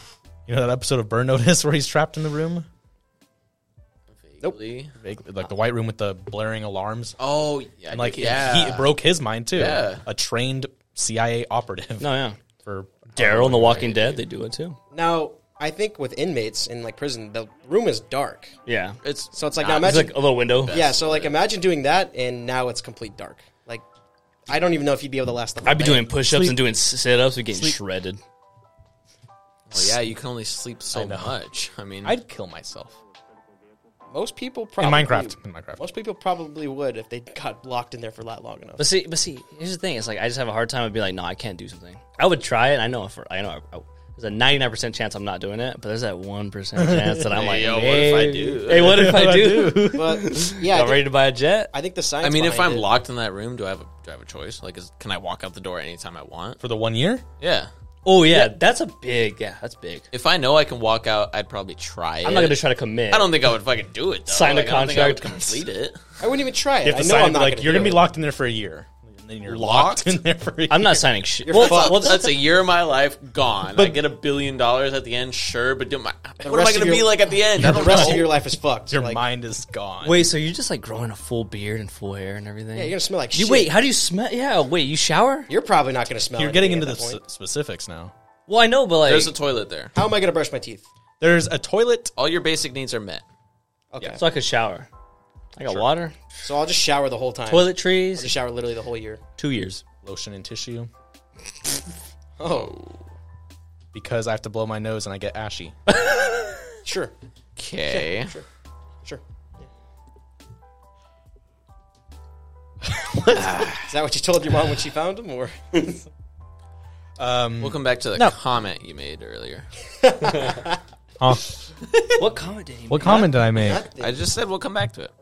[SPEAKER 1] You know that episode of Burn Notice where he's trapped in the room,
[SPEAKER 3] Vaguely.
[SPEAKER 1] Vague- like the white room with the blaring alarms,
[SPEAKER 3] Oh, yeah,
[SPEAKER 1] and like
[SPEAKER 3] yeah.
[SPEAKER 1] he it broke his mind too.
[SPEAKER 3] Yeah.
[SPEAKER 1] A trained CIA operative
[SPEAKER 4] No, yeah.
[SPEAKER 1] for
[SPEAKER 4] Daryl and The Walking Dead, they do it too.
[SPEAKER 2] now I think with inmates in like prison, the room is dark,
[SPEAKER 4] Yeah, it's
[SPEAKER 3] It's
[SPEAKER 2] so it's like
[SPEAKER 1] Ah,
[SPEAKER 2] now
[SPEAKER 3] Nah,
[SPEAKER 2] imagine
[SPEAKER 4] like a little window.
[SPEAKER 1] oh,
[SPEAKER 2] yeah, so like imagine doing that and now it's complete dark. Like I don't even know if you'd be able to last the. whole
[SPEAKER 4] I'd be
[SPEAKER 2] night.
[SPEAKER 4] doing push-ups and doing s- sit-ups and getting shredded.
[SPEAKER 3] well, yeah. You can only sleep so much. I mean,
[SPEAKER 1] I'd kill myself
[SPEAKER 2] most people
[SPEAKER 1] in
[SPEAKER 2] probably
[SPEAKER 1] Minecraft. In Minecraft.
[SPEAKER 2] Most people probably would if they got locked in there for that
[SPEAKER 1] (laughs)
[SPEAKER 2] long enough.
[SPEAKER 4] But see, but see, here's the thing. It's like I just have a hard time. I'd be like, no, I can't do something. I would try it. I know. For I know, I, I- there's a 99 percent chance I'm not doing it. But there's that one percent chance (laughs) that I'm like,
[SPEAKER 3] yo, what if I
[SPEAKER 4] maybe.
[SPEAKER 3] do?
[SPEAKER 4] Hey, (laughs) what if I do?
[SPEAKER 2] But yeah, I,
[SPEAKER 4] I'm ready
[SPEAKER 2] think,
[SPEAKER 4] to buy a jet.
[SPEAKER 2] I think the science.
[SPEAKER 3] I mean, if
[SPEAKER 2] behind
[SPEAKER 3] I'm
[SPEAKER 2] it-
[SPEAKER 3] locked in that room, do I have a, do I have a choice? Like, is, can I walk out the door anytime I want?
[SPEAKER 1] for the one year.
[SPEAKER 3] Yeah.
[SPEAKER 4] Oh yeah, that's a big. Yeah, that's big.
[SPEAKER 3] If I know I can walk out, I'd probably try.
[SPEAKER 4] I'm not gonna try to commit.
[SPEAKER 3] I don't think I would fucking do it. Though.
[SPEAKER 4] Sign a
[SPEAKER 3] Like, I don't think I would
[SPEAKER 4] contract.
[SPEAKER 3] complete it.
[SPEAKER 2] I wouldn't even try it.
[SPEAKER 1] You have
[SPEAKER 2] I
[SPEAKER 1] to
[SPEAKER 2] know
[SPEAKER 1] sign
[SPEAKER 2] I'm
[SPEAKER 1] up,
[SPEAKER 2] not
[SPEAKER 1] like
[SPEAKER 2] gonna
[SPEAKER 1] you're
[SPEAKER 2] do
[SPEAKER 1] gonna be
[SPEAKER 2] it.
[SPEAKER 1] locked in there for a year, and then you're locked, in there for. A year.
[SPEAKER 4] I'm not signing shit.
[SPEAKER 2] You're
[SPEAKER 4] Well,
[SPEAKER 2] fucked.
[SPEAKER 4] well,
[SPEAKER 3] That's a year of my life gone. I get a billion dollars at the end, sure, but do my, what am I
[SPEAKER 2] rest of
[SPEAKER 3] gonna be
[SPEAKER 2] your-
[SPEAKER 3] like at the end? I
[SPEAKER 2] The
[SPEAKER 3] don't
[SPEAKER 2] rest
[SPEAKER 3] know.
[SPEAKER 2] of your life is fucked.
[SPEAKER 1] Your
[SPEAKER 2] like,
[SPEAKER 1] mind is gone.
[SPEAKER 4] wait, so you're just like growing a full beard and full hair and everything?
[SPEAKER 2] Yeah, you're gonna smell like
[SPEAKER 4] You
[SPEAKER 2] shit.
[SPEAKER 4] wait. How do you smell? Yeah, wait. You shower?
[SPEAKER 2] You're probably not gonna smell.
[SPEAKER 1] You're getting into
[SPEAKER 2] anything
[SPEAKER 1] the
[SPEAKER 2] at that
[SPEAKER 1] s-
[SPEAKER 2] point.
[SPEAKER 1] specifics now.
[SPEAKER 4] Well, I know, but like,
[SPEAKER 3] There's a toilet there.
[SPEAKER 2] How am I gonna brush my teeth?
[SPEAKER 1] There's a toilet.
[SPEAKER 3] All your basic needs are met.
[SPEAKER 2] Okay,
[SPEAKER 4] so I could shower. I got water,
[SPEAKER 2] so I'll just shower the whole time. I'll
[SPEAKER 4] toiletries,
[SPEAKER 2] just shower literally the whole year.
[SPEAKER 4] two years.
[SPEAKER 1] lotion and tissue
[SPEAKER 2] Oh,
[SPEAKER 1] because I have to blow my nose and I get ashy.
[SPEAKER 2] sure,
[SPEAKER 3] Okay.
[SPEAKER 2] sure, sure. (laughs) Is that what you told your mom when she found him, or
[SPEAKER 3] We'll come back to the comment you made earlier.
[SPEAKER 1] Huh?
[SPEAKER 4] What comment did he
[SPEAKER 1] What comment did I make?
[SPEAKER 3] I just said we'll come back to it.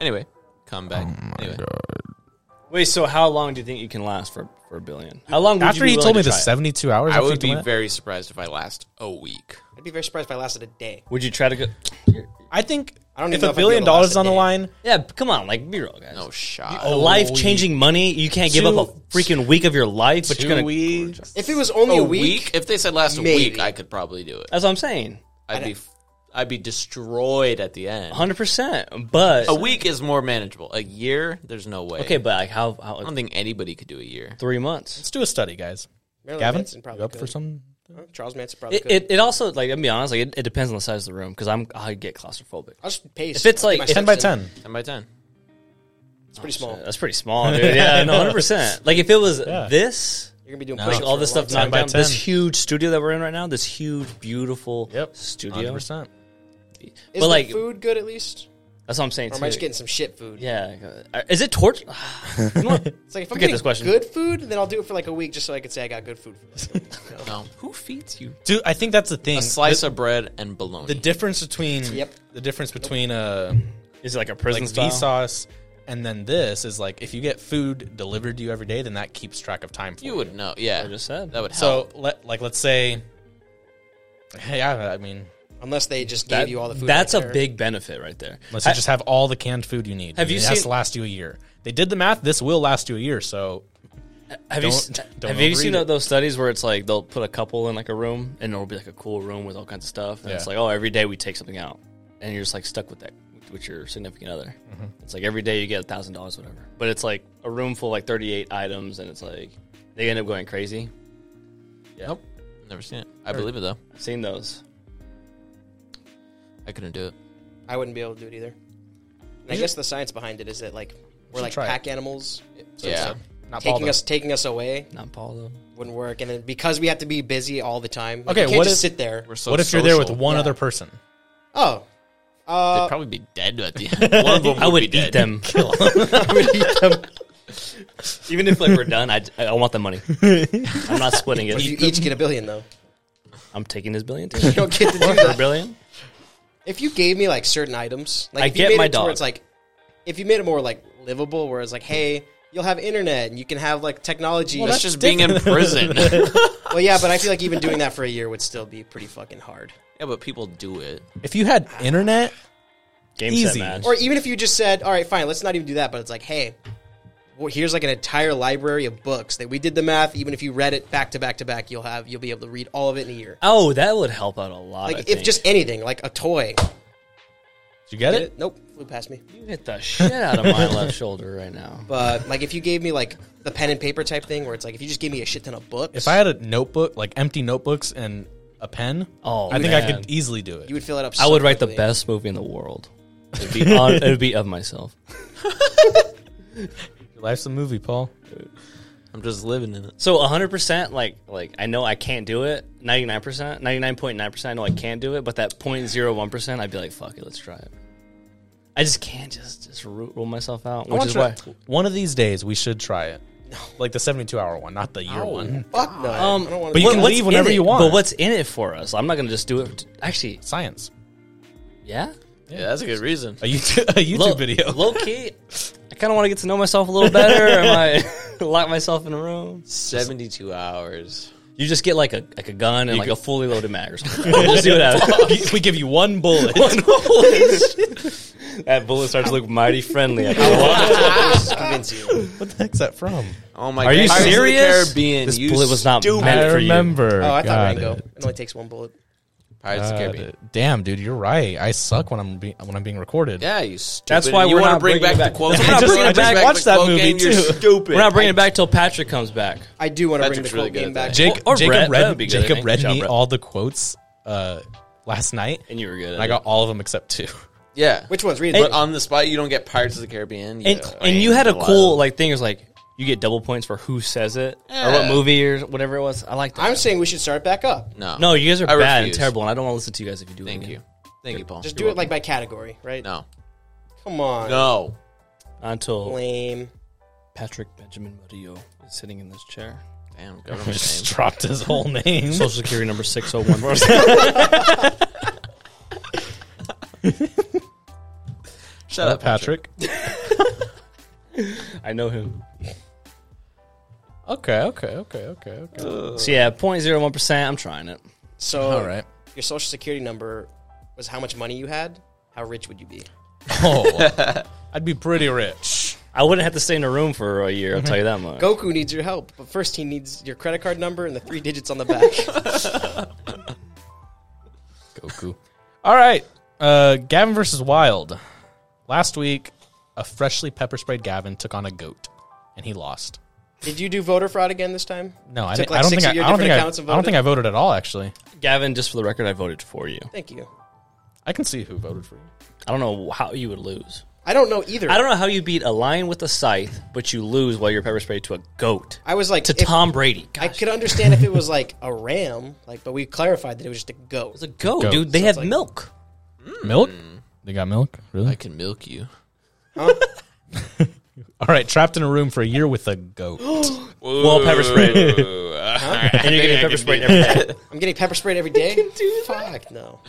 [SPEAKER 3] Anyway, come back. anyway.
[SPEAKER 4] Wait, so how long do you think you can last for, for a billion? How long would you
[SPEAKER 1] After
[SPEAKER 4] be
[SPEAKER 1] he
[SPEAKER 4] willing
[SPEAKER 1] told me
[SPEAKER 4] to
[SPEAKER 1] the
[SPEAKER 4] try it?
[SPEAKER 1] 72 hours,
[SPEAKER 3] I
[SPEAKER 1] after
[SPEAKER 3] would
[SPEAKER 1] he
[SPEAKER 3] be
[SPEAKER 1] told me that,
[SPEAKER 3] very surprised if I last a week.
[SPEAKER 2] I'd be very surprised if I lasted a day.
[SPEAKER 4] Would you try to go?
[SPEAKER 1] I think
[SPEAKER 2] I don't
[SPEAKER 1] if
[SPEAKER 2] even know
[SPEAKER 1] a
[SPEAKER 2] if I'd be able
[SPEAKER 1] billion
[SPEAKER 2] to
[SPEAKER 1] dollars
[SPEAKER 2] last
[SPEAKER 1] is on
[SPEAKER 2] a
[SPEAKER 1] the
[SPEAKER 2] day.
[SPEAKER 1] line,
[SPEAKER 4] Yeah, come on, like be real, guys.
[SPEAKER 3] No shot.
[SPEAKER 4] Life changing money, you can't give
[SPEAKER 1] Two-
[SPEAKER 4] up a freaking week of your life, but
[SPEAKER 1] two
[SPEAKER 4] you're gonna.
[SPEAKER 1] weeks.
[SPEAKER 2] If it was only a,
[SPEAKER 3] a week? If they said last a week,
[SPEAKER 2] Maybe.
[SPEAKER 3] I could probably do it.
[SPEAKER 4] That's what I'm saying,
[SPEAKER 3] I'd be, I'd be destroyed at the end.
[SPEAKER 4] hundred percent. But
[SPEAKER 3] A week is more manageable. A year, there's no way.
[SPEAKER 4] okay, but like how?
[SPEAKER 3] I
[SPEAKER 4] how
[SPEAKER 3] don't think anybody could do a year.
[SPEAKER 4] three months.
[SPEAKER 1] Let's do a study, guys.
[SPEAKER 2] Marilyn
[SPEAKER 1] Gavin,
[SPEAKER 2] Manson
[SPEAKER 1] you
[SPEAKER 2] probably
[SPEAKER 1] up
[SPEAKER 2] could.
[SPEAKER 1] for some?
[SPEAKER 2] Charles Manson probably
[SPEAKER 4] It,
[SPEAKER 2] could.
[SPEAKER 4] it, it also like I'll be honest, like it, it depends on the size of the room because I'm I get claustrophobic.
[SPEAKER 2] I'll just pace.
[SPEAKER 4] If it's
[SPEAKER 2] I'll do
[SPEAKER 4] like-
[SPEAKER 2] my
[SPEAKER 4] if-
[SPEAKER 1] 10
[SPEAKER 2] steps
[SPEAKER 1] by
[SPEAKER 2] in.
[SPEAKER 1] 10.
[SPEAKER 3] 10 by 10.
[SPEAKER 2] it's pretty small. You're
[SPEAKER 4] Uh, That's pretty small, dude. Yeah,
[SPEAKER 2] (laughs)
[SPEAKER 4] no, hundred percent. Like if it was this,
[SPEAKER 2] gonna be doing
[SPEAKER 1] No.
[SPEAKER 2] push-ups
[SPEAKER 4] like all
[SPEAKER 2] for
[SPEAKER 4] this
[SPEAKER 2] a long
[SPEAKER 4] stuff
[SPEAKER 2] time.
[SPEAKER 1] by
[SPEAKER 4] knocked down, this
[SPEAKER 1] 10.
[SPEAKER 4] huge studio that we're in right now, this huge beautiful studio.
[SPEAKER 1] 100%.
[SPEAKER 2] Is
[SPEAKER 4] but
[SPEAKER 2] the
[SPEAKER 4] like-
[SPEAKER 2] food good at least,
[SPEAKER 4] That's what I'm saying.
[SPEAKER 2] or am
[SPEAKER 4] too.
[SPEAKER 2] I just getting some shit food?
[SPEAKER 4] Yeah, uh, is it torture? (sighs)
[SPEAKER 2] It's like if I'm
[SPEAKER 4] Forget
[SPEAKER 2] getting
[SPEAKER 4] this question.
[SPEAKER 2] good food, then I'll do it for like a week just so I can say I got good food. For this.
[SPEAKER 3] No. Who feeds you?
[SPEAKER 1] Dude, I think that's the thing.
[SPEAKER 3] A slice
[SPEAKER 1] the,
[SPEAKER 3] of bread and bologna.
[SPEAKER 1] the difference between
[SPEAKER 2] Yep.
[SPEAKER 1] the difference between uh
[SPEAKER 4] Is it like a prison
[SPEAKER 1] like Vsauce and then this is like if you get food delivered to you every day, then that keeps track of time for you.
[SPEAKER 3] you would know. Yeah.
[SPEAKER 4] I just said.
[SPEAKER 3] That would help.
[SPEAKER 1] So let like let's say, hey, I, I mean,
[SPEAKER 2] Unless they just
[SPEAKER 4] That-
[SPEAKER 2] gave you all the food.
[SPEAKER 4] that's
[SPEAKER 2] right
[SPEAKER 4] a
[SPEAKER 2] there.
[SPEAKER 4] big benefit right there.
[SPEAKER 1] let's just have all the canned food you need.
[SPEAKER 4] Have
[SPEAKER 1] It
[SPEAKER 4] you
[SPEAKER 1] has
[SPEAKER 4] seen-
[SPEAKER 1] to last you a year? They did the math. This will last you a year. So
[SPEAKER 4] Have you s-
[SPEAKER 1] don't- don't
[SPEAKER 4] have you seen
[SPEAKER 1] overeat it.
[SPEAKER 4] those studies where it's like they'll put a couple in like a room and it'll be like a cool room with all kinds of stuff and it's
[SPEAKER 1] Yeah.
[SPEAKER 4] like oh every day we take something out and you're just like stuck with that with your significant other.
[SPEAKER 1] Mm-hmm.
[SPEAKER 4] It's like every day you get a thousand dollars whatever, but it's like a room full of like thirty eight items and it's like they end up going crazy.
[SPEAKER 3] Nope. Never seen it. I believe it, though.
[SPEAKER 4] I've seen those.
[SPEAKER 3] I couldn't do it.
[SPEAKER 2] I wouldn't be able to do it either. And I guess the science behind it is that like we're
[SPEAKER 1] should
[SPEAKER 2] like
[SPEAKER 1] try it.
[SPEAKER 2] pack animals. So it's
[SPEAKER 3] Yeah.
[SPEAKER 2] like
[SPEAKER 1] Not Paul,
[SPEAKER 2] taking
[SPEAKER 1] though.
[SPEAKER 2] us taking us away
[SPEAKER 4] Not Paul though.
[SPEAKER 2] wouldn't work. And then because we have to be busy all the time, like,
[SPEAKER 1] Okay,
[SPEAKER 2] okay, can't
[SPEAKER 1] what
[SPEAKER 2] just
[SPEAKER 1] if-
[SPEAKER 2] sit there.
[SPEAKER 3] We're so
[SPEAKER 1] what if you're there with
[SPEAKER 3] social.
[SPEAKER 1] one
[SPEAKER 2] Yeah.
[SPEAKER 1] other person?
[SPEAKER 2] Oh,
[SPEAKER 3] They'd probably be dead at the end. One of them
[SPEAKER 4] I would
[SPEAKER 3] be dead.
[SPEAKER 4] eat
[SPEAKER 1] (laughs)
[SPEAKER 4] them. (laughs) Even if like we're done, I, I want the
[SPEAKER 1] (laughs)
[SPEAKER 4] money. I'm not splitting
[SPEAKER 2] you
[SPEAKER 4] (laughs) it.
[SPEAKER 2] each get a billion though.
[SPEAKER 4] I'm taking his billion.
[SPEAKER 2] You
[SPEAKER 1] (laughs)
[SPEAKER 2] don't get to do
[SPEAKER 4] For a
[SPEAKER 2] that.
[SPEAKER 4] billion.
[SPEAKER 2] If you gave me like certain items, like
[SPEAKER 4] I
[SPEAKER 2] if you
[SPEAKER 4] get
[SPEAKER 2] made
[SPEAKER 4] my
[SPEAKER 2] it to
[SPEAKER 4] dog.
[SPEAKER 2] Where it's like if you made it more like livable, where it's like, hey, you'll have internet and you can have like technology.
[SPEAKER 3] That's just being in prison. yeah,
[SPEAKER 2] well, yeah, but I feel like even doing that for a year would still be pretty fucking hard.
[SPEAKER 3] but people do it.
[SPEAKER 1] If you had internet,
[SPEAKER 4] Game set
[SPEAKER 1] Easy.
[SPEAKER 4] match.
[SPEAKER 2] Or even if you just said, all right, fine, let's not even do that, but it's like, hey, well, here's like an entire library of books that we did the math. Even if you read it back to back to back, you'll have you'll be able to read all of it in a year.
[SPEAKER 4] oh, that would help out a lot. I
[SPEAKER 2] Like if
[SPEAKER 4] think.
[SPEAKER 2] just anything, like a toy.
[SPEAKER 1] did you get
[SPEAKER 2] Did
[SPEAKER 1] it?
[SPEAKER 2] it? Nope, flew past me.
[SPEAKER 4] you hit the shit out of
[SPEAKER 2] (laughs)
[SPEAKER 4] my left shoulder right now.
[SPEAKER 2] But like if you gave me like the pen and paper type thing, where it's like if you just gave me a shit ton of books,
[SPEAKER 1] If I had a notebook, like empty notebooks and a pen,
[SPEAKER 4] Oh,
[SPEAKER 1] I think I
[SPEAKER 4] man.
[SPEAKER 1] could easily do it.
[SPEAKER 2] you would fill it up.
[SPEAKER 4] I
[SPEAKER 2] so
[SPEAKER 4] would write the
[SPEAKER 2] quickly.
[SPEAKER 4] best movie in
[SPEAKER 2] (laughs)
[SPEAKER 4] the world. It'd be on, it'd be of myself.
[SPEAKER 1] Your life's a movie, Paul.
[SPEAKER 3] I'm just living in it.
[SPEAKER 4] So 100% like like I know I can't do it. 99%, 99.9% I know I can't do it, but that 0.01% I'd be like fuck it, let's try it. I just can't just just ru- rule myself out, which is why
[SPEAKER 1] one of these days we should try it. Like the 72 hour one, not the year one.
[SPEAKER 2] Fuck no.
[SPEAKER 4] um,
[SPEAKER 2] I don't want
[SPEAKER 1] but
[SPEAKER 2] to.
[SPEAKER 1] you
[SPEAKER 4] what-
[SPEAKER 1] can
[SPEAKER 4] what's
[SPEAKER 1] leave
[SPEAKER 4] in
[SPEAKER 1] whenever
[SPEAKER 4] it?
[SPEAKER 1] you want.
[SPEAKER 4] But what's in it for us? I'm not going to just do it. Actually,
[SPEAKER 1] Science.
[SPEAKER 4] yeah.
[SPEAKER 3] Yeah, that's a good reason.
[SPEAKER 1] A YouTube, (laughs) a YouTube
[SPEAKER 4] Low- (laughs)
[SPEAKER 1] video.
[SPEAKER 4] Low key, I kind of want to get to know myself a little better. Am (laughs) I lock myself in a room?
[SPEAKER 3] 72 hours.
[SPEAKER 4] You just get like a like a gun and like a fully loaded mag or (laughs) something. just see what happens.
[SPEAKER 1] (laughs)
[SPEAKER 4] (laughs)
[SPEAKER 1] we give you one bullet.
[SPEAKER 4] that bullet starts to look mighty friendly.
[SPEAKER 2] just convince you.
[SPEAKER 1] What the heck's that from?
[SPEAKER 3] Oh my
[SPEAKER 4] Are you
[SPEAKER 3] Pirates of the
[SPEAKER 4] serious?
[SPEAKER 3] Caribbean.
[SPEAKER 4] This
[SPEAKER 3] you
[SPEAKER 4] bullet was not
[SPEAKER 3] stupid.
[SPEAKER 4] meant
[SPEAKER 1] I
[SPEAKER 4] for you.
[SPEAKER 1] remember.
[SPEAKER 2] (laughs) Oh, I thought
[SPEAKER 1] Got
[SPEAKER 2] Rango.
[SPEAKER 1] it.
[SPEAKER 2] It. only takes one bullet.
[SPEAKER 3] Pirates of the
[SPEAKER 1] Got
[SPEAKER 3] Caribbean.
[SPEAKER 1] it. Damn, dude, you're right. I suck when I'm be- when I'm being recorded.
[SPEAKER 3] Yeah, you stupid.
[SPEAKER 4] That's why
[SPEAKER 3] you
[SPEAKER 4] we're
[SPEAKER 3] wanna
[SPEAKER 4] not
[SPEAKER 3] bring
[SPEAKER 4] bringing
[SPEAKER 3] back
[SPEAKER 4] it
[SPEAKER 3] the quotes.
[SPEAKER 4] back. (laughs)
[SPEAKER 3] We're
[SPEAKER 4] I
[SPEAKER 3] not
[SPEAKER 4] (laughs) just-
[SPEAKER 3] bringing
[SPEAKER 4] I just
[SPEAKER 3] back
[SPEAKER 1] watched
[SPEAKER 3] the
[SPEAKER 1] that
[SPEAKER 3] quote
[SPEAKER 1] movie,
[SPEAKER 3] game. You're
[SPEAKER 1] too.
[SPEAKER 3] stupid.
[SPEAKER 4] We're not bringing it back till Patrick comes back.
[SPEAKER 2] I do want to bring the
[SPEAKER 3] Patrick's
[SPEAKER 2] quote
[SPEAKER 3] really good
[SPEAKER 2] game
[SPEAKER 3] at
[SPEAKER 2] back.
[SPEAKER 3] that.
[SPEAKER 1] Jacob
[SPEAKER 4] Or- or
[SPEAKER 1] Jacob
[SPEAKER 4] Brett, that
[SPEAKER 1] read
[SPEAKER 4] would be good, I
[SPEAKER 1] Jacob
[SPEAKER 4] think.
[SPEAKER 1] read
[SPEAKER 4] Shout
[SPEAKER 1] me
[SPEAKER 4] Brett.
[SPEAKER 1] all the quotes uh, last night,
[SPEAKER 4] And you were good. At
[SPEAKER 1] and I got all of them except two. (laughs)
[SPEAKER 3] Yeah.
[SPEAKER 2] Which one's reading?
[SPEAKER 3] But on the spot, you don't get Pirates of the Caribbean.
[SPEAKER 4] and,
[SPEAKER 3] know,
[SPEAKER 4] and you had a
[SPEAKER 3] wild.
[SPEAKER 4] cool like thing. It was like you get double points for who says it or what
[SPEAKER 3] Yeah.
[SPEAKER 4] movie or whatever it was. I like that.
[SPEAKER 2] I'm saying we should start back up.
[SPEAKER 3] No.
[SPEAKER 4] no, you guys are
[SPEAKER 3] I
[SPEAKER 4] bad and
[SPEAKER 3] refuse.
[SPEAKER 4] terrible, and I don't want to listen to you guys if you do. it
[SPEAKER 3] Thank
[SPEAKER 4] again.
[SPEAKER 3] you. Thank you, Paul.
[SPEAKER 2] Just do it like by category, right?
[SPEAKER 3] No.
[SPEAKER 2] Come on.
[SPEAKER 3] No.
[SPEAKER 4] until
[SPEAKER 2] Lame.
[SPEAKER 4] Patrick Benjamin Murillo is sitting in this chair.
[SPEAKER 3] Damn,
[SPEAKER 4] (laughs)
[SPEAKER 1] I
[SPEAKER 3] government
[SPEAKER 1] just
[SPEAKER 3] name.
[SPEAKER 1] dropped his
[SPEAKER 2] (laughs)
[SPEAKER 1] whole name. (laughs)
[SPEAKER 4] Social Security number six zero one.
[SPEAKER 3] Shut up, Patrick.
[SPEAKER 4] I know him.
[SPEAKER 1] Okay, okay, okay, okay, okay.
[SPEAKER 4] So yeah, 0.01 percent. I'm trying it.
[SPEAKER 2] So,
[SPEAKER 1] all right. (laughs)
[SPEAKER 2] your social security number was how much money you had. How rich would you be?
[SPEAKER 1] Oh,
[SPEAKER 2] (laughs)
[SPEAKER 1] I'd be pretty rich.
[SPEAKER 4] I wouldn't have to stay in a room for a year. I'll
[SPEAKER 2] Mm-hmm.
[SPEAKER 4] tell you that much.
[SPEAKER 2] Goku needs your help, but first he needs your credit card number and the three digits on
[SPEAKER 1] (laughs)
[SPEAKER 2] the back.
[SPEAKER 1] Goku. All right. Uh, Gavin versus Wild. Last week, a freshly pepper sprayed Gavin took on a goat, and he lost.
[SPEAKER 2] Did you do voter fraud again this time?
[SPEAKER 1] No, I,
[SPEAKER 2] Took
[SPEAKER 1] didn't-
[SPEAKER 2] like
[SPEAKER 1] I don't
[SPEAKER 2] six
[SPEAKER 1] think I,
[SPEAKER 2] of
[SPEAKER 1] I
[SPEAKER 2] your
[SPEAKER 1] don't think
[SPEAKER 2] different
[SPEAKER 1] I,
[SPEAKER 2] accounts and
[SPEAKER 1] I don't think
[SPEAKER 2] voted?
[SPEAKER 1] I voted at all. Actually,
[SPEAKER 4] Gavin, just for the record, I voted for you.
[SPEAKER 2] Thank you.
[SPEAKER 1] I can see who voted for you.
[SPEAKER 4] I don't know how you would lose.
[SPEAKER 2] I don't know either.
[SPEAKER 4] I don't know how you beat a lion with a scythe, but you lose while you're pepper sprayed to a goat.
[SPEAKER 2] I was like,
[SPEAKER 4] to
[SPEAKER 2] if-
[SPEAKER 4] Tom Brady.
[SPEAKER 2] I
[SPEAKER 4] Gosh,
[SPEAKER 2] could understand if it was like a ram, like, but we clarified that it was just a goat.
[SPEAKER 4] it's a goat,
[SPEAKER 1] Goat.
[SPEAKER 4] dude. They have milk.
[SPEAKER 2] Hmm.
[SPEAKER 1] Milk? They got milk? Really?
[SPEAKER 3] I can milk you.
[SPEAKER 1] all right. Trapped in a room for a year with a
[SPEAKER 2] (gasps)
[SPEAKER 1] goat.
[SPEAKER 4] Well,
[SPEAKER 2] (laughs)
[SPEAKER 4] pepper sprayed, and you're getting pepper sprayed every day.
[SPEAKER 2] I'm getting pepper sprayed every day. Fuck no.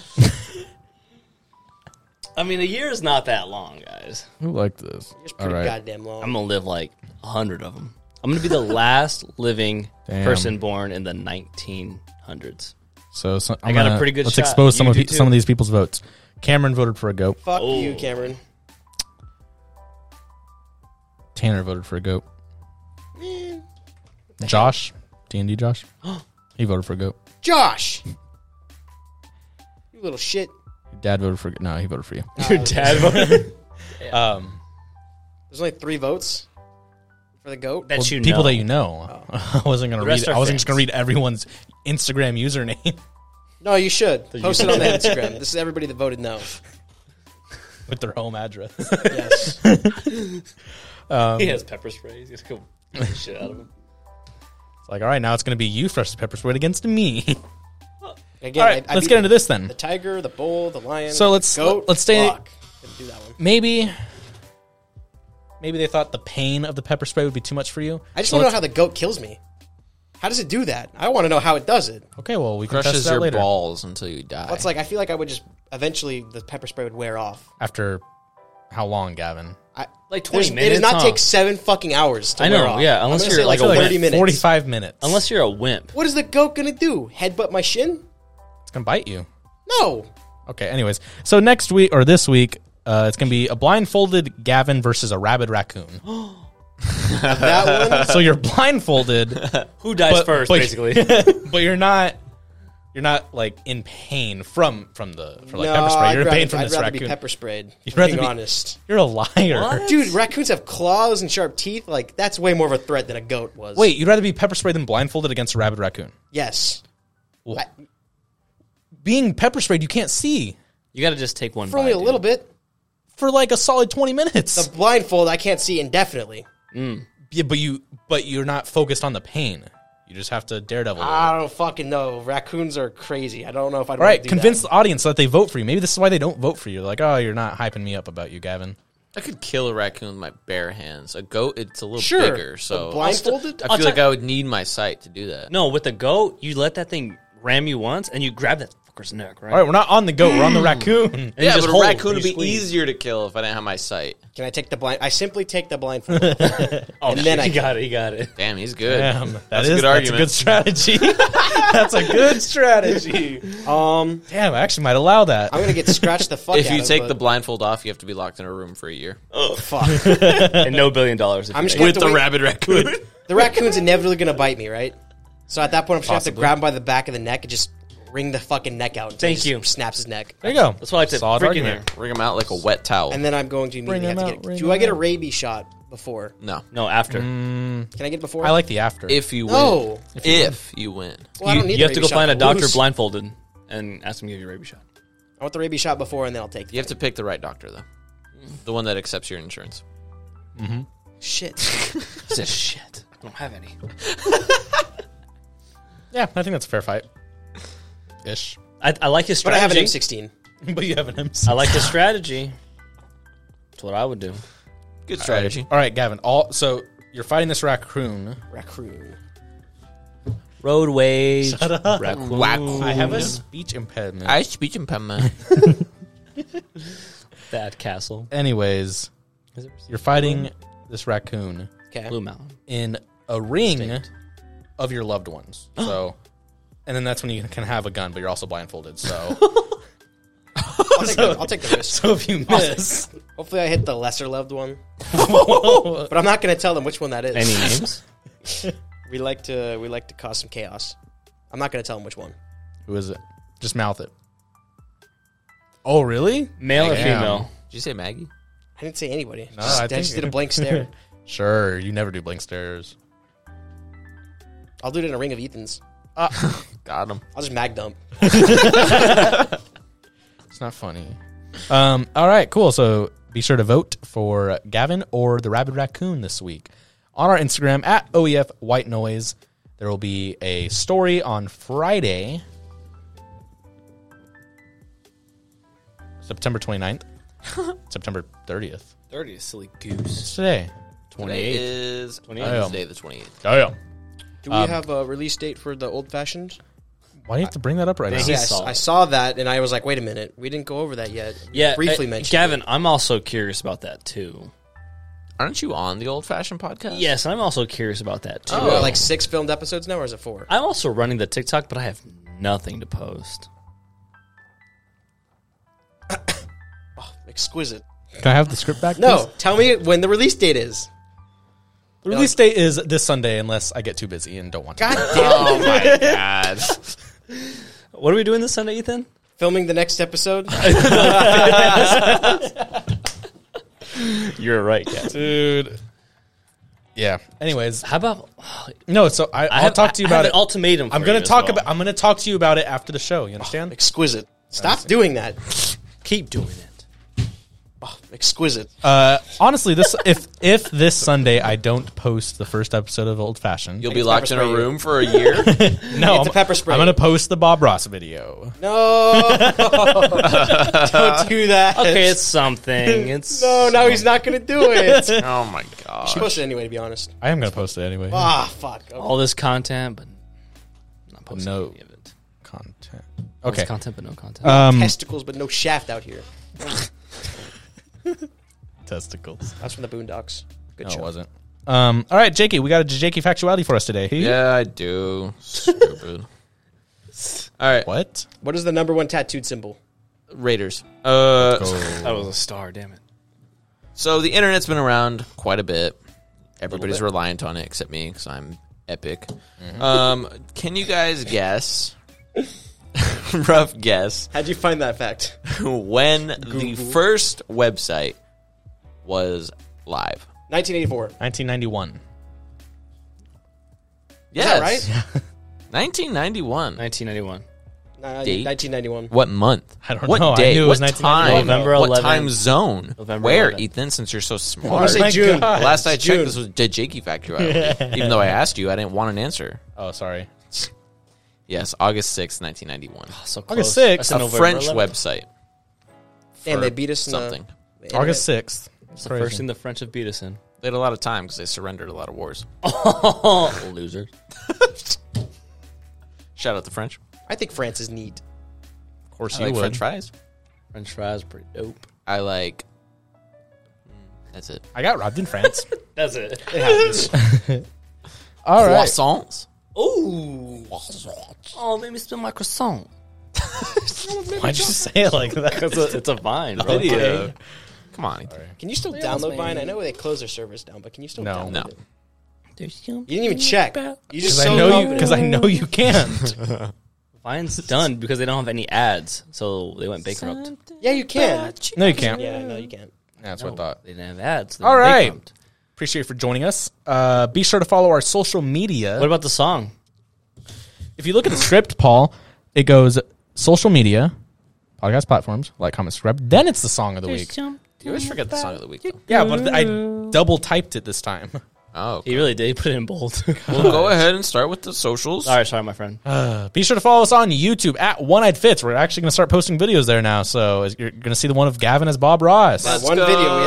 [SPEAKER 4] I mean, a year is not that long, guys.
[SPEAKER 1] Who liked this?
[SPEAKER 2] It's
[SPEAKER 1] All
[SPEAKER 2] pretty
[SPEAKER 1] right.
[SPEAKER 2] goddamn long.
[SPEAKER 4] I'm gonna live like a hundred of them. I'm gonna be the last living
[SPEAKER 1] Damn.
[SPEAKER 4] person born in the 1900s.
[SPEAKER 1] So, so I'm
[SPEAKER 4] got a
[SPEAKER 1] gonna-
[SPEAKER 4] pretty good
[SPEAKER 1] Let's
[SPEAKER 4] shot.
[SPEAKER 1] expose some
[SPEAKER 4] You
[SPEAKER 1] of
[SPEAKER 4] do
[SPEAKER 1] pe- some
[SPEAKER 4] too.
[SPEAKER 1] of these people's votes. Cameron voted for a goat.
[SPEAKER 2] Fuck you, Cameron.
[SPEAKER 1] Tanner voted for a goat. Josh, D and D
[SPEAKER 4] (gasps)
[SPEAKER 1] Josh, he voted for a goat.
[SPEAKER 2] Josh! You little shit.
[SPEAKER 1] Your dad voted for a goat. no, he voted for you.
[SPEAKER 4] Your dad voted
[SPEAKER 1] Um,
[SPEAKER 2] There's only three votes for the goat.
[SPEAKER 4] that you
[SPEAKER 1] people
[SPEAKER 4] know. Oh.
[SPEAKER 1] that you know. (laughs) I wasn't gonna
[SPEAKER 4] The
[SPEAKER 1] read.
[SPEAKER 4] rest
[SPEAKER 1] I
[SPEAKER 4] are
[SPEAKER 1] wasn't just
[SPEAKER 4] fans.
[SPEAKER 1] gonna read everyone's Instagram username. (laughs)
[SPEAKER 2] No, you should. Post it
[SPEAKER 4] you-
[SPEAKER 1] (laughs)
[SPEAKER 2] on the Instagram. This is everybody that voted no.
[SPEAKER 1] with their home
[SPEAKER 4] (laughs)
[SPEAKER 1] address. (laughs) Um,
[SPEAKER 2] Yes.
[SPEAKER 4] he has pepper sprays. He's cool. shit out of him.
[SPEAKER 1] It's like, all right, now it's going to be you, fresh pepper sprayed against me.
[SPEAKER 2] Again,
[SPEAKER 1] all right,
[SPEAKER 2] I- I
[SPEAKER 1] let's
[SPEAKER 2] beat
[SPEAKER 1] get into this
[SPEAKER 2] The
[SPEAKER 1] then.
[SPEAKER 2] tiger, the bull, the lion.
[SPEAKER 1] So let's-
[SPEAKER 2] the goat,
[SPEAKER 1] let's stay-
[SPEAKER 2] Fuck. Didn't do that one.
[SPEAKER 1] Maybe, maybe they thought the pain of the pepper spray would be too much for you.
[SPEAKER 2] I just
[SPEAKER 1] So
[SPEAKER 2] want to
[SPEAKER 1] let's-
[SPEAKER 2] know how the goat kills me. How does it do that? I want to know how it does it.
[SPEAKER 1] Okay, well, we can test
[SPEAKER 3] Crushes
[SPEAKER 1] that
[SPEAKER 3] your
[SPEAKER 1] later.
[SPEAKER 3] balls until you die.
[SPEAKER 2] It's like I feel like I would just eventually the pepper spray would wear off.
[SPEAKER 1] After how long, Gavin?
[SPEAKER 2] I,
[SPEAKER 4] Like
[SPEAKER 2] there's-
[SPEAKER 4] 20
[SPEAKER 2] It
[SPEAKER 4] minutes.
[SPEAKER 2] does not
[SPEAKER 4] huh?
[SPEAKER 2] take seven fucking hours. To
[SPEAKER 4] I know,
[SPEAKER 2] wear off.
[SPEAKER 4] yeah,
[SPEAKER 2] I'm
[SPEAKER 4] unless
[SPEAKER 2] gonna
[SPEAKER 4] you're
[SPEAKER 2] say
[SPEAKER 4] like
[SPEAKER 2] like,
[SPEAKER 4] a
[SPEAKER 2] thirty
[SPEAKER 4] wimp.
[SPEAKER 2] minutes.
[SPEAKER 1] Forty-five minutes.
[SPEAKER 4] Unless you're a wimp.
[SPEAKER 2] What is the goat gonna do? Headbutt my shin?
[SPEAKER 1] it's going to bite you.
[SPEAKER 2] No.
[SPEAKER 1] Okay. Anyways, so next week or this week, uh, it's going to be a blindfolded Gavin versus a rabid
[SPEAKER 2] (gasps)
[SPEAKER 1] raccoon.
[SPEAKER 2] That one.
[SPEAKER 1] (laughs) so you're blindfolded.
[SPEAKER 4] Who dies
[SPEAKER 1] But-
[SPEAKER 4] first,
[SPEAKER 1] but-
[SPEAKER 4] basically?
[SPEAKER 1] but you're not you're not like in pain from from the for like
[SPEAKER 2] no,
[SPEAKER 1] pepper spray.
[SPEAKER 2] I'd
[SPEAKER 1] You're in
[SPEAKER 2] rather,
[SPEAKER 1] pain from
[SPEAKER 2] I'd
[SPEAKER 1] this
[SPEAKER 2] rather
[SPEAKER 1] raccoon.
[SPEAKER 2] be pepper sprayed. You'd
[SPEAKER 1] rather
[SPEAKER 2] being
[SPEAKER 1] be-
[SPEAKER 2] honest.
[SPEAKER 1] you're a liar.
[SPEAKER 2] Dude, raccoons have claws and sharp teeth. Like that's way more of a threat than a goat was.
[SPEAKER 1] Wait, you'd rather be pepper sprayed than blindfolded against a rabid raccoon.
[SPEAKER 2] Yes. I-
[SPEAKER 1] Being pepper sprayed, you can't see
[SPEAKER 4] You got to just take one.
[SPEAKER 2] for only a little bit.
[SPEAKER 1] for like a solid twenty minutes.
[SPEAKER 2] The blindfold I can't see indefinitely.
[SPEAKER 1] yeah, but you but you're not focused on the pain. You just have to daredevil. it.
[SPEAKER 2] I don't fucking know. Raccoons are crazy. I don't know if I'd
[SPEAKER 1] All
[SPEAKER 2] wanna
[SPEAKER 1] right,
[SPEAKER 2] do
[SPEAKER 1] convince
[SPEAKER 2] that.
[SPEAKER 1] the audience that they vote for you. Maybe this is why they don't vote for you. They're like, oh, you're not hyping me up about you, Gavin.
[SPEAKER 3] I could kill a raccoon with my bare hands. A goat, it's a little
[SPEAKER 2] Sure,
[SPEAKER 3] bigger.
[SPEAKER 2] but
[SPEAKER 3] So
[SPEAKER 2] blindfolded?
[SPEAKER 3] I
[SPEAKER 4] I'll
[SPEAKER 3] feel like
[SPEAKER 4] tell-
[SPEAKER 3] I would need my sight to do that.
[SPEAKER 4] No, with a goat, you let that thing ram you once, and you grab that fucker's neck, right?
[SPEAKER 1] All right, we're not on the goat. We're on the raccoon.
[SPEAKER 4] And you
[SPEAKER 3] yeah,
[SPEAKER 4] just
[SPEAKER 3] but a
[SPEAKER 4] hold,
[SPEAKER 3] raccoon
[SPEAKER 4] you
[SPEAKER 3] would be
[SPEAKER 4] squeeze.
[SPEAKER 3] easier to kill if I didn't have my sight.
[SPEAKER 2] Can I take the blind? I simply take the (laughs) blindfold, Oh, and (laughs) then I
[SPEAKER 4] He got it. He got it.
[SPEAKER 3] Damn, he's
[SPEAKER 1] (laughs)
[SPEAKER 3] good.
[SPEAKER 1] Damn, that's
[SPEAKER 3] That's a
[SPEAKER 1] that's
[SPEAKER 3] good
[SPEAKER 1] a
[SPEAKER 3] argument.
[SPEAKER 1] good (laughs) strategy. that's a good strategy.
[SPEAKER 2] um.
[SPEAKER 1] Damn, I actually might allow that.
[SPEAKER 2] I'm gonna get scratched the fuck.
[SPEAKER 3] if you
[SPEAKER 2] out
[SPEAKER 3] take
[SPEAKER 2] of,
[SPEAKER 3] the
[SPEAKER 2] but
[SPEAKER 3] blindfold off, you have to be locked in a room for a year
[SPEAKER 2] fuck,
[SPEAKER 4] (laughs) And no billion dollars. If
[SPEAKER 2] I'm
[SPEAKER 4] you
[SPEAKER 2] just
[SPEAKER 4] make
[SPEAKER 2] gonna
[SPEAKER 4] it.
[SPEAKER 2] have to wait.
[SPEAKER 3] rabid raccoon.
[SPEAKER 2] (laughs) The raccoon's inevitably gonna bite me, right? So at that point, I'm just gonna have to grab him by the back of the neck and just wring the fucking neck out. Until he
[SPEAKER 4] Thank
[SPEAKER 2] just
[SPEAKER 4] you.
[SPEAKER 2] Snaps his neck,
[SPEAKER 1] there you go.
[SPEAKER 4] That's why I said
[SPEAKER 1] Solid
[SPEAKER 4] freaking
[SPEAKER 1] argument.
[SPEAKER 4] here.
[SPEAKER 3] Bring him out like a wet towel.
[SPEAKER 2] and then I'm going to immediately
[SPEAKER 1] him
[SPEAKER 2] have to
[SPEAKER 1] out,
[SPEAKER 2] get.
[SPEAKER 1] bring
[SPEAKER 2] do
[SPEAKER 1] him
[SPEAKER 2] I get a
[SPEAKER 1] out.
[SPEAKER 2] rabies shot before?
[SPEAKER 3] no,
[SPEAKER 4] No, after
[SPEAKER 2] Can I get it before?
[SPEAKER 1] I like the after.
[SPEAKER 3] if you win.
[SPEAKER 2] No.
[SPEAKER 3] if you win.
[SPEAKER 2] Well, I
[SPEAKER 4] you,
[SPEAKER 2] don't need
[SPEAKER 4] you
[SPEAKER 2] the
[SPEAKER 4] have
[SPEAKER 2] rabies
[SPEAKER 4] to go
[SPEAKER 2] shot.
[SPEAKER 4] find a
[SPEAKER 2] I'll
[SPEAKER 4] doctor
[SPEAKER 2] lose.
[SPEAKER 4] blindfolded and ask him to give you a rabies shot.
[SPEAKER 2] I want the rabies shot before, and then I'll take. The
[SPEAKER 3] You have to pick the right doctor though, the one that accepts your insurance.
[SPEAKER 2] shit.
[SPEAKER 3] This is shit.
[SPEAKER 4] I don't have any.
[SPEAKER 1] yeah, I think that's a fair (laughs) fight. Ish. (laughs)
[SPEAKER 4] I, I like his
[SPEAKER 2] but I have an
[SPEAKER 4] strategy.
[SPEAKER 2] M16.
[SPEAKER 1] but you have an MC.
[SPEAKER 4] I like his strategy. That's what I would do.
[SPEAKER 3] Good strategy.
[SPEAKER 1] All right, Gavin. All so you're fighting this raccoon. (laughs)
[SPEAKER 2] Raccoon.
[SPEAKER 4] Road rage. Raccoon.
[SPEAKER 1] I have a speech impediment.
[SPEAKER 3] I speech (laughs) impediment.
[SPEAKER 4] That castle.
[SPEAKER 1] Anyways,
[SPEAKER 4] Is it
[SPEAKER 1] you're fighting this raccoon
[SPEAKER 2] Okay.
[SPEAKER 1] (laughs)
[SPEAKER 4] Blue Mountain?
[SPEAKER 1] in a ring of your loved (gasps) ones. So, and then that's when you can have a gun, but you're also blindfolded. (laughs) So,
[SPEAKER 2] I'll take the, I'll take the
[SPEAKER 4] (laughs)
[SPEAKER 2] risk.
[SPEAKER 1] so if you miss,
[SPEAKER 2] Hopefully, I hit the lesser loved one. but I'm not going to tell them which one that is.
[SPEAKER 4] Any names?
[SPEAKER 2] We like to we like to cause some chaos. I'm not going to tell them which one.
[SPEAKER 1] who is it? Just mouth it. Oh, really?
[SPEAKER 4] Male or
[SPEAKER 1] Damn.
[SPEAKER 4] female?
[SPEAKER 3] Did you say Maggie?
[SPEAKER 2] I didn't say anybody.
[SPEAKER 1] No,
[SPEAKER 2] just,
[SPEAKER 1] I
[SPEAKER 2] I,
[SPEAKER 1] think-
[SPEAKER 2] just did a
[SPEAKER 4] (laughs)
[SPEAKER 2] blank stare.
[SPEAKER 1] Sure, you never do blink stares.
[SPEAKER 2] I'll do it in a ring of Ethan's.
[SPEAKER 3] Got him.
[SPEAKER 2] I'll just mag dump.
[SPEAKER 1] It's not funny. Um, all right, cool. So be sure to vote for Gavin or the Rabid Raccoon this week on our Instagram at OEF White Noise. There will be a story on Friday, September (laughs) 29th, September 30th.
[SPEAKER 4] 30, silly goose.
[SPEAKER 1] It's today.
[SPEAKER 3] Today
[SPEAKER 1] 28th.
[SPEAKER 3] is
[SPEAKER 1] Oh.
[SPEAKER 3] Wednesday the twenty eighth.
[SPEAKER 1] Oh, yeah.
[SPEAKER 2] Do we
[SPEAKER 4] Um,
[SPEAKER 2] have a release date for the old fashioned?
[SPEAKER 1] Why do you have to bring that up right now?
[SPEAKER 4] He's
[SPEAKER 2] Yes,
[SPEAKER 4] solid.
[SPEAKER 2] I saw that and I was like, wait a minute, we didn't go over that yet. We
[SPEAKER 4] Yeah.
[SPEAKER 2] briefly
[SPEAKER 4] uh,
[SPEAKER 2] mentioned.
[SPEAKER 4] Gavin, I'm also curious about that too.
[SPEAKER 3] Aren't you on the old fashioned podcast?
[SPEAKER 4] Yes, I'm also curious about that too.
[SPEAKER 2] it. We're at, like six filmed episodes now, or is it four?
[SPEAKER 4] I'm also running the TikTok, but I have nothing to post.
[SPEAKER 2] Exquisite.
[SPEAKER 1] Can I have the script back?
[SPEAKER 2] No, tell me when the release date is.
[SPEAKER 1] The release date is this Sunday, unless I get too busy and don't want to.
[SPEAKER 2] God damn!
[SPEAKER 3] Oh my god.
[SPEAKER 4] What are we doing this Sunday, Ethan?
[SPEAKER 2] Filming the next episode.
[SPEAKER 4] You're right, Gavin.
[SPEAKER 1] (laughs) Dude. Yeah. Anyways,
[SPEAKER 4] How about
[SPEAKER 1] no. So I,
[SPEAKER 4] I
[SPEAKER 1] I'll
[SPEAKER 4] have,
[SPEAKER 1] talk to you
[SPEAKER 4] I have
[SPEAKER 1] about
[SPEAKER 4] an
[SPEAKER 1] it.
[SPEAKER 4] ultimatum.
[SPEAKER 1] I'm
[SPEAKER 4] for
[SPEAKER 1] gonna
[SPEAKER 4] you as
[SPEAKER 1] talk
[SPEAKER 4] well. Oh
[SPEAKER 1] about. I'm gonna talk to you about it after the show. You understand?
[SPEAKER 2] Exquisite. Stop doing that.
[SPEAKER 1] (laughs)
[SPEAKER 4] Keep doing it.
[SPEAKER 2] oh, exquisite.
[SPEAKER 1] Uh, honestly, this if if this Sunday I don't post the first episode of Old Fashioned,
[SPEAKER 3] You'll be locked in a room for a year.
[SPEAKER 1] no,
[SPEAKER 2] It's a
[SPEAKER 1] I'm-
[SPEAKER 2] pepper spray.
[SPEAKER 1] I'm gonna post the Bob Ross video.
[SPEAKER 2] (laughs) No, (laughs) don't do that.
[SPEAKER 4] Okay,
[SPEAKER 1] (laughs)
[SPEAKER 4] it's something. It's
[SPEAKER 2] no, now he's not gonna do it.
[SPEAKER 3] oh my god!
[SPEAKER 2] Post it anyway, to be honest.
[SPEAKER 1] I am gonna post it anyway.
[SPEAKER 2] Ah, fuck. Okay.
[SPEAKER 4] all this content, but not posting
[SPEAKER 1] no.
[SPEAKER 4] any of it.
[SPEAKER 1] Content.
[SPEAKER 4] All this
[SPEAKER 1] Okay.
[SPEAKER 4] content, but no content.
[SPEAKER 1] Um,
[SPEAKER 2] Testicles, but no shaft out here.
[SPEAKER 1] testicles.
[SPEAKER 2] That's from the Boondocks. Good
[SPEAKER 1] No, it
[SPEAKER 2] show.
[SPEAKER 1] wasn't. Um, all right, Jakey, we got a Jakey factuality for us today.
[SPEAKER 3] Yeah, I do. Stupid. All right,
[SPEAKER 1] What?
[SPEAKER 2] What is the number one tattooed symbol?
[SPEAKER 3] Raiders. Uh,
[SPEAKER 4] that was a star. Damn it.
[SPEAKER 3] so the internet's been around quite a bit. Everybody's reliant on it except me because I'm epic. Um, can you guys guess? (laughs) rough guess
[SPEAKER 2] How'd you find that fact?
[SPEAKER 3] when the first website was live.
[SPEAKER 2] 1984.
[SPEAKER 1] 1991.
[SPEAKER 3] Yes,
[SPEAKER 2] Is that right?
[SPEAKER 3] (laughs) 1991.
[SPEAKER 4] 1991.
[SPEAKER 2] Nah,
[SPEAKER 3] Date?
[SPEAKER 2] 1991.
[SPEAKER 3] What month?
[SPEAKER 1] I don't
[SPEAKER 3] what
[SPEAKER 1] know. I
[SPEAKER 3] Day?
[SPEAKER 1] knew it was
[SPEAKER 3] what
[SPEAKER 1] 1991.
[SPEAKER 3] time?
[SPEAKER 4] November
[SPEAKER 3] what
[SPEAKER 4] 11th.
[SPEAKER 3] time zone?
[SPEAKER 4] November
[SPEAKER 3] Where,
[SPEAKER 4] 11th.
[SPEAKER 3] Ethan? Since you're so smart.
[SPEAKER 2] I want to say June.
[SPEAKER 1] Oh God.
[SPEAKER 3] Last I
[SPEAKER 2] It's
[SPEAKER 3] checked,
[SPEAKER 2] June.
[SPEAKER 3] this was a Jakey
[SPEAKER 1] (laughs)
[SPEAKER 3] factuality. Even though I asked you, I didn't want an answer.
[SPEAKER 1] Oh, sorry.
[SPEAKER 3] Yes, August sixth, nineteen 1991.
[SPEAKER 4] So
[SPEAKER 1] August
[SPEAKER 4] close.
[SPEAKER 1] 6th.
[SPEAKER 4] That's
[SPEAKER 1] A
[SPEAKER 3] A
[SPEAKER 4] in November
[SPEAKER 3] French
[SPEAKER 4] 11th.
[SPEAKER 3] website.
[SPEAKER 2] Damn,
[SPEAKER 3] for
[SPEAKER 2] they beat us in the-
[SPEAKER 3] something.
[SPEAKER 2] The internet.
[SPEAKER 1] August 6th.
[SPEAKER 4] It's the first thing the French have beat us in.
[SPEAKER 3] They had a lot of time because they surrendered a lot of wars.
[SPEAKER 4] (laughs) Oh, loser.
[SPEAKER 3] Shout out the French.
[SPEAKER 2] I think France is neat.
[SPEAKER 1] Of course
[SPEAKER 3] I
[SPEAKER 1] you
[SPEAKER 3] like
[SPEAKER 1] would.
[SPEAKER 3] French fries.
[SPEAKER 4] French fries, pretty dope.
[SPEAKER 3] I like. That's it.
[SPEAKER 1] I got robbed in France.
[SPEAKER 4] (laughs) That's it.
[SPEAKER 1] All right.
[SPEAKER 3] Croissants.
[SPEAKER 4] Ooh. Oh, let me spill my croissant.
[SPEAKER 1] Why'd you say it like that?
[SPEAKER 4] It's a, it's a vine, bro.
[SPEAKER 3] Video. Come on. Ethan.
[SPEAKER 2] Can you still download Vine? I know they closed their servers down, but can you still
[SPEAKER 1] No.
[SPEAKER 2] download
[SPEAKER 3] No.
[SPEAKER 2] it? You didn't even check. You
[SPEAKER 1] Because
[SPEAKER 2] just so
[SPEAKER 1] I know you.
[SPEAKER 2] confident.
[SPEAKER 1] Because I know you can't.
[SPEAKER 4] Vine's done because they don't have any ads, so they went bankrupt.
[SPEAKER 2] Yeah, you can.
[SPEAKER 1] (laughs) No, you can't.
[SPEAKER 2] Yeah, no, you can't.
[SPEAKER 1] That's what I thought.
[SPEAKER 4] They didn't have ads. They
[SPEAKER 1] All
[SPEAKER 4] went
[SPEAKER 1] right.
[SPEAKER 4] bankrupt.
[SPEAKER 1] Appreciate you for joining us. Uh, be sure to follow our social media.
[SPEAKER 4] What about the song?
[SPEAKER 1] If you look at the script, Paul, it goes social media, podcast platforms, like, comment, subscribe. Then it's the song of the week.
[SPEAKER 3] You always forget the song of the week. Though.
[SPEAKER 1] Yeah, but I double typed it this time.
[SPEAKER 3] Oh, okay.
[SPEAKER 4] He really did. He put it in bold. (laughs)
[SPEAKER 3] Well, go ahead and start with the socials.
[SPEAKER 4] All right, sorry, my friend.
[SPEAKER 1] Uh, Be sure to follow us on YouTube at One Eyed Fits. We're actually going to start posting videos there now. So you're going to see the one of Gavin as Bob Ross.
[SPEAKER 2] That one video we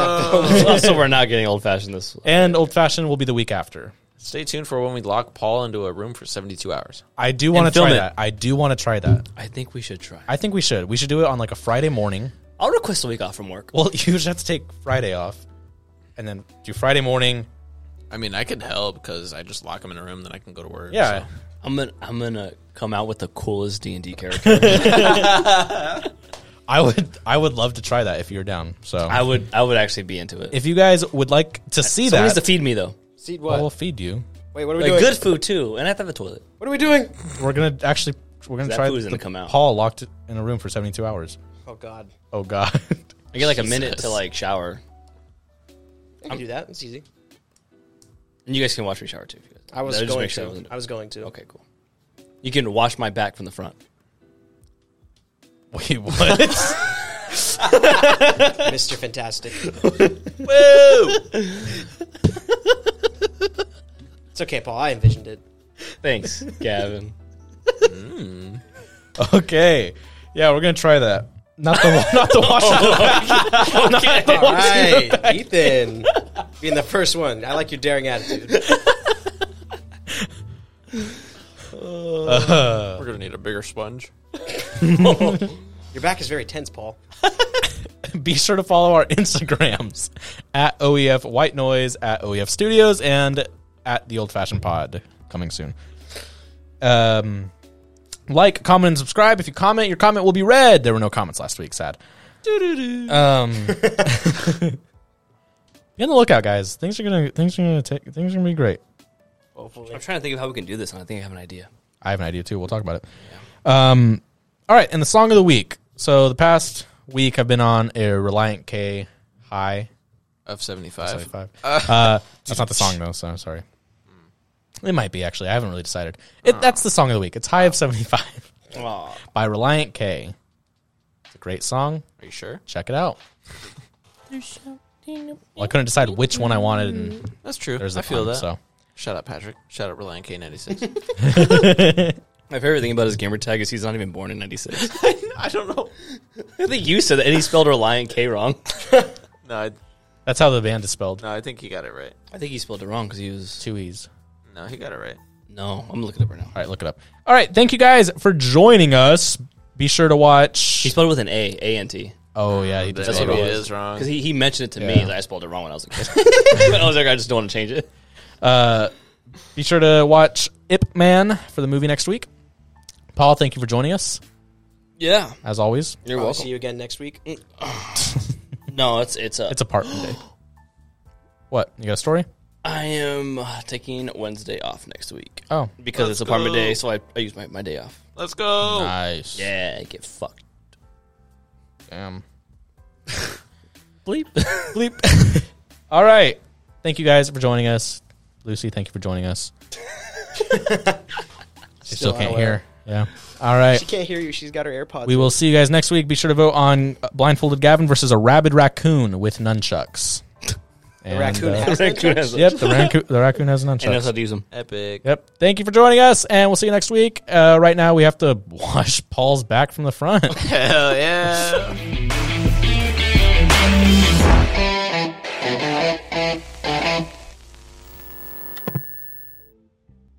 [SPEAKER 2] have. (laughs) to-
[SPEAKER 4] so we're not getting old fashioned this.
[SPEAKER 1] and Old Fashioned will be the week after.
[SPEAKER 3] Stay tuned for when we lock Paul into a room for 72 hours.
[SPEAKER 1] I do want to
[SPEAKER 4] And film
[SPEAKER 1] try
[SPEAKER 4] it.
[SPEAKER 1] that. I do want to try that.
[SPEAKER 4] I think we should try.
[SPEAKER 1] I think we should. We should do it on like a Friday morning.
[SPEAKER 4] I'll request a week off from work.
[SPEAKER 1] Well, (laughs) you just have to take Friday off and then do Friday morning.
[SPEAKER 3] I mean, I could help because I just lock him in a room, then I can go to work.
[SPEAKER 1] Yeah.
[SPEAKER 3] so.
[SPEAKER 4] I'm gonna I'm gonna come out with the coolest D and D character.
[SPEAKER 1] I would I would love to try that if you're down. So
[SPEAKER 4] I would I would actually be into it.
[SPEAKER 1] if you guys would like to see
[SPEAKER 4] Someone
[SPEAKER 1] that,
[SPEAKER 4] needs to feed me though.
[SPEAKER 2] See what?
[SPEAKER 1] we'll feed you.
[SPEAKER 2] Wait, what are we
[SPEAKER 4] Like
[SPEAKER 2] doing?
[SPEAKER 4] good food too, and I have to have a toilet.
[SPEAKER 2] What are we doing?
[SPEAKER 1] We're gonna actually we're gonna
[SPEAKER 4] That
[SPEAKER 1] try
[SPEAKER 4] food's
[SPEAKER 1] the
[SPEAKER 4] gonna come out.
[SPEAKER 1] Paul locked in a room for 72 hours.
[SPEAKER 2] Oh God,
[SPEAKER 1] Oh God. (laughs)
[SPEAKER 4] I get like a minute to like shower,
[SPEAKER 2] I can do that. It's easy.
[SPEAKER 4] and you guys can watch me shower too. If you guys.
[SPEAKER 2] I was
[SPEAKER 4] Just
[SPEAKER 2] going
[SPEAKER 4] make sure I
[SPEAKER 2] to.
[SPEAKER 4] wasn't-
[SPEAKER 2] I was going to.
[SPEAKER 4] Okay,
[SPEAKER 2] (laughs)
[SPEAKER 4] cool. You can wash my back from the front.
[SPEAKER 1] (laughs) Wait, what?
[SPEAKER 2] Mr. Fantastic. (laughs) It's okay, Paul. I envisioned (laughs) it.
[SPEAKER 4] (laughs) Thanks, Gavin.
[SPEAKER 1] okay. Yeah, we're gonna try that. Not the (laughs) not
[SPEAKER 4] (laughs)
[SPEAKER 1] the wash.
[SPEAKER 2] All right, (laughs) Ethan, being the first one. I like your daring attitude.
[SPEAKER 3] We're going to need a bigger sponge.
[SPEAKER 2] Your back is very tense, Paul.
[SPEAKER 1] Be sure to follow our (laughs) Instagrams at OEF White Noise, at OEF Studios, and at the Old Fashioned Pod coming soon. Um, like, comment, and subscribe. If you comment, your comment will be read. There were no comments last week. Sad. Um, (laughs) be on the lookout, guys. Things are gonna things are gonna take things are gonna be great.
[SPEAKER 4] I'm trying to think of how we can do this, and I think I have an idea.
[SPEAKER 1] I have an idea too. We'll talk about it. Um, all right, and the song of the week. So the past week, I've been on a Reliant K high.
[SPEAKER 3] Of 75. (laughs)
[SPEAKER 1] Uh, that's not the song though, so I'm sorry. It might be actually. I haven't really decided. It, That's the song of the week. It's High of 75 by Reliant K. It's a great song.
[SPEAKER 3] Are you sure?
[SPEAKER 1] Check it out. Well, I couldn't decide which one I wanted, and
[SPEAKER 3] That's true.
[SPEAKER 1] there's the
[SPEAKER 3] I feel
[SPEAKER 1] pun,
[SPEAKER 3] that.
[SPEAKER 1] So
[SPEAKER 3] Shout out Patrick. Shout out Reliant K96.
[SPEAKER 4] My favorite thing about his gamer tag is he's not even born in (laughs) 96.
[SPEAKER 3] (laughs) I don't know.
[SPEAKER 4] I think you said that, and he spelled Reliant K wrong.
[SPEAKER 3] No, I,
[SPEAKER 1] that's how the band is spelled.
[SPEAKER 3] no, I think he got it right.
[SPEAKER 4] I think he spelled it wrong because he was.
[SPEAKER 1] Two E's.
[SPEAKER 3] No, he got it right.
[SPEAKER 4] No, I'm looking up right now.
[SPEAKER 1] All right, look it up. All right, thank you guys for joining us. Be sure to watch.
[SPEAKER 4] He spelled it with an A, A N T.
[SPEAKER 1] oh yeah, he
[SPEAKER 3] That's
[SPEAKER 1] does.
[SPEAKER 4] what
[SPEAKER 3] maybe
[SPEAKER 4] it
[SPEAKER 3] it
[SPEAKER 4] was.
[SPEAKER 3] is wrong.
[SPEAKER 4] Because he, he mentioned it to me
[SPEAKER 1] Yeah.
[SPEAKER 4] that I spelled it wrong when I was a kid. (laughs) but I was like, I just don't want to change it.
[SPEAKER 1] Be sure to watch Ip Man for the movie next week. Paul, thank you for joining us
[SPEAKER 4] Yeah.
[SPEAKER 1] as always.
[SPEAKER 4] You're
[SPEAKER 2] I'll
[SPEAKER 4] welcome.
[SPEAKER 2] see you again next week. Mm.
[SPEAKER 4] No, it's it's uh, a.
[SPEAKER 1] It's a part one day. What you got a story?
[SPEAKER 4] I am uh, taking Wednesday off next week
[SPEAKER 1] Oh,
[SPEAKER 4] because it's
[SPEAKER 3] Let's
[SPEAKER 4] apartment
[SPEAKER 3] go.
[SPEAKER 4] day, so I, I use my, my day off.
[SPEAKER 3] Let's go.
[SPEAKER 1] nice.
[SPEAKER 4] Yeah, get fucked.
[SPEAKER 1] Damn.
[SPEAKER 4] Bleep.
[SPEAKER 1] (laughs) Bleep. (laughs) All right. Thank you guys for joining us. Lucy, thank you for joining us. she still,
[SPEAKER 2] Still
[SPEAKER 1] can't
[SPEAKER 2] unaware.
[SPEAKER 1] hear. Yeah. All right.
[SPEAKER 2] She can't hear you. She's got her AirPods.
[SPEAKER 1] We will see you guys next week. Be sure to vote on uh, Blindfolded Gavin versus a rabid raccoon with nunchucks. And, uh,
[SPEAKER 2] raccoon
[SPEAKER 4] (laughs)
[SPEAKER 2] has-
[SPEAKER 4] Raccoon has a-
[SPEAKER 1] yep, the raccoon, the raccoon has
[SPEAKER 4] And knows how
[SPEAKER 1] nunchucks.
[SPEAKER 4] to use them.
[SPEAKER 3] Epic.
[SPEAKER 1] Yep. Thank you for joining us, and we'll see you (laughs) next week. Uh, right now, we have to wash Paul's back from the front.
[SPEAKER 3] Hell yeah.